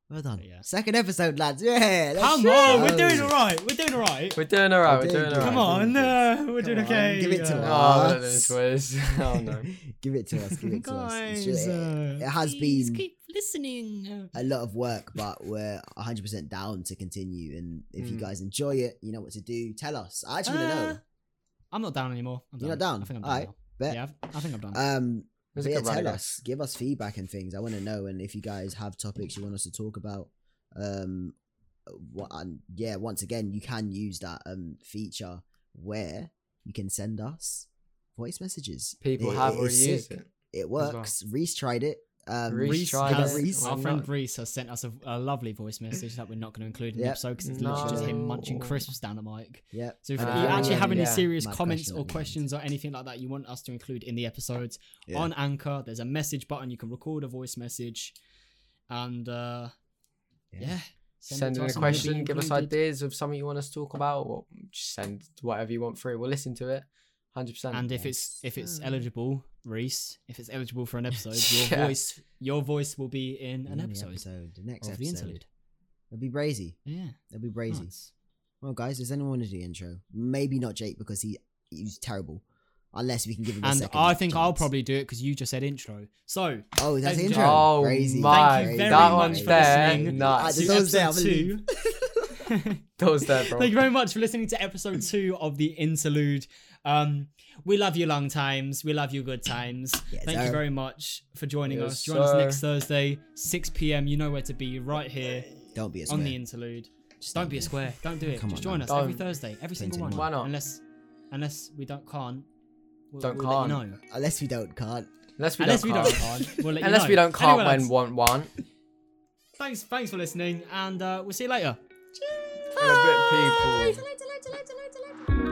[SPEAKER 2] Well done.
[SPEAKER 1] Yeah.
[SPEAKER 2] Second episode, lads. Yeah. let's Oh.
[SPEAKER 1] Come
[SPEAKER 2] go.
[SPEAKER 1] on, we're doing all right. We're doing all right.
[SPEAKER 3] We're doing all right. We're
[SPEAKER 2] We're
[SPEAKER 3] doing
[SPEAKER 2] doing
[SPEAKER 3] all right.
[SPEAKER 1] Come
[SPEAKER 2] Alright,
[SPEAKER 1] on,
[SPEAKER 2] let's-
[SPEAKER 1] uh, we're
[SPEAKER 2] come
[SPEAKER 1] doing
[SPEAKER 2] on,
[SPEAKER 1] okay.
[SPEAKER 2] give it to
[SPEAKER 1] uh,
[SPEAKER 2] us.
[SPEAKER 3] Oh, look at this was. Oh, no.
[SPEAKER 2] give it to us. Give it to us. It's
[SPEAKER 1] Guys,
[SPEAKER 2] ju-
[SPEAKER 1] uh,
[SPEAKER 2] it has
[SPEAKER 1] please
[SPEAKER 2] been-
[SPEAKER 1] keep listening.
[SPEAKER 2] a lot of work, but we're 100% down to continue. And if you
[SPEAKER 3] Mm.
[SPEAKER 2] guys enjoy it, you know what to do. Tell us. I actually want to
[SPEAKER 1] Uh,
[SPEAKER 2] know.
[SPEAKER 1] I'm not down anymore. I'm
[SPEAKER 2] You're not down?
[SPEAKER 1] I think I'm done.
[SPEAKER 2] Alright,
[SPEAKER 1] now.
[SPEAKER 2] bet.
[SPEAKER 1] Yeah, I've- I think I'm done.
[SPEAKER 2] Um,
[SPEAKER 3] It was a
[SPEAKER 2] but yeah,
[SPEAKER 3] good run, I
[SPEAKER 2] tell
[SPEAKER 3] guess.
[SPEAKER 2] us. Give us feedback and things. I want to know. And if you guys have topics you want us to talk about, um, what and yeah, once again, you can use that um feature where you can send us voice messages.
[SPEAKER 3] People
[SPEAKER 2] It-
[SPEAKER 3] have
[SPEAKER 2] it is
[SPEAKER 3] already used
[SPEAKER 2] sick.
[SPEAKER 3] it.
[SPEAKER 2] It
[SPEAKER 3] well.
[SPEAKER 2] works. Reese tried it. Um,
[SPEAKER 3] Reece
[SPEAKER 1] Reese
[SPEAKER 3] tried
[SPEAKER 1] has,
[SPEAKER 2] it. Reece-
[SPEAKER 1] our
[SPEAKER 3] We're
[SPEAKER 1] friend
[SPEAKER 3] not-
[SPEAKER 1] Reese has sent us a, a lovely voice message that we're not going to include in the
[SPEAKER 2] Yep.
[SPEAKER 1] episode because it's literally just him munching
[SPEAKER 3] No.
[SPEAKER 1] crisps down the mic.
[SPEAKER 2] yeah,
[SPEAKER 1] So if
[SPEAKER 3] Uh,
[SPEAKER 1] you actually have any
[SPEAKER 3] yeah.
[SPEAKER 1] serious
[SPEAKER 2] Mad
[SPEAKER 1] comments
[SPEAKER 2] question
[SPEAKER 1] or
[SPEAKER 2] at the end.
[SPEAKER 1] questions or anything like that you want us to include in the episodes
[SPEAKER 2] Yeah.
[SPEAKER 1] on Anchor, there's a message button. You can record a voice message, and uh,
[SPEAKER 2] Yeah.
[SPEAKER 1] yeah.
[SPEAKER 3] Send
[SPEAKER 1] it to
[SPEAKER 3] in a
[SPEAKER 1] us and we'll be
[SPEAKER 3] question, give us
[SPEAKER 1] included.
[SPEAKER 3] ideas of something you want us to talk about, or just send whatever you want through. We'll listen to it 100%.
[SPEAKER 1] And Hmm. if it's if it's
[SPEAKER 3] Yes.
[SPEAKER 1] eligible, Reese, if it's eligible for an episode, your
[SPEAKER 3] Yeah.
[SPEAKER 1] voice your voice will be in
[SPEAKER 2] In
[SPEAKER 1] an
[SPEAKER 2] the
[SPEAKER 1] Mm, episode,
[SPEAKER 2] episode, the next
[SPEAKER 1] of the
[SPEAKER 2] episode.
[SPEAKER 1] interlude.
[SPEAKER 2] It'll be brazy.
[SPEAKER 1] Yeah,
[SPEAKER 2] It'll
[SPEAKER 3] Hmm.
[SPEAKER 2] be brazy.
[SPEAKER 1] nice.
[SPEAKER 2] Well, guys, does anyone want to do the intro? Maybe not Jake because he he's terrible. Unless we can give him a
[SPEAKER 1] And
[SPEAKER 2] second.
[SPEAKER 1] I think I'll
[SPEAKER 2] chance.
[SPEAKER 1] probably do it because you just said intro. So
[SPEAKER 2] Oh, that's
[SPEAKER 1] Thank
[SPEAKER 2] the
[SPEAKER 1] you,
[SPEAKER 2] intro.
[SPEAKER 1] Jake.
[SPEAKER 3] Oh
[SPEAKER 2] Crazy.
[SPEAKER 3] my,
[SPEAKER 1] Thank you very
[SPEAKER 3] that
[SPEAKER 1] much
[SPEAKER 3] one's
[SPEAKER 1] for
[SPEAKER 3] there.
[SPEAKER 1] listening.
[SPEAKER 2] I
[SPEAKER 3] Nuts.
[SPEAKER 2] just
[SPEAKER 1] to
[SPEAKER 2] don't say
[SPEAKER 1] episode two.
[SPEAKER 2] I'm
[SPEAKER 3] That was there, bro.
[SPEAKER 1] Thank you very much for listening to episode two of the interlude. Um, we love you long times. We love you good times.
[SPEAKER 2] Yes,
[SPEAKER 1] Thank
[SPEAKER 2] sir.
[SPEAKER 1] you very much for joining
[SPEAKER 3] Yes,
[SPEAKER 1] us. Join us
[SPEAKER 3] sir.
[SPEAKER 1] next Thursday, 6 p.m. You know where to be, right here
[SPEAKER 2] Don't be a
[SPEAKER 1] on
[SPEAKER 2] square.
[SPEAKER 1] the interlude. Just don't be a square. Don't do it.
[SPEAKER 2] Come
[SPEAKER 1] Just
[SPEAKER 2] on,
[SPEAKER 1] join
[SPEAKER 2] man.
[SPEAKER 1] us every
[SPEAKER 3] Don't.
[SPEAKER 1] Thursday, every single one.
[SPEAKER 2] Continue.
[SPEAKER 3] Why not?
[SPEAKER 1] Unless, unless we don't can't. We'll,
[SPEAKER 3] Don't
[SPEAKER 1] we'll let you
[SPEAKER 3] can't.
[SPEAKER 1] know.
[SPEAKER 2] Unless we don't, can't.
[SPEAKER 3] Unless we
[SPEAKER 1] Unless
[SPEAKER 3] don't
[SPEAKER 1] we don't
[SPEAKER 3] can't.
[SPEAKER 1] can't. We'll let you
[SPEAKER 3] Unless
[SPEAKER 1] know.
[SPEAKER 3] we don't can't
[SPEAKER 1] Anyway,
[SPEAKER 3] when
[SPEAKER 1] lads,
[SPEAKER 3] want one.
[SPEAKER 1] Thanks, thanks for listening, and uh, we'll see you later.
[SPEAKER 3] And a bit people.
[SPEAKER 5] later, later, later, later, later.